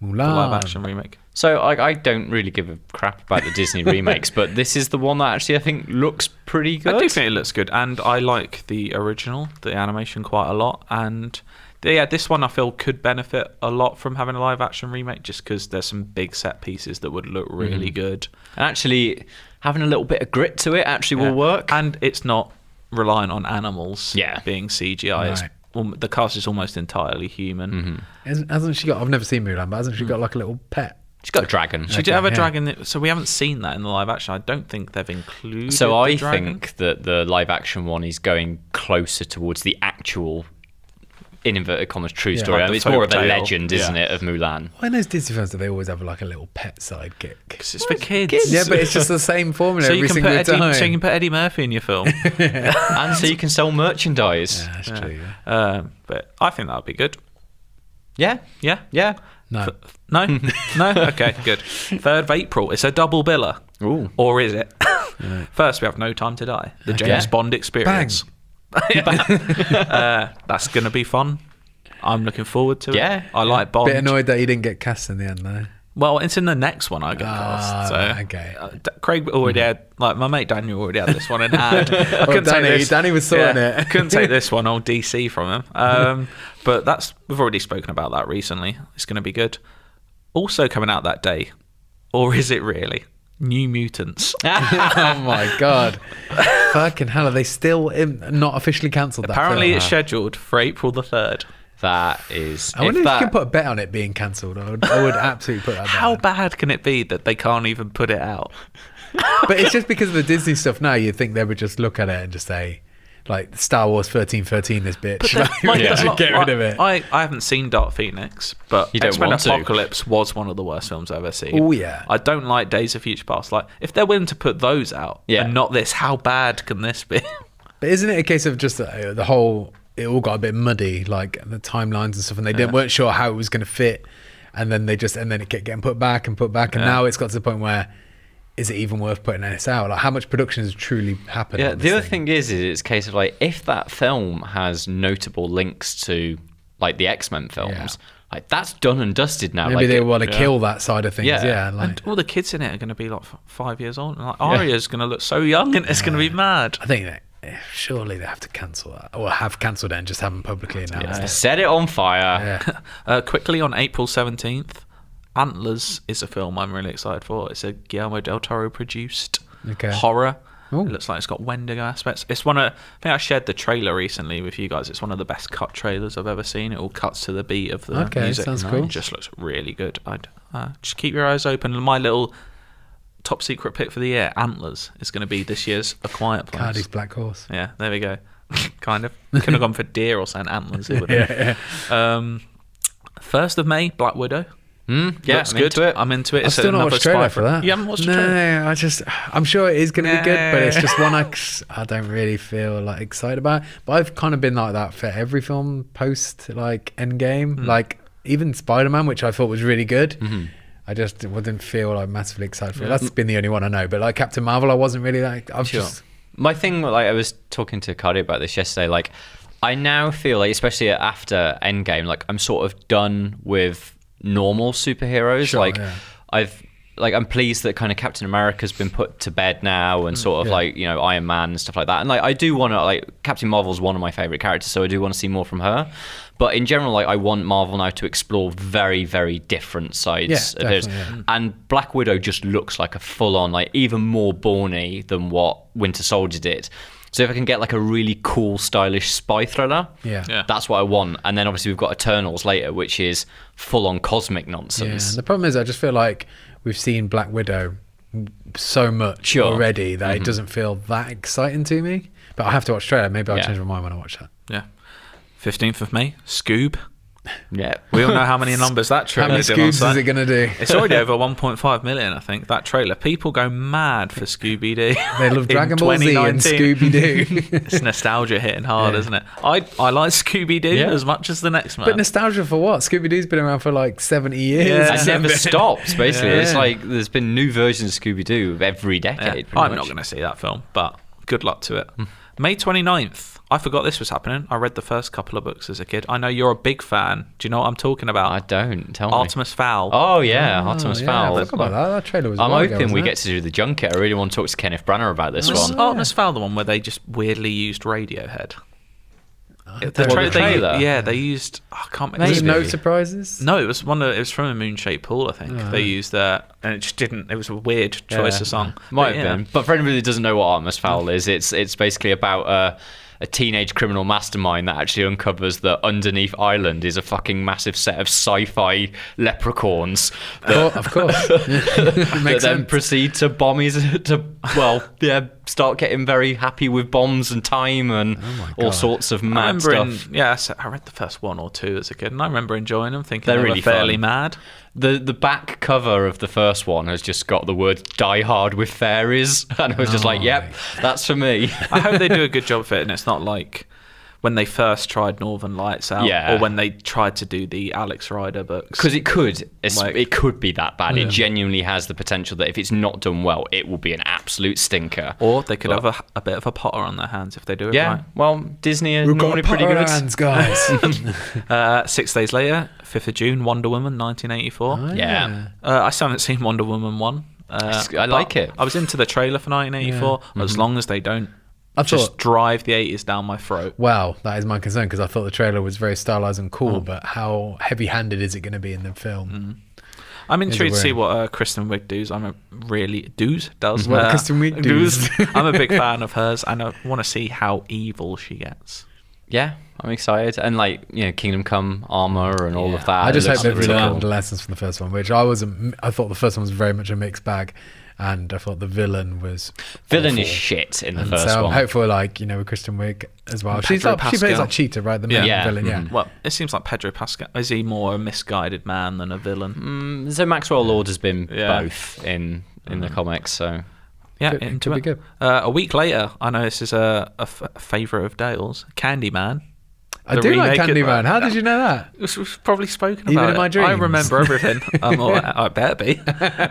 Speaker 1: the live
Speaker 2: Mulan.
Speaker 1: action remake.
Speaker 3: So I, I don't really give a crap about the Disney remakes, but this is the one that actually I think looks pretty good.
Speaker 1: I do think it looks good, and I like the original, the animation quite a lot. And the- yeah, this one I feel could benefit a lot from having a live action remake, just because there's some big set pieces that would look
Speaker 2: Mm.
Speaker 1: really good.
Speaker 3: and actually, having a little bit of grit to it actually
Speaker 1: Yeah.
Speaker 3: will work.
Speaker 1: and it's not reliant on animals.
Speaker 3: Yeah.
Speaker 1: being CGI, It's
Speaker 2: Right.
Speaker 1: al- the cast is almost entirely human.
Speaker 3: Mm-hmm.
Speaker 2: Hasn't, hasn't she got? I've never seen Mulan, but
Speaker 1: Hmm.
Speaker 2: hasn't she got like a little pet?
Speaker 3: She's got a dragon.
Speaker 1: She did have a
Speaker 2: yeah.
Speaker 1: dragon, that, so we haven't seen that in the live action. I don't think they've included.
Speaker 3: so
Speaker 1: the
Speaker 3: I
Speaker 1: dragon.
Speaker 3: think that the live action one is going closer towards the actual, in inverted commas, true
Speaker 2: Yeah.
Speaker 3: story.
Speaker 1: Like
Speaker 3: I mean,
Speaker 1: the
Speaker 3: it's more of a
Speaker 1: folktale.
Speaker 3: legend, isn't
Speaker 1: Yeah.
Speaker 3: it, of Mulan?
Speaker 2: Why in those Disney films do they always have like a little pet sidekick?
Speaker 1: 'Cause it's for kids.
Speaker 3: kids.
Speaker 2: Yeah, but it's just the same formula
Speaker 1: so you
Speaker 2: every
Speaker 1: can
Speaker 2: single
Speaker 1: put Eddie,
Speaker 2: time.
Speaker 1: so you can put Eddie Murphy in your film.
Speaker 3: and so you can sell merchandise.
Speaker 2: Yeah, that's true. yeah.
Speaker 1: um, but I think that would be good.
Speaker 3: Yeah,
Speaker 1: Yeah.
Speaker 3: yeah.
Speaker 2: No,
Speaker 1: F- No, no. Okay, good. Third of April. It's a double biller,
Speaker 3: Ooh.
Speaker 1: or is it? First, we have No Time to Die, the James Bond experience. uh, that's gonna be fun. I'm looking forward to it.
Speaker 3: Yeah.
Speaker 1: I like Bond.
Speaker 2: bit annoyed that he didn't get cast in the end though.
Speaker 1: Well, it's in the next one I get
Speaker 2: Ah,
Speaker 1: cast. So
Speaker 2: okay. Mm-hmm.
Speaker 1: Uh, D- Craig already had like my mate Daniel already had this one in hand. I couldn't
Speaker 2: Danny-
Speaker 1: take this.
Speaker 2: Danny was sorting it.
Speaker 1: couldn't take this one old DC from him. Um, but that's we've already spoken about that recently. It's going to be good. Also coming out that day, or is it really New Mutants?
Speaker 2: oh my god! Fucking hell, are they still in, not officially cancelled? that
Speaker 1: Apparently,
Speaker 2: film?
Speaker 1: it's scheduled for April the third.
Speaker 3: That is.
Speaker 2: I wonder if,
Speaker 3: that,
Speaker 2: you can put a bet on it being cancelled. I would, I would absolutely put that.
Speaker 1: How
Speaker 2: down.
Speaker 1: bad can it be that they can't even put it out?
Speaker 2: But it's just because of the Disney stuff now. You'd think they would just look at it and just say, like Star Wars thirteen thirteen. This bitch.
Speaker 1: But
Speaker 2: Like,
Speaker 1: then, like,
Speaker 2: we
Speaker 1: there's
Speaker 2: should
Speaker 1: not-
Speaker 2: get
Speaker 1: like,
Speaker 2: rid of it.
Speaker 1: I, I haven't seen Dark Phoenix, but
Speaker 3: You don't
Speaker 1: X-Men
Speaker 3: want to.
Speaker 1: Apocalypse was one of the worst films I've ever seen.
Speaker 2: Oh, yeah.
Speaker 1: I don't like Days of Future Past. Like, if they're willing to put those out
Speaker 3: Yeah.
Speaker 1: and not this, how bad can this be?
Speaker 2: But isn't it a case of just uh, the, the whole? It all got a bit muddy, like the timelines and stuff, and they didn't weren't sure how it was going to fit, and then they just and then it kept getting put back and put back, and now it's got to the point where is it even worth putting this out? Like how much production has truly happened?
Speaker 3: Yeah,
Speaker 2: on
Speaker 3: the
Speaker 2: this
Speaker 3: other thing is, is it's a case of like if that film has notable links to like the X Men films, like that's done and dusted now.
Speaker 2: Maybe
Speaker 3: like,
Speaker 2: they
Speaker 3: it-
Speaker 2: want to kill that side of things.
Speaker 3: Yeah,
Speaker 2: Yeah, like,
Speaker 1: and all the kids in it are going to be like f- five years old. And like, Arya's going to look so young and it's going to be mad.
Speaker 2: I think that eh, surely they have to cancel that, or have cancelled it and just haven't publicly announced. it.
Speaker 3: set it on fire.
Speaker 2: Yeah.
Speaker 1: Uh, quickly on April 17th, Antlers is a film I'm really excited for. It's a Guillermo del Toro produced
Speaker 2: Okay.
Speaker 1: horror.
Speaker 2: Ooh.
Speaker 1: It looks like it's got Wendigo aspects. It's one of I think I shared the trailer recently with you guys. It's one of the best cut trailers I've ever seen. It all cuts to the beat of the
Speaker 2: Okay,
Speaker 1: music.
Speaker 2: sounds cool.
Speaker 1: It just looks really good. I'd uh, just keep your eyes open. My little top secret pick for the year, Antlers, is going to be this year's A Quiet Place.
Speaker 2: Cardi's Black Horse.
Speaker 1: Yeah, there we go. kind of. Could have gone for deer or something. Antlers. It would have
Speaker 2: Yeah,
Speaker 1: um, first of May, Black Widow.
Speaker 3: Hmm? yeah,
Speaker 1: Looks
Speaker 3: I'm into it.
Speaker 1: I'm into it.
Speaker 2: I've
Speaker 1: It's
Speaker 2: still not
Speaker 1: another
Speaker 2: watched the trailer
Speaker 1: spy-
Speaker 2: for that.
Speaker 1: You haven't watched
Speaker 2: no,
Speaker 1: the trailer?
Speaker 2: I just, I'm sure it is going to be good, but it's
Speaker 1: Nah.
Speaker 2: just one I, I don't really feel like excited about. But I've kind of been like that for every film post like
Speaker 1: Mm-hmm.
Speaker 2: Endgame, like even Spider Man, which I thought was really good. I just wouldn't feel like massively excited for it. That's been the only one I know. But like Captain Marvel, I wasn't really like, I've
Speaker 3: Sure.
Speaker 2: just,
Speaker 3: My thing, like I was talking to Cardi about this yesterday, like I now feel like, especially after Endgame, like I'm sort of done with normal superheroes.
Speaker 2: Sure,
Speaker 3: like
Speaker 2: yeah.
Speaker 3: I've, like I'm pleased that kind of Captain America's been put to bed now, and sort of
Speaker 2: Mm, yeah.
Speaker 3: like you know Iron Man and stuff like that. And like I do want to like Captain Marvel's one of my favorite characters, so I do want to see more from her. But in general, like I want Marvel now to explore very, very different sides
Speaker 2: Yeah,
Speaker 3: of his.
Speaker 2: definitely, yeah.
Speaker 3: Mm. And Black Widow just looks like a full on, like even more Borny than what Winter Soldier did. So if I can get like a really cool, stylish spy thriller,
Speaker 2: Yeah. Yeah.
Speaker 3: that's what I want. And then obviously we've got Eternals later, which is full on cosmic
Speaker 2: yeah. And
Speaker 3: nonsense.
Speaker 2: the problem is, I just feel like we've seen Black Widow so much
Speaker 3: Sure.
Speaker 2: already that
Speaker 1: Mm-hmm.
Speaker 2: it doesn't feel that exciting to me. But I have to watch the trailer. Maybe I'll
Speaker 3: Yeah.
Speaker 2: change my mind when I watch that.
Speaker 1: Yeah. 15th of May, Scoob.
Speaker 3: Yeah,
Speaker 1: We all know how many numbers that
Speaker 2: How
Speaker 1: trailer
Speaker 2: many
Speaker 1: did on
Speaker 2: scoops is
Speaker 1: site.
Speaker 2: it going to do?
Speaker 1: It's already over 1.5 million, I think, that trailer. People go mad for Scooby Doo.
Speaker 2: They love Dragon Ball Z and Scooby Doo.
Speaker 1: It's nostalgia hitting hard,
Speaker 2: Yeah.
Speaker 1: isn't it? I, I like Scooby Doo
Speaker 3: Yeah.
Speaker 1: as much as the next man.
Speaker 2: but nostalgia for what? Scooby Doo's been around for like 70 years.
Speaker 1: Yeah.
Speaker 3: I never stops. Basically,
Speaker 2: Yeah.
Speaker 3: it's like there's been new versions of Scooby Doo every
Speaker 1: Yeah.
Speaker 3: decade. pretty
Speaker 1: I'm
Speaker 3: much.
Speaker 1: not going to see that film, but good luck to
Speaker 2: Hmm.
Speaker 1: it. May 29th. I forgot this was happening. I read the first couple of books as a kid. I know you're a big fan. Do you know what I'm talking about?
Speaker 3: I don't tell me.
Speaker 1: Artemis Fowl.
Speaker 3: Oh yeah,
Speaker 2: Oh,
Speaker 3: Artemis
Speaker 2: yeah,
Speaker 3: Fowl.
Speaker 2: I forgot about that. That trailer was a
Speaker 3: I'm
Speaker 2: while ago,
Speaker 3: hoping we
Speaker 2: wasn't
Speaker 3: get to do the junket. I really want to talk to Kenneth Branagh about this
Speaker 1: Was
Speaker 3: one.
Speaker 1: Artemis Fowl the one where they just weirdly used Radiohead? The,
Speaker 3: don't know.
Speaker 1: they-
Speaker 3: Oh, The trailer?
Speaker 1: yeah, they used. oh, I can't remember.
Speaker 2: There's
Speaker 3: Maybe.
Speaker 2: no surprises.
Speaker 1: No, it was one. Of, it was from a Moonshaped Pool, I think. They used that, and it just didn't. It was a weird choice
Speaker 3: Oh. Yeah.
Speaker 1: of song.
Speaker 3: Might
Speaker 1: But
Speaker 3: have
Speaker 1: yeah.
Speaker 3: been. But for anybody that doesn't know what Artemis Fowl is, it's it's basically about a, a teenage criminal mastermind that actually uncovers that underneath Ireland is a fucking massive set of sci-fi leprechauns
Speaker 2: Oh, of course.
Speaker 3: that
Speaker 2: Makes
Speaker 3: then
Speaker 2: sense.
Speaker 3: proceed to bomb his to well yeah start getting very happy with bombs and time and
Speaker 2: my
Speaker 3: all
Speaker 2: God.
Speaker 3: sorts of
Speaker 1: Oh I
Speaker 3: mad
Speaker 1: remember
Speaker 3: stuff.
Speaker 1: in, yeah, I s- I read the first one or two as a kid, and I remember enjoying them, thinking
Speaker 3: They're
Speaker 1: they
Speaker 3: really
Speaker 1: were fairly
Speaker 3: fun.
Speaker 1: mad.
Speaker 3: The the back cover of the first one has just got the word "Die Hard with fairies," and I was just like, "Yep, that's for me."
Speaker 1: I hope they do a good job of it, and it's not like when they first tried Northern Lights out,
Speaker 3: Yeah.
Speaker 1: or when they tried to do the Alex Rider books.
Speaker 3: because it could it's-
Speaker 1: Like-
Speaker 3: it could be that bad it genuinely has the potential that if it's not done well it will be an absolute stinker
Speaker 1: or they could
Speaker 3: But-
Speaker 1: have a, a bit of a Potter on their hands if they do it
Speaker 3: yeah
Speaker 1: right.
Speaker 3: well disney are
Speaker 2: We've got
Speaker 3: normally pretty
Speaker 2: Potter
Speaker 3: good
Speaker 2: hands, guys.
Speaker 1: Uh, six days later, 5th of June, Wonder Woman 1984.
Speaker 3: yeah
Speaker 1: Uh, I still haven't seen Wonder Woman 1. Uh,
Speaker 3: I like
Speaker 1: but
Speaker 3: it.
Speaker 1: I was into the trailer for 1984. As long as they don't
Speaker 2: Mm-hmm. I
Speaker 1: just
Speaker 2: thought-
Speaker 1: drive the 80s down my throat.
Speaker 2: Wow, that is my concern because I thought the trailer was very stylized and
Speaker 3: Mm.
Speaker 2: cool, but how heavy-handed is it going to be in the film?
Speaker 1: I'm intrigued to
Speaker 2: worry.
Speaker 1: see what uh, Kristen Wiig does. I'm a really does does.
Speaker 2: What
Speaker 1: uh,
Speaker 2: Kristen Wiig does.
Speaker 1: I'm a big fan of hers, and I want to see how evil she gets.
Speaker 3: yeah i'm excited and like you know kingdom come armor and all
Speaker 1: Yeah.
Speaker 3: of that
Speaker 2: I
Speaker 3: it
Speaker 2: just hope
Speaker 3: looks
Speaker 2: they've
Speaker 3: really
Speaker 2: learned the
Speaker 3: cool.
Speaker 2: lessons from the first one, which I was. a m- I thought the first one was very much a mixed bag, and I thought the villain was
Speaker 3: villain is
Speaker 2: awful.
Speaker 3: shit in the
Speaker 2: And
Speaker 3: first
Speaker 2: so I'm
Speaker 3: one
Speaker 2: hopeful, like you know, with Kristen Wiig as well. She's
Speaker 1: Pedro
Speaker 2: like, she plays
Speaker 1: Pascal. Mm-hmm.
Speaker 2: like Cheetah, right? The
Speaker 1: Yeah.
Speaker 2: main
Speaker 3: Yeah.
Speaker 2: villain, yeah.
Speaker 1: Well, it seems like Pedro Pascal is he more a misguided man than a villain?
Speaker 3: Mm, so maxwell lord has been
Speaker 1: Yeah.
Speaker 3: both in in
Speaker 2: Uh-huh.
Speaker 3: the comics so
Speaker 1: Yeah,
Speaker 2: Could-
Speaker 1: into
Speaker 2: could
Speaker 1: it.
Speaker 2: be good.
Speaker 1: Uh, a week later, I know this is a, a f- a favorite of Dale's, Candyman.
Speaker 2: I
Speaker 1: The
Speaker 2: do like
Speaker 1: remake is-
Speaker 2: Candyman. How did you know that?
Speaker 1: It was, was probably spoken
Speaker 2: Even
Speaker 1: about.
Speaker 2: in my
Speaker 1: it. I
Speaker 2: dreams.
Speaker 1: remember everything. um, or I better be.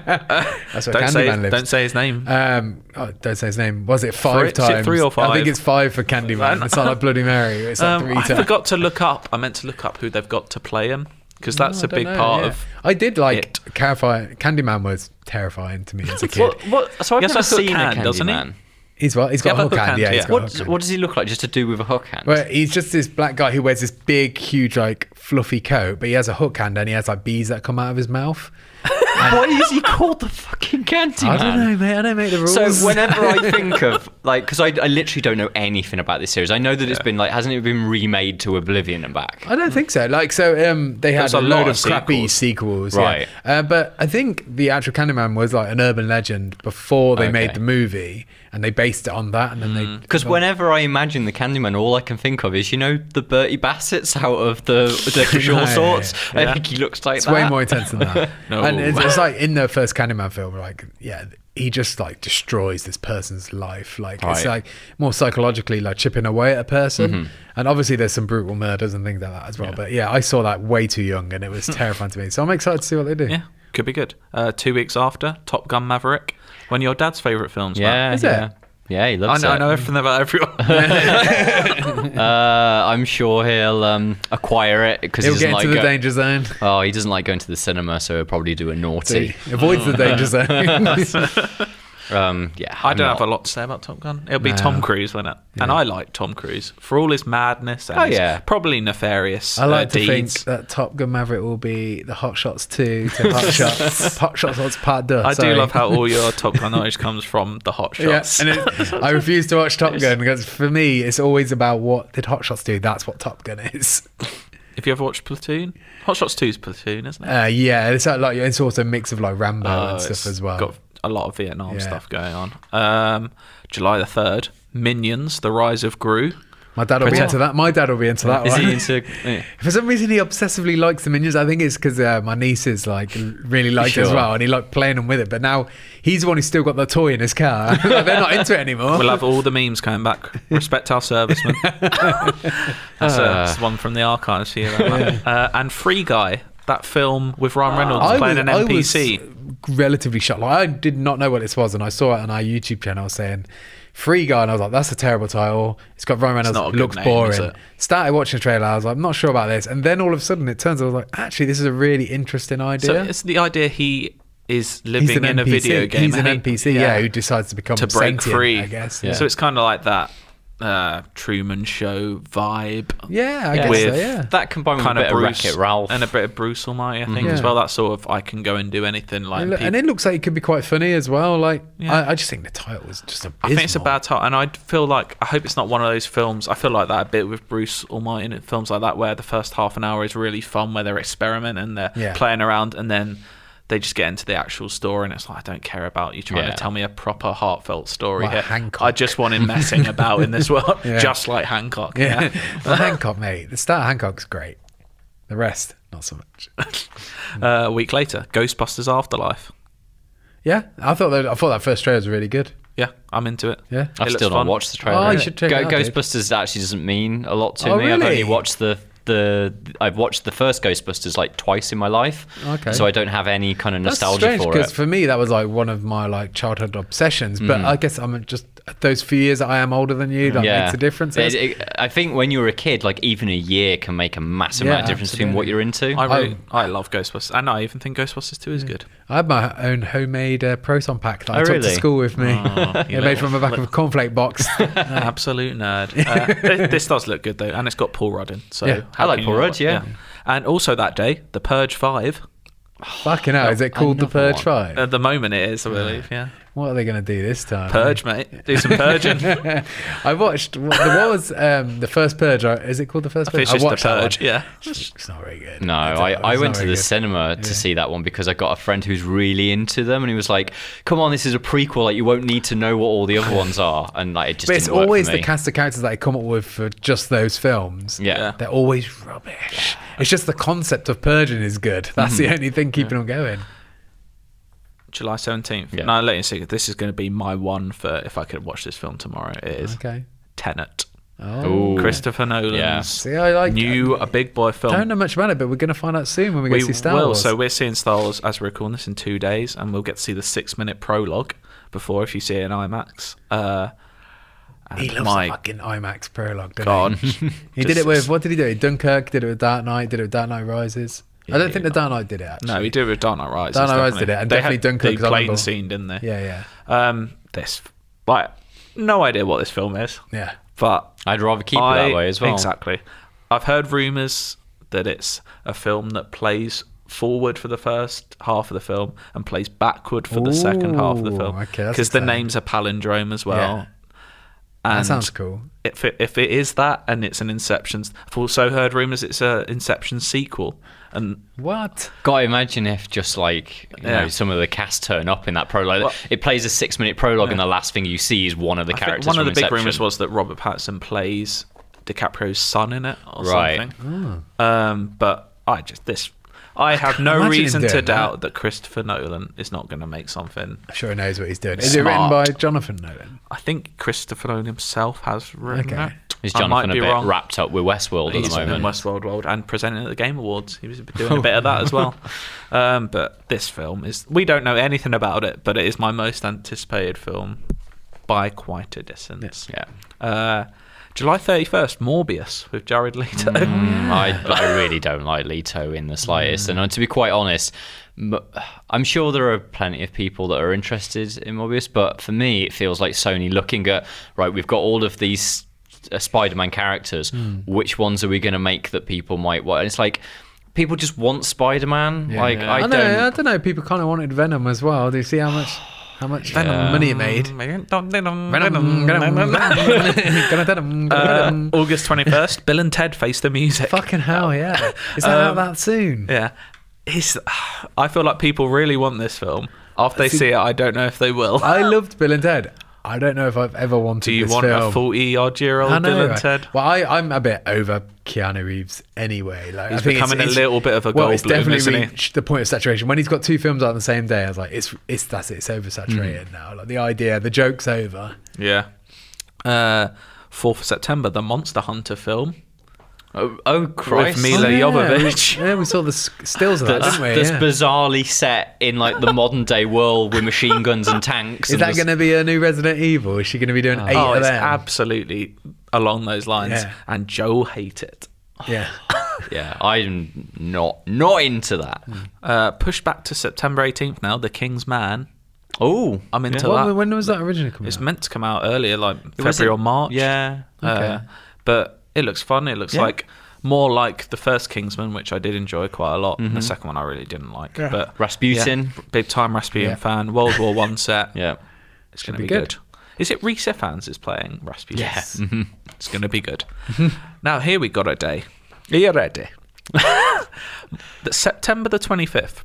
Speaker 2: That's where
Speaker 1: Don't
Speaker 2: Candyman
Speaker 1: say,
Speaker 2: lives.
Speaker 1: don't say his name.
Speaker 2: Um, oh, don't say his name. Was it five
Speaker 1: Three- is it
Speaker 2: times?
Speaker 1: three or
Speaker 2: I
Speaker 1: five?
Speaker 2: think it's five for Candyman. it's not like Bloody Mary. It's like
Speaker 1: Um,
Speaker 2: three
Speaker 1: I
Speaker 2: times.
Speaker 1: forgot to look up. I meant to look up who they've got to play him because that's
Speaker 2: I
Speaker 1: a
Speaker 2: don't
Speaker 1: big
Speaker 2: know,
Speaker 1: part
Speaker 2: yeah.
Speaker 1: of
Speaker 2: I did
Speaker 1: it.
Speaker 2: like terrifying. Candyman was terrifying to me as a kid.
Speaker 3: what, what so i've
Speaker 1: Yes,
Speaker 3: never
Speaker 1: that's a
Speaker 3: seen
Speaker 1: hand,
Speaker 3: a
Speaker 1: doesn't he?
Speaker 3: Candyman.
Speaker 2: He's what? He's got
Speaker 1: Yeah,
Speaker 2: a hook hand. Yeah,
Speaker 1: yeah.
Speaker 2: he's got a
Speaker 3: what,
Speaker 2: hook hand.
Speaker 3: what does he look like just a dude with a hook hand
Speaker 2: Well, he's just this black guy who wears this big, huge, like fluffy coat, but he has a hook hand and he has like bees that come out of his mouth.
Speaker 3: Why is he called the fucking Candyman?
Speaker 2: I don't know, mate. I don't make the rules.
Speaker 3: So whenever I think of like, because I, I literally don't know anything about this series. I know that it's been like, hasn't it been remade to Oblivion and back?
Speaker 2: I don't think so. Like, so um, they had
Speaker 1: There's
Speaker 2: a,
Speaker 1: a lot
Speaker 2: load
Speaker 1: of
Speaker 2: of crappy sequels, yeah.
Speaker 3: Right.
Speaker 2: Uh, but I think the actual Candyman was like an urban legend before they
Speaker 3: Okay.
Speaker 2: made the movie, and they based it on that, and then they
Speaker 3: Because whenever I imagine the Candyman, all I can think of is you know the Bertie Bassett's out of the the usual
Speaker 2: No.
Speaker 3: sorts. I
Speaker 1: Yeah.
Speaker 3: think he looks like
Speaker 2: It's
Speaker 3: that.
Speaker 2: way more intense than that.
Speaker 1: No.
Speaker 2: And it's, it's like in the first Candyman film, like yeah, he just like destroys this person's life. Like it's
Speaker 3: Right.
Speaker 2: like more psychologically like chipping away at a person. And obviously there's some brutal murders and things like that as well. But Mm-hmm. yeah, I saw that way too young and it was terrifying to me. So I'm excited to see what they do.
Speaker 1: Yeah, could be good. Uh, two weeks after Top Gun Maverick, one of your dad's favorite films.
Speaker 3: Yeah,
Speaker 1: Matt.
Speaker 2: Is
Speaker 3: yeah,
Speaker 2: it?
Speaker 3: yeah. He
Speaker 1: I
Speaker 3: loves
Speaker 1: know, I know
Speaker 3: it.
Speaker 1: everything about everyone.
Speaker 3: Uh, I'm sure he'll um, acquire it because he
Speaker 2: He'll
Speaker 3: doesn't
Speaker 2: get into the
Speaker 3: like go-
Speaker 2: danger zone.
Speaker 3: Oh, he doesn't like going to the cinema, so he'll probably do a
Speaker 2: So he
Speaker 3: naughty.
Speaker 2: avoids the danger zone.
Speaker 3: Um, yeah,
Speaker 1: I don't
Speaker 3: I'm
Speaker 1: have a lot to say about Top Gun. It'll be
Speaker 2: No.
Speaker 1: Tom Cruise, won't it? And I like Tom Cruise for all his madness and
Speaker 3: Oh,
Speaker 1: his
Speaker 3: yeah.
Speaker 1: probably nefarious
Speaker 2: I like
Speaker 1: uh,
Speaker 2: to
Speaker 1: deeds.
Speaker 2: think that Top Gun Maverick will be the Hot Shots 2 to Hot Shots. Hot Shots What's Part Duh.
Speaker 1: I
Speaker 2: sorry.
Speaker 1: do love how all your Top Gun knowledge comes from the hot shots.
Speaker 2: Yeah, and it, I refuse to watch Top Gun because for me, it's always about what did Hot Shots do. That's what Top Gun is.
Speaker 1: If you ever watched Platoon, Hot Shots 2 is Platoon, isn't it?
Speaker 2: Uh, yeah, it's like, like it's also a mix of like Rambo
Speaker 1: Oh,
Speaker 2: and
Speaker 1: it's
Speaker 2: Uh, stuff as well.
Speaker 1: Got a lot of Vietnam
Speaker 2: Yeah.
Speaker 1: stuff going on. Um, July the 3rd, Minions, The Rise of Gru.
Speaker 2: My dad will be
Speaker 1: Protect-
Speaker 2: into that. My dad will be into that.
Speaker 3: Is
Speaker 2: one.
Speaker 3: he into? yeah.
Speaker 2: For some reason, he obsessively likes the minions. I think it's because uh, my niece is like really liked it as
Speaker 3: Sure.
Speaker 2: well, and he liked playing them with it. But now he's the one who's still got the toy in his car. Like, they're not into it anymore.
Speaker 1: We'll have all the memes coming back. Respect our servicemen.
Speaker 2: Ah.
Speaker 1: that's, a, that's one from the archives here. that one. Uh, and Free Guy, that film with
Speaker 2: Ah.
Speaker 1: Ryan Reynolds playing an NPC.
Speaker 2: was relatively shocked. Like, I did not know what this was, and I saw it on our YouTube channel saying "Free Guy," and I was like, "That's a terrible title. It's got Ryan Reynolds.
Speaker 1: not a good
Speaker 2: looks
Speaker 1: name, is
Speaker 2: boring."
Speaker 1: it?
Speaker 2: Started watching the trailer. I was like, "I'm not sure about this," and then all of a sudden, it turns. out I was like, "Actually, this is a really interesting
Speaker 1: so
Speaker 2: idea."
Speaker 1: it's the idea he is living in a
Speaker 2: NPC.
Speaker 1: video game.
Speaker 2: He's an
Speaker 1: and he-
Speaker 2: NPC, yeah. who decides to become
Speaker 1: to break
Speaker 2: sentient,
Speaker 1: free.
Speaker 2: I guess.
Speaker 3: Yeah.
Speaker 1: So it's kind of like that uh, Truman Show vibe.
Speaker 2: Yeah, I guess
Speaker 1: With
Speaker 2: so. Yeah,
Speaker 3: That combined with a
Speaker 1: Kind of
Speaker 3: bit of
Speaker 1: Bruce
Speaker 3: Wreck-It Ralph.
Speaker 1: and a bit of Bruce Almighty, I think,
Speaker 2: Mhm.
Speaker 1: as
Speaker 2: Yeah.
Speaker 1: well. That sort of I can go and do anything. Like
Speaker 2: and, look-
Speaker 1: people-
Speaker 2: and it looks like it could be quite funny as well. Like,
Speaker 1: Yeah.
Speaker 2: I, I just think the title was just a.
Speaker 1: I think it's a bad title, and I feel like I hope it's not one of those films. I feel like that a bit with Bruce Almighty and films like that, where the first half an hour is really fun, where they're experimenting, they're
Speaker 2: Yeah.
Speaker 1: playing around, and then they just get into the actual story, and it's like I don't care about you trying
Speaker 3: Yeah.
Speaker 1: to tell me a proper heartfelt story
Speaker 2: Like
Speaker 1: here. I
Speaker 2: Hancock.
Speaker 1: just want him messing about in this world,
Speaker 2: Yeah.
Speaker 1: just like Hancock.
Speaker 2: Yeah.
Speaker 1: yeah.
Speaker 2: Well, Hancock, mate. The start of Hancock's great. The rest, not so much.
Speaker 1: Uh, a week later, Ghostbusters Afterlife.
Speaker 2: Yeah, I thought that I thought that first trailer was really good.
Speaker 1: Yeah, I'm into it.
Speaker 2: Yeah.
Speaker 1: It
Speaker 3: I've
Speaker 1: looks
Speaker 3: still not
Speaker 1: fun.
Speaker 3: watched the trailer.
Speaker 2: Oh, you should check
Speaker 3: Go-
Speaker 2: it out, dude.
Speaker 3: Ghostbusters actually doesn't mean a lot to
Speaker 2: Oh,
Speaker 3: me. I've
Speaker 2: really?
Speaker 3: only watched the the I've watched the first Ghostbusters like twice in my life.
Speaker 2: Okay.
Speaker 3: So I don't have any kind of
Speaker 2: That's
Speaker 3: nostalgia
Speaker 2: strange
Speaker 3: for it. Mm.
Speaker 2: for me that was like one of my like childhood obsessions. But I guess I'm just those few years that I am older than you that makes a difference.
Speaker 3: It- it- I think when you're a kid, like even a year can make a massive
Speaker 2: Yeah,
Speaker 3: amount of difference between what
Speaker 2: absolutely.
Speaker 3: you're into.
Speaker 1: I really,
Speaker 2: Oh.
Speaker 1: I love Ghostbusters, and I even think Ghostbusters Two is good.
Speaker 2: I had my own homemade uh, proton pack that I
Speaker 3: Oh,
Speaker 2: took to
Speaker 3: really? Oh,
Speaker 2: school with me.
Speaker 1: you
Speaker 2: yeah, made
Speaker 1: little-
Speaker 2: from the back of a cornflake box.
Speaker 1: Absolute nerd. Uh, thi- this does look good though, and it's got Paul Rudd in. So
Speaker 2: Yeah.
Speaker 1: how
Speaker 3: I like
Speaker 1: can you
Speaker 3: Paul
Speaker 1: not
Speaker 3: Rudd,
Speaker 1: like-
Speaker 3: yeah.
Speaker 1: And also that day, The Purge Five.
Speaker 2: Fucking hell, is it called the
Speaker 3: another
Speaker 2: Purge
Speaker 3: one.
Speaker 2: Five?
Speaker 1: At the moment, it is, I believe. Yeah,
Speaker 2: What are they going to do this time?
Speaker 1: Purge, mate. Do some purging.
Speaker 2: I watched what, what was um, the first purge. right? Is it called the first purge?
Speaker 1: it's just
Speaker 2: I
Speaker 1: The
Speaker 2: watched that
Speaker 1: Purge.
Speaker 2: one.
Speaker 1: Yeah.
Speaker 2: it's not very good.
Speaker 3: No,
Speaker 2: It's not-
Speaker 3: I, I
Speaker 2: it's not
Speaker 3: went to the
Speaker 2: very good.
Speaker 3: cinema to see that one because I got a friend who's really into them, and he was like, "Come on, this is a prequel. Like, you won't need to know what all the other ones are." And like, it just
Speaker 2: But it's
Speaker 3: didn't work for
Speaker 2: always the
Speaker 3: me.
Speaker 2: cast of characters that I come up with for just those films.
Speaker 3: Yeah.
Speaker 2: they're always rubbish. It's just the concept of purging is good. That's the
Speaker 3: Mm-hmm.
Speaker 2: only thing keeping them going.
Speaker 1: July seventeenth.
Speaker 3: Yeah.
Speaker 1: No, I'll let you see. This is going to be my one for if I could watch this film tomorrow. It is
Speaker 2: Okay.
Speaker 1: Tenet.
Speaker 2: Oh,
Speaker 3: Ooh.
Speaker 1: Christopher Nolan's
Speaker 3: Yeah.
Speaker 2: see, I like.
Speaker 1: new a big boy film.
Speaker 2: I don't know much about it, but we're going to find out soon when we go see Star
Speaker 1: will.
Speaker 2: Wars.
Speaker 1: So we're seeing Star Wars as we're recording this in two days, and we'll get to see the six-minute prologue before if you see it in IMAX. Uh, and
Speaker 2: he loves
Speaker 1: my
Speaker 2: the fucking IMAX prologue. Doesn't
Speaker 1: God,
Speaker 2: he? He did it
Speaker 1: Just-
Speaker 2: with what did he do? Dunkirk did it with Dark Knight. Did it with Dark Knight Rises. I don't think the Dark Knight did it. Actually.
Speaker 1: No, he did it with Dark Knight Rises.
Speaker 2: Dark Knight Rises
Speaker 1: definitely.
Speaker 2: did it, and
Speaker 1: They
Speaker 2: definitely
Speaker 1: had
Speaker 2: Dunkirk, 'cause I
Speaker 1: The plane
Speaker 2: remember-
Speaker 1: scene, didn't they?
Speaker 2: Yeah, yeah.
Speaker 1: Um, this like no idea what this film is.
Speaker 2: Yeah.
Speaker 1: But
Speaker 3: I'd rather keep it
Speaker 1: I-
Speaker 3: that way as well.
Speaker 1: Exactly. I've heard rumours that it's a film that plays forward for the first half of the film and plays backward for the second half of the
Speaker 2: Ooh,
Speaker 1: film
Speaker 2: okay, that's
Speaker 1: because the
Speaker 2: exciting.
Speaker 1: name's a palindrome as well.
Speaker 2: Yeah. That
Speaker 1: And
Speaker 2: sounds cool.
Speaker 1: if it, if it is that and it's an Inception, I've also heard rumors it's a Inception sequel. And
Speaker 2: What?
Speaker 3: Gotta imagine if just like you
Speaker 1: Yeah.
Speaker 3: know some of the cast turn up in that prologue.
Speaker 1: Well-
Speaker 3: it plays a six minute prologue, and the last thing you see is one of the
Speaker 1: I think
Speaker 3: characters.
Speaker 1: one of the
Speaker 3: from
Speaker 1: big
Speaker 3: Inception.
Speaker 1: rumors was that Robert Pattinson plays DiCaprio's son in it or
Speaker 3: Right.
Speaker 2: Hmm.
Speaker 1: something. Um, but I just this. I have no
Speaker 2: imagine him
Speaker 1: reason to
Speaker 2: doing that.
Speaker 1: doubt that Christopher Nolan is not going to make something.
Speaker 2: I'm sure he knows what he's doing. Is it written
Speaker 3: Smart.
Speaker 2: by Jonathan Nolan?
Speaker 1: I think Christopher Nolan himself has written
Speaker 2: Okay.
Speaker 1: that.
Speaker 3: Is
Speaker 1: I might
Speaker 3: Jonathan a
Speaker 1: be
Speaker 3: bit
Speaker 1: wrong.
Speaker 3: wrapped up with Westworld at
Speaker 1: He's
Speaker 3: the
Speaker 1: in
Speaker 3: moment?
Speaker 1: Westworld World and presenting at the Game Awards. He was doing a bit of that as well. Um, but this film is we don't know anything about it, but it is my most anticipated film by quite a distance.
Speaker 3: yeah,
Speaker 1: Uh, July thirty first, Morbius with Jared Leto.
Speaker 2: Mm.
Speaker 3: I, I really don't like Leto in the slightest. And uh, to be quite honest, m- I'm sure there are plenty of people that are interested in Morbius, but for me, it feels like Sony looking at right. We've got all of these uh, Spider-Man characters. Which ones are we going to make that people might want? And it's like people just want Spider-Man. like
Speaker 1: Yeah.
Speaker 3: I,
Speaker 2: I
Speaker 3: don't.
Speaker 2: know. I don't know. People kind of wanted Venom as well. Do you see how much how much Venom money it made? Venom, Venom, Venom. Gonna Venom, gonna
Speaker 1: Uh,
Speaker 2: Venom.
Speaker 1: August twenty first, Bill and Ted face the music.
Speaker 2: Fucking hell, yeah. Is that out that soon?
Speaker 1: Yeah. It's, I feel like people really want this film. After they see, it, I don't know if they will.
Speaker 2: I loved Bill and Ted. I don't know if I've ever wanted
Speaker 1: Do you
Speaker 2: this
Speaker 1: want
Speaker 2: film.
Speaker 1: a 40 odd year old
Speaker 2: I know,
Speaker 1: Bill and
Speaker 2: right?
Speaker 1: Ted?
Speaker 2: Well, I, I'm a bit over Keanu Reeves anyway. Like,
Speaker 1: He's
Speaker 2: I think it's-
Speaker 1: becoming a
Speaker 2: it's-
Speaker 1: little bit of a
Speaker 2: well, it's
Speaker 1: Goldblum,
Speaker 2: definitely
Speaker 1: isn't he?
Speaker 2: reached the point of saturation. When he's got two films out on the same day, I was like, it's it's that's it. It's
Speaker 1: Hmm.
Speaker 2: oversaturated now. Like the idea, the joke's over.
Speaker 1: Yeah. Uh, 4th of September, the Monster Hunter film.
Speaker 3: Oh, oh Christ!
Speaker 1: With Mila
Speaker 2: yeah.
Speaker 1: Jovovich.
Speaker 2: We, yeah, we saw the s- stills of that,
Speaker 3: That's,
Speaker 2: didn't we?
Speaker 3: that's
Speaker 2: Yeah.
Speaker 3: bizarrely set in like the modern day world with machine guns and tanks.
Speaker 2: Is
Speaker 3: and
Speaker 2: that
Speaker 3: there's-
Speaker 2: going to be a new Resident Evil? Is she going to be doing eight
Speaker 1: Oh,
Speaker 2: of
Speaker 1: it's
Speaker 2: them?
Speaker 1: absolutely along those lines.
Speaker 2: Yeah.
Speaker 1: And Joe hate it.
Speaker 2: yeah.
Speaker 3: Yeah, I'm not not into that.
Speaker 2: Hmm.
Speaker 1: Uh, pushed back to September 18th now, The King's Man.
Speaker 3: Oh,
Speaker 1: I'm into
Speaker 2: When-
Speaker 1: that.
Speaker 2: when was that originally coming
Speaker 1: It's
Speaker 2: out?
Speaker 1: meant to come out earlier, like
Speaker 3: was
Speaker 1: February
Speaker 3: in-
Speaker 1: or March.
Speaker 3: yeah.
Speaker 1: Uh, but it looks fun. It looks
Speaker 3: Yeah.
Speaker 1: like more like the first Kingsman, which I did enjoy quite a lot.
Speaker 2: Mm-hmm.
Speaker 1: And the second one I really didn't like. But
Speaker 3: Rasputin.
Speaker 1: yeah, big time Rasputin
Speaker 2: Yeah.
Speaker 1: fan. World War One set.
Speaker 3: yeah.
Speaker 1: It's going to
Speaker 2: be
Speaker 1: be good.
Speaker 2: good.
Speaker 1: Is it Reese fans is playing Rasputin?
Speaker 2: Yes.
Speaker 3: Mm-hmm.
Speaker 1: It's going to be good. now, here we got a day. Are you ready? The- September the 25th.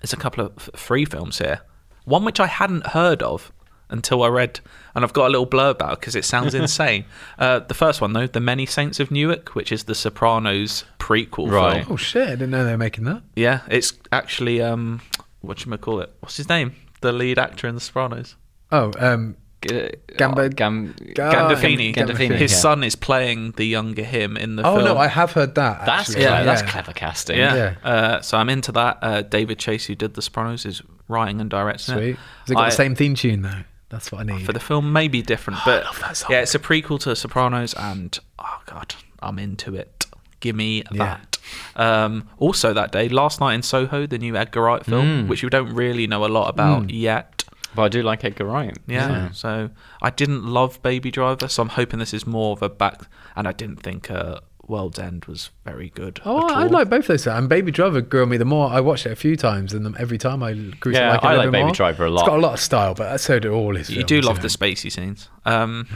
Speaker 1: There's a couple of f- free films here. One which I hadn't heard of until I read, and I've got a little blurb about because it sounds insane. Uh, the first one, though, The Many Saints of Newark, which is the Sopranos prequel
Speaker 3: Right.
Speaker 1: film.
Speaker 2: Oh shit! I didn't know they were making that.
Speaker 1: Yeah, it's actually, um, what call it? What's his name? The lead actor in The Sopranos.
Speaker 2: Oh, um, Gamba-
Speaker 3: Gam-
Speaker 2: Ga-
Speaker 1: oh, Gandolfini.
Speaker 3: Gand- Gandolfini,
Speaker 1: His
Speaker 3: yeah.
Speaker 1: son is playing the younger him in the
Speaker 2: oh
Speaker 1: film.
Speaker 2: no, I have heard that.
Speaker 3: That's
Speaker 2: actually.
Speaker 3: clever.
Speaker 1: yeah.
Speaker 3: That's clever casting.
Speaker 1: yeah.
Speaker 2: yeah.
Speaker 1: Uh, so I'm into that. Uh, David Chase, who did The Sopranos, is writing and directing
Speaker 2: Sweet.
Speaker 1: it.
Speaker 2: Has it got
Speaker 1: I-
Speaker 2: the same theme tune though? That's what I need.
Speaker 1: for the film may be different, but
Speaker 2: love that song.
Speaker 1: yeah, it's a prequel to Sopranos, and oh god, I'm into it. Give me
Speaker 2: Yeah.
Speaker 1: that. Um, also, that day, last night in Soho, the new Edgar Wright film,
Speaker 2: Mm.
Speaker 1: which we don't really know a lot about yet.
Speaker 3: But I do like Edgar Wright.
Speaker 1: Yeah. So I didn't love Baby Driver, so I'm hoping this is more of a back. And I didn't think uh, World's End was very good.
Speaker 2: Oh,
Speaker 1: at
Speaker 2: I, I
Speaker 1: all.
Speaker 2: like both those. films. And Baby Driver grew on me the more I watched it a few times, and then every time I grew to
Speaker 3: Yeah,
Speaker 2: like it
Speaker 3: I
Speaker 2: a little
Speaker 3: like
Speaker 2: bit
Speaker 3: Baby
Speaker 2: more.
Speaker 3: Driver a lot.
Speaker 2: It's got a lot of style, but so do all his.
Speaker 1: You
Speaker 2: films,
Speaker 1: do love
Speaker 2: know.
Speaker 1: the spacey scenes. Um,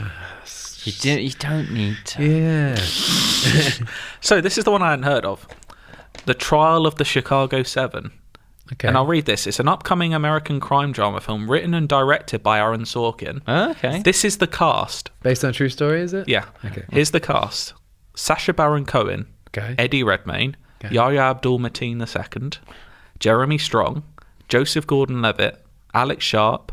Speaker 3: You, do, you don't need to.
Speaker 2: Yeah.
Speaker 1: so this is the one I hadn't heard of, the Trial of the Chicago Seven.
Speaker 2: Okay.
Speaker 1: And I'll read this. It's an upcoming American crime drama film written and directed by Aaron Sorkin.
Speaker 3: Oh, Okay.
Speaker 1: This is the cast.
Speaker 2: Based on a true story, is it?
Speaker 1: Yeah.
Speaker 2: Okay.
Speaker 1: Here's the cast: Sasha Baron Cohen,
Speaker 2: Okay.
Speaker 1: Eddie Redmayne,
Speaker 2: Okay.
Speaker 1: Yahya Abdul-Mateen II, Jeremy Strong, Joseph Gordon-Levitt, Alex Sharp,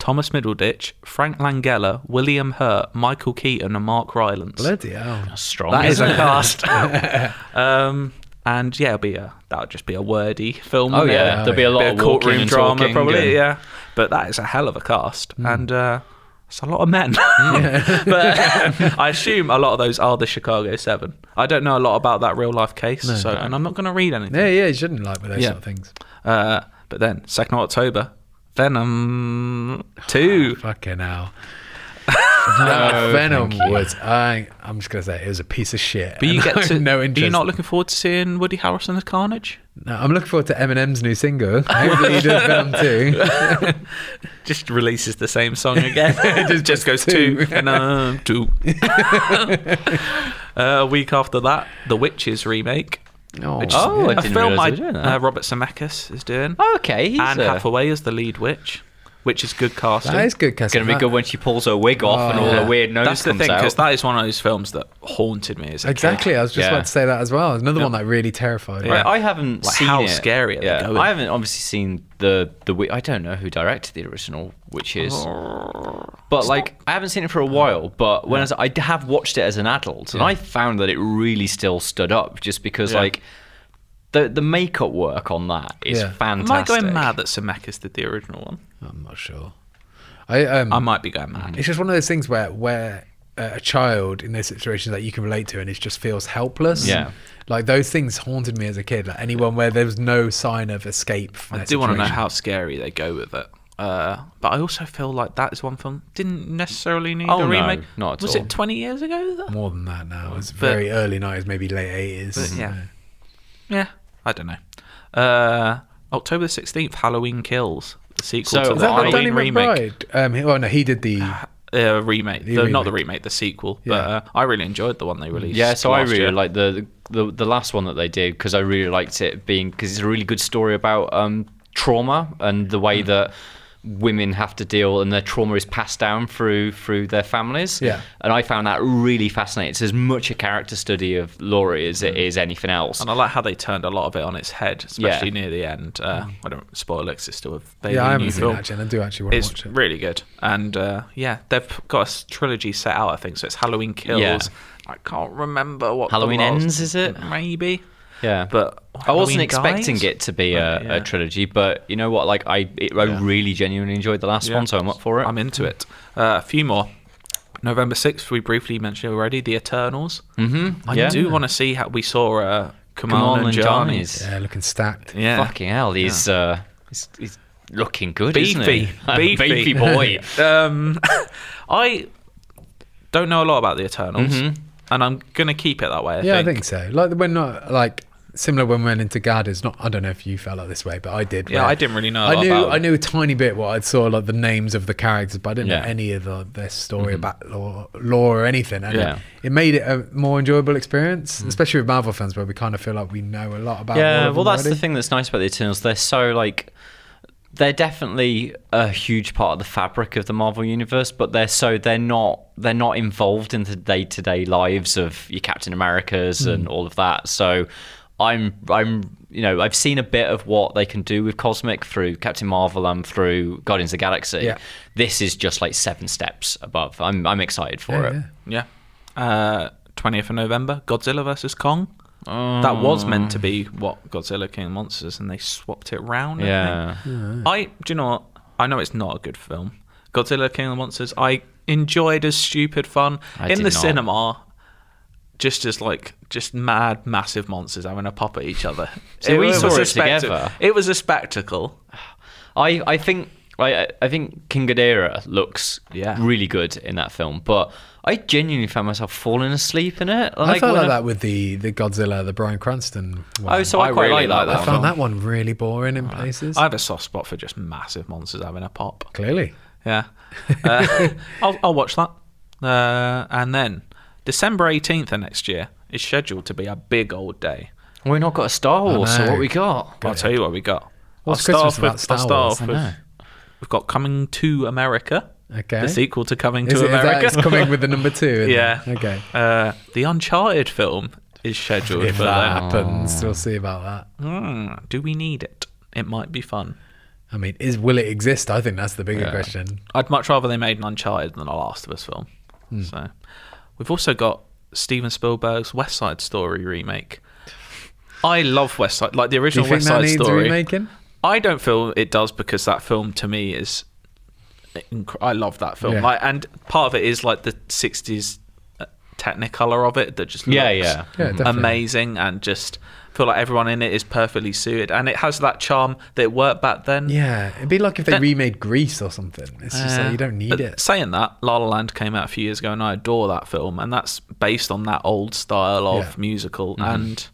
Speaker 1: Thomas Middleditch, Frank Langella, William Hurt, Michael Keaton, and Mark Rylance.
Speaker 2: Bloody hell.
Speaker 3: Strong.
Speaker 1: That is
Speaker 3: isn't
Speaker 1: a
Speaker 3: it?
Speaker 1: cast. um, and yeah, it'll be a that'll just be a wordy film.
Speaker 3: Oh
Speaker 1: wouldn't it?
Speaker 3: yeah,
Speaker 2: Yeah.
Speaker 3: there'll be a lot
Speaker 1: bit of
Speaker 3: of walking
Speaker 1: courtroom
Speaker 3: and
Speaker 1: drama,
Speaker 3: talking
Speaker 1: probably.
Speaker 3: and-
Speaker 1: Yeah, but that is a hell of a cast, and uh, it's a lot of men. but I assume a lot of those are the Chicago Seven. I don't know a lot about that real life case, so and I'm not going to read anything.
Speaker 2: Yeah, yeah. You shouldn't like with those
Speaker 1: Yeah.
Speaker 2: sort of things.
Speaker 1: Uh, but then, second of October, Venom Two.
Speaker 2: Fucking hell. That
Speaker 3: No,
Speaker 2: Venom
Speaker 3: thank you.
Speaker 2: was. I. I'm just gonna say it was a piece of shit.
Speaker 1: But you
Speaker 2: and
Speaker 1: get
Speaker 2: I have
Speaker 1: to.
Speaker 2: no interest.
Speaker 1: Are you not looking forward to seeing Woody Harrelson as Carnage?
Speaker 2: No, I'm looking forward to Eminem's new single. Hopefully he does Venom too.
Speaker 1: Just releases the same song again. just, just goes
Speaker 2: two.
Speaker 1: two and um two. uh, a week after that, The Witches remake. Which is
Speaker 3: Oh, I
Speaker 1: a
Speaker 3: didn't
Speaker 1: film
Speaker 3: realise
Speaker 1: I,
Speaker 3: they were doing that.
Speaker 1: uh, Robert Zemeckis is doing.
Speaker 3: Oh, okay, he's
Speaker 1: Anne
Speaker 3: uh,
Speaker 1: Hathaway is the lead witch, which is good casting.
Speaker 2: That is good casting.
Speaker 3: gonna be
Speaker 2: That-
Speaker 3: good when she pulls her wig off and all
Speaker 1: Oh,
Speaker 2: yeah.
Speaker 3: the weird nose
Speaker 1: That's the
Speaker 3: comes
Speaker 1: thing, because
Speaker 3: out.
Speaker 1: that is one of those films that haunted me as a kid.
Speaker 2: Exactly. I was just
Speaker 3: Yeah.
Speaker 2: about to say that as well. Another one that really terrified me.
Speaker 1: Yeah.
Speaker 3: I haven't
Speaker 1: Like,
Speaker 3: seen
Speaker 1: how
Speaker 3: it.
Speaker 1: scary are they
Speaker 3: yeah.
Speaker 1: going?
Speaker 3: I haven't obviously seen the the wi- I don't know who directed the original Witches, but like I haven't seen it for a while. But when I, was, I d- have watched it as an adult, and I found that it really still stood up, just because
Speaker 1: Yeah.
Speaker 3: like the the makeup work on that is
Speaker 2: Yeah.
Speaker 1: Am I
Speaker 3: fantastic.
Speaker 1: going mad that Zemeckis did the original one?
Speaker 2: I'm not sure. I um.
Speaker 1: I might be going mad.
Speaker 2: it's just one of those things where where uh, a child in those situations that you can relate to and it just feels helpless.
Speaker 3: Yeah.
Speaker 2: Like those things haunted me as a kid. Like anyone where there was no sign of escape. From
Speaker 1: I
Speaker 2: that
Speaker 1: do want to know
Speaker 2: situation.
Speaker 1: how scary they go with it. Uh, but I also feel like that is one film didn't necessarily need a
Speaker 3: Oh, no,
Speaker 1: remake.
Speaker 3: not at
Speaker 1: Was
Speaker 3: all.
Speaker 1: it 20 years ago? That?
Speaker 2: More than that now. It's very early nineties, maybe late
Speaker 1: But
Speaker 2: eighties.
Speaker 3: Mm-hmm.
Speaker 1: yeah. Yeah. I don't know. Uh, October the 16th, Halloween Kills, the sequel to
Speaker 3: So- Is
Speaker 1: the
Speaker 2: Is that the Danny
Speaker 1: Halloween remake.
Speaker 2: McBride? Um, he- well, no, he did the.
Speaker 1: Uh, remake, the, not the
Speaker 2: remake.
Speaker 1: remake, the sequel.
Speaker 2: Yeah.
Speaker 1: But uh, I really enjoyed the one they released.
Speaker 3: Yeah, so I
Speaker 1: last
Speaker 3: really
Speaker 1: year.
Speaker 3: like the, the the last one that they did because I really liked it being because it's a really good story about um, trauma and the
Speaker 1: Mm.
Speaker 3: way that women have to deal and their trauma is passed down through through their families.
Speaker 2: Yeah.
Speaker 3: and I found that really fascinating. It's as much a character study of Laurie as it is anything else.
Speaker 1: And I like how they turned Mm. a lot of it on its head, especially
Speaker 3: Yeah. Mm.
Speaker 1: near the end. Uh, I don't spoil it 'cause it's still a baby
Speaker 2: Yeah, I haven't
Speaker 1: new
Speaker 2: seen
Speaker 1: film.
Speaker 2: that. Jen. I do actually want to
Speaker 1: It's
Speaker 2: watch it.
Speaker 1: really good, and uh, yeah, they've got a s- trilogy set out. I think so. It's Halloween Kills.
Speaker 3: Yeah.
Speaker 1: I can't remember what the
Speaker 3: Halloween
Speaker 1: last-
Speaker 3: Ends, is it?
Speaker 1: Maybe.
Speaker 3: Yeah,
Speaker 1: But
Speaker 3: I wasn't
Speaker 1: Halloween
Speaker 3: expecting
Speaker 1: Dies?
Speaker 3: it to be a,
Speaker 1: Okay, yeah.
Speaker 3: a trilogy, but you know what? Like I, it, I really genuinely enjoyed the last
Speaker 1: Yeah.
Speaker 3: one, so I'm up for it.
Speaker 1: I'm into it. Uh, a few more. November sixth, we briefly mentioned already. The Eternals. Mm-hmm. I
Speaker 3: Mm, yeah.
Speaker 1: do want to see how we saw uh, Kamal
Speaker 3: Kamal
Speaker 1: and Johnny's.
Speaker 3: Nanjiani's.
Speaker 2: Yeah, looking stacked.
Speaker 1: Yeah.
Speaker 3: Fucking hell, he's uh, he's, he's looking good,
Speaker 1: Beefy.
Speaker 3: isn't he?
Speaker 1: Beefy.
Speaker 3: beefy boy.
Speaker 1: Um, I don't know a lot about the Eternals,
Speaker 3: Mm-hmm.
Speaker 1: and I'm gonna keep it that way. I
Speaker 2: yeah,
Speaker 1: think.
Speaker 2: I think so. Like when not like similar when we went into Gardens. Not I don't know if you felt like this way, but I did.
Speaker 1: Yeah,
Speaker 2: where
Speaker 1: I didn't really know a
Speaker 2: I
Speaker 1: lot
Speaker 2: knew
Speaker 1: about
Speaker 2: I
Speaker 1: it.
Speaker 2: knew a tiny bit what I saw like the names of the characters, but I didn't
Speaker 3: Yeah.
Speaker 2: know any of the, their story about law, law or anything. And
Speaker 3: Yeah.
Speaker 2: it made it a more enjoyable experience, especially with Marvel fans, where we kind of feel like we know a lot about. all
Speaker 3: yeah,
Speaker 2: of
Speaker 3: well,
Speaker 2: them
Speaker 3: that's the
Speaker 2: already.
Speaker 3: thing that's nice about the Eternals. They're so like. They're definitely a huge part of the fabric of the Marvel universe, but they're so they're not they're not involved in the day to day lives of your Captain Americas
Speaker 2: Hmm.
Speaker 3: and all of that. So, I'm I'm you know I've seen a bit of what they can do with cosmic through Captain Marvel and through Guardians of the Galaxy.
Speaker 2: Yeah.
Speaker 3: This is just like seven steps above. I'm I'm excited for
Speaker 2: Yeah,
Speaker 3: it.
Speaker 2: yeah.
Speaker 1: Yeah. Uh, 20th of November, Godzilla versus Kong. That was
Speaker 3: Oh.
Speaker 1: meant to be what Godzilla King of Monsters, and they swapped it round. I
Speaker 3: Yeah.
Speaker 1: think. I do you know what? I know it's not a good film. Godzilla King of the Monsters. I enjoyed as stupid fun
Speaker 3: I
Speaker 1: in
Speaker 3: did
Speaker 1: the
Speaker 3: not.
Speaker 1: cinema. Just as like just mad massive monsters having a pop at each other.
Speaker 3: So we saw
Speaker 1: was a
Speaker 3: it
Speaker 1: spectac-
Speaker 3: together.
Speaker 1: It was a spectacle.
Speaker 3: I, I think I, I think King Ghidorah looks
Speaker 1: Yeah.
Speaker 3: really good in that film, but I genuinely found myself falling asleep in it.
Speaker 2: I felt
Speaker 3: when
Speaker 2: like that with the the Godzilla, the Brian Cranston. One.
Speaker 3: Oh, so I,
Speaker 1: I
Speaker 3: quite
Speaker 1: really like
Speaker 2: I
Speaker 3: like that. that one.
Speaker 2: found that one really boring in places.
Speaker 1: I have a soft spot for just massive monsters having a pop.
Speaker 2: Clearly,
Speaker 1: Yeah. Uh, I'll, I'll watch that. Uh, and then December 18th of next year is scheduled to be a big old day.
Speaker 3: We've not got a Star Wars, so
Speaker 2: know.
Speaker 3: what we got?
Speaker 1: I'll tell you what we got.
Speaker 2: What's
Speaker 1: I'll start
Speaker 2: Christmas
Speaker 1: off
Speaker 2: about
Speaker 1: with,
Speaker 2: Star
Speaker 1: I'll start
Speaker 2: Wars?
Speaker 1: off
Speaker 2: I
Speaker 1: with-
Speaker 3: know.
Speaker 1: we've got Coming to America.
Speaker 2: Okay.
Speaker 1: The sequel to Coming
Speaker 2: is
Speaker 1: to
Speaker 2: it, is that-
Speaker 1: America.
Speaker 2: it's coming with the number two? in
Speaker 1: yeah.
Speaker 2: there? Okay.
Speaker 1: Uh, the Uncharted film is scheduled
Speaker 2: If
Speaker 1: for then.
Speaker 2: that happens, we'll see about that.
Speaker 1: Hmm, do we need it? It might be fun.
Speaker 2: I mean, is will it exist? I think that's the bigger question.
Speaker 1: I'd much rather they made an Uncharted than a Last of Us film.
Speaker 2: Hmm.
Speaker 1: So, we've also got Steven Spielberg's West Side Story remake. I love West Side, like the
Speaker 2: Do you
Speaker 1: original
Speaker 2: think
Speaker 1: West
Speaker 2: that
Speaker 1: Side
Speaker 2: needs
Speaker 1: Story.
Speaker 2: remaking?
Speaker 1: I don't feel it does because that film to me is. inc- I love that film,
Speaker 2: Yeah.
Speaker 1: like, and part of it is like the '60s uh, technicolor of it that just looks
Speaker 3: Yeah, yeah.
Speaker 2: Yeah, definitely.
Speaker 1: amazing and just feel like everyone in it is perfectly suited and it has that charm that worked back then.
Speaker 2: Yeah, it'd be like if they
Speaker 1: That-
Speaker 2: remade Greece or something. It's just
Speaker 1: Yeah.
Speaker 2: like you don't need
Speaker 1: But
Speaker 2: it.
Speaker 1: Uh, Saying that, La La Land came out a few years ago, and I adore that film, and that's based on that old style of
Speaker 2: Yeah. Mm-hmm.
Speaker 1: musical. And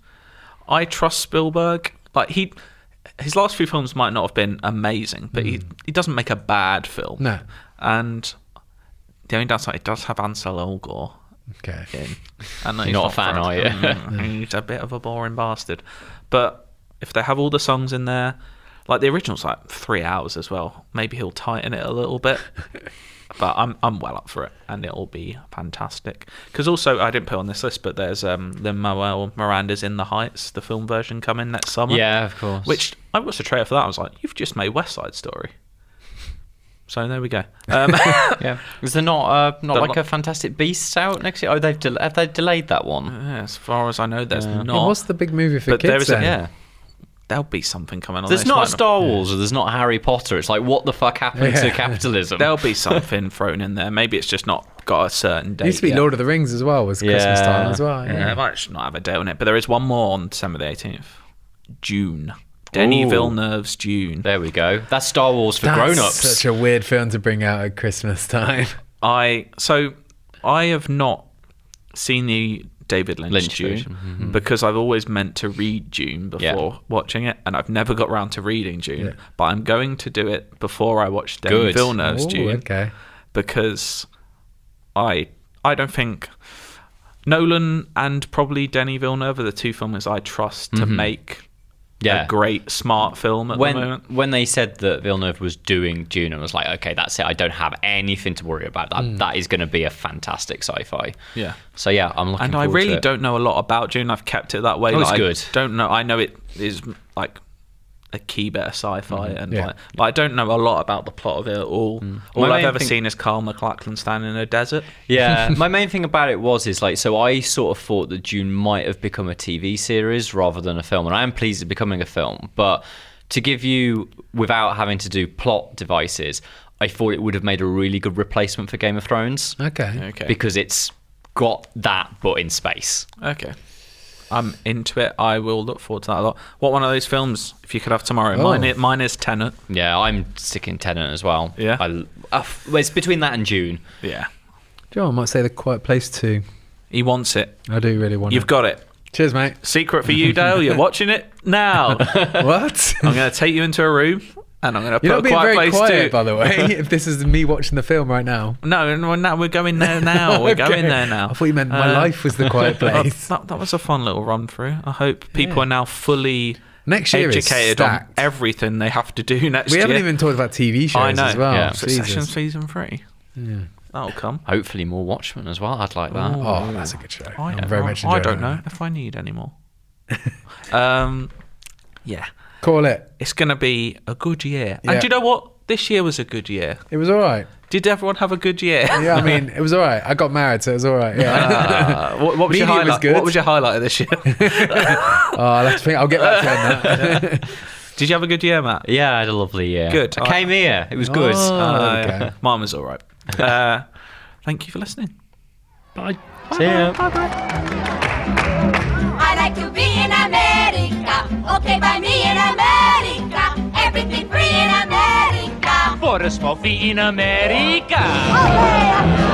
Speaker 1: I trust Spielberg. Like he, his last few films might not have been amazing, but he he doesn't make a bad film.
Speaker 2: Mm. No.
Speaker 1: and the only downside it does have Ansel Elgort.
Speaker 2: Okay.
Speaker 1: In. And he's
Speaker 3: You're not a fan,
Speaker 1: for us.
Speaker 3: are you?
Speaker 1: Mm, he's a bit of a boring bastard. But if they have all the songs in there, like the original's like three hours as well. Maybe he'll tighten it a little bit. but I'm I'm well up for it, and it'll be fantastic. Because also I didn't put on this list, but there's um Lin Manuel Miranda's In the Heights, the film version coming next summer.
Speaker 3: Yeah, of course.
Speaker 1: Which I watched the trailer for that. I was like, you've just made West Side Story. So there we go. Um,
Speaker 3: yeah, is there not uh, not
Speaker 1: The
Speaker 3: like
Speaker 1: lo-
Speaker 3: a Fantastic Beasts out next year? Oh, they've del- have they delayed that one?
Speaker 1: yeah, as far as I know, there's
Speaker 3: Yeah. It
Speaker 1: not.
Speaker 2: What's the big movie for
Speaker 1: But there
Speaker 2: kids
Speaker 1: is a-
Speaker 2: then?
Speaker 3: Yeah,
Speaker 1: There'll be something coming on.
Speaker 3: there's
Speaker 1: this,
Speaker 3: not
Speaker 1: won't
Speaker 3: Star Wars or there's not Harry Potter. It's like what the fuck happened
Speaker 2: Yeah.
Speaker 3: to capitalism?
Speaker 1: There'll be something thrown in there. Maybe it's just not got a certain date.
Speaker 2: It used to be
Speaker 1: yet.
Speaker 2: Lord of the Rings as well. Was Christmas
Speaker 3: Yeah.
Speaker 2: time as well.
Speaker 1: Yeah, it might just not have a date on it. But there is one more on December the 18th. June. Denny
Speaker 3: Ooh.
Speaker 1: Villeneuve's June.
Speaker 3: There we go. That's Star Wars for
Speaker 2: That's
Speaker 3: grown-ups.
Speaker 2: Such a weird film to bring out at Christmas time.
Speaker 1: I so I have not seen the David Lynch,
Speaker 3: Lynch
Speaker 1: June
Speaker 3: version.
Speaker 1: because I've always meant to read June before
Speaker 3: Yeah.
Speaker 1: watching it, and I've never got round to reading June. But I'm going to do it before I watch Denny
Speaker 3: Good.
Speaker 1: Villeneuve's
Speaker 2: Ooh,
Speaker 1: June.
Speaker 2: okay.
Speaker 1: because I I don't think Nolan and probably Denny Villeneuve are the two filmmakers I trust to make
Speaker 3: Mm-hmm. Yeah.
Speaker 1: a great smart film at the
Speaker 3: When
Speaker 1: moment.
Speaker 3: when they said that Villeneuve was doing Dune, I was like, okay, that's it. I don't have anything to worry about. That that is going to be a fantastic sci-fi.
Speaker 1: Hmm. Yeah.
Speaker 3: So yeah, I'm looking.
Speaker 1: And I
Speaker 3: forward to
Speaker 1: really
Speaker 3: it.
Speaker 1: don't know a lot about June. I've kept it that way.
Speaker 3: Oh, it's
Speaker 1: Like,
Speaker 3: good.
Speaker 1: I don't know. I know it is like a key bit of sci-fi,
Speaker 3: Mm-hmm.
Speaker 1: and
Speaker 2: Yeah.
Speaker 1: like, but I don't know a lot about the plot of it at all. All
Speaker 3: Mm. My
Speaker 1: I've
Speaker 3: main
Speaker 1: ever
Speaker 3: thing-
Speaker 1: seen is Carl McLachlan standing in a desert.
Speaker 3: Yeah, my main thing about it was is like so I sort of thought that June might have become a TV series rather than a film, and I am pleased it's becoming a film. But to give you without having to do plot devices, I thought it would have made a really good replacement for Game of Thrones
Speaker 2: Okay.
Speaker 1: Okay.
Speaker 3: because it's got that but in space.
Speaker 1: Okay. I'm into it. I will look forward to that a lot. What one of those films, if you could have tomorrow?
Speaker 2: Oh.
Speaker 1: Mine, i- mine is Tenet.
Speaker 3: Yeah, I'm sticking Tenant as well.
Speaker 1: Yeah.
Speaker 3: I, uh, well, it's between that and June.
Speaker 1: Yeah.
Speaker 2: John might say the Quiet Place too.
Speaker 1: He wants it.
Speaker 2: I do really want
Speaker 1: You've
Speaker 2: it.
Speaker 1: got it.
Speaker 2: Cheers, mate.
Speaker 1: Secret for you, Dale. You're watching it now. I'm
Speaker 2: what?
Speaker 1: going to take you into a room and I'm going to
Speaker 2: You're
Speaker 1: put
Speaker 2: not
Speaker 1: a quiet
Speaker 2: being very
Speaker 1: place
Speaker 2: quiet,
Speaker 1: to.
Speaker 2: by the way. if this is me watching the film right now.
Speaker 1: No, and we're, now, we're going there now. We're
Speaker 2: Okay.
Speaker 1: going there now.
Speaker 2: I thought you meant my
Speaker 1: Uh,
Speaker 2: life was the quiet place.
Speaker 1: That, that was a fun little run through. I hope people are now fully
Speaker 2: Next year is
Speaker 1: educated on
Speaker 2: stacked.
Speaker 1: everything they have to do next
Speaker 2: we
Speaker 1: year.
Speaker 2: haven't even talked about TV shows
Speaker 1: I know.
Speaker 2: as well.
Speaker 3: Yeah.
Speaker 1: Succession
Speaker 2: Jesus.
Speaker 1: season three. That'll come.
Speaker 3: Hopefully, more Watchmen as well. I'd like that.
Speaker 2: Oh, that's a good show.
Speaker 1: I,
Speaker 2: I'm very much
Speaker 1: I
Speaker 2: enjoying
Speaker 1: don't
Speaker 2: that.
Speaker 1: know if I need any more. um, yeah,
Speaker 2: Call it.
Speaker 1: it's going to be a good year.
Speaker 2: Yeah.
Speaker 1: And do you know what? This year was a good year.
Speaker 2: It was all right.
Speaker 1: Did everyone have a good year?
Speaker 2: Yeah, I mean, it was all right. I got married, so it was all right. Yeah.
Speaker 1: Uh, what, what was your
Speaker 2: Media was
Speaker 1: highlight?
Speaker 2: good.
Speaker 1: What was your highlight of this year?
Speaker 2: oh, I'll have to think. I'll get back to you on that.
Speaker 1: Did you have a good year, Matt?
Speaker 3: Yeah, I had a lovely year.
Speaker 1: Good.
Speaker 3: I came here. It was good.
Speaker 2: Oh,
Speaker 1: Uh,
Speaker 2: okay.
Speaker 1: Mine was all right. Uh, thank you for listening.
Speaker 3: Bye. See ya.
Speaker 4: I like to be in America. Okay, by me in America. Everything free in America.
Speaker 5: For a small fee in America.
Speaker 4: Okay, I'm so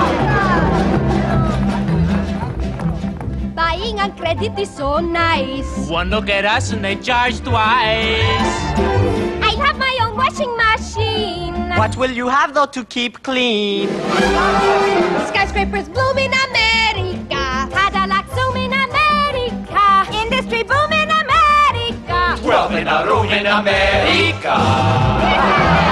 Speaker 4: proud. Buying on credit is so nice.
Speaker 5: One look at us and they charge twice.
Speaker 4: I have my own washing machine.
Speaker 5: What will you have though to keep clean?
Speaker 4: Skyscrapers bloom in America. Cadillac zoom in America. Industry boom in America.
Speaker 5: Twelve in a room in America.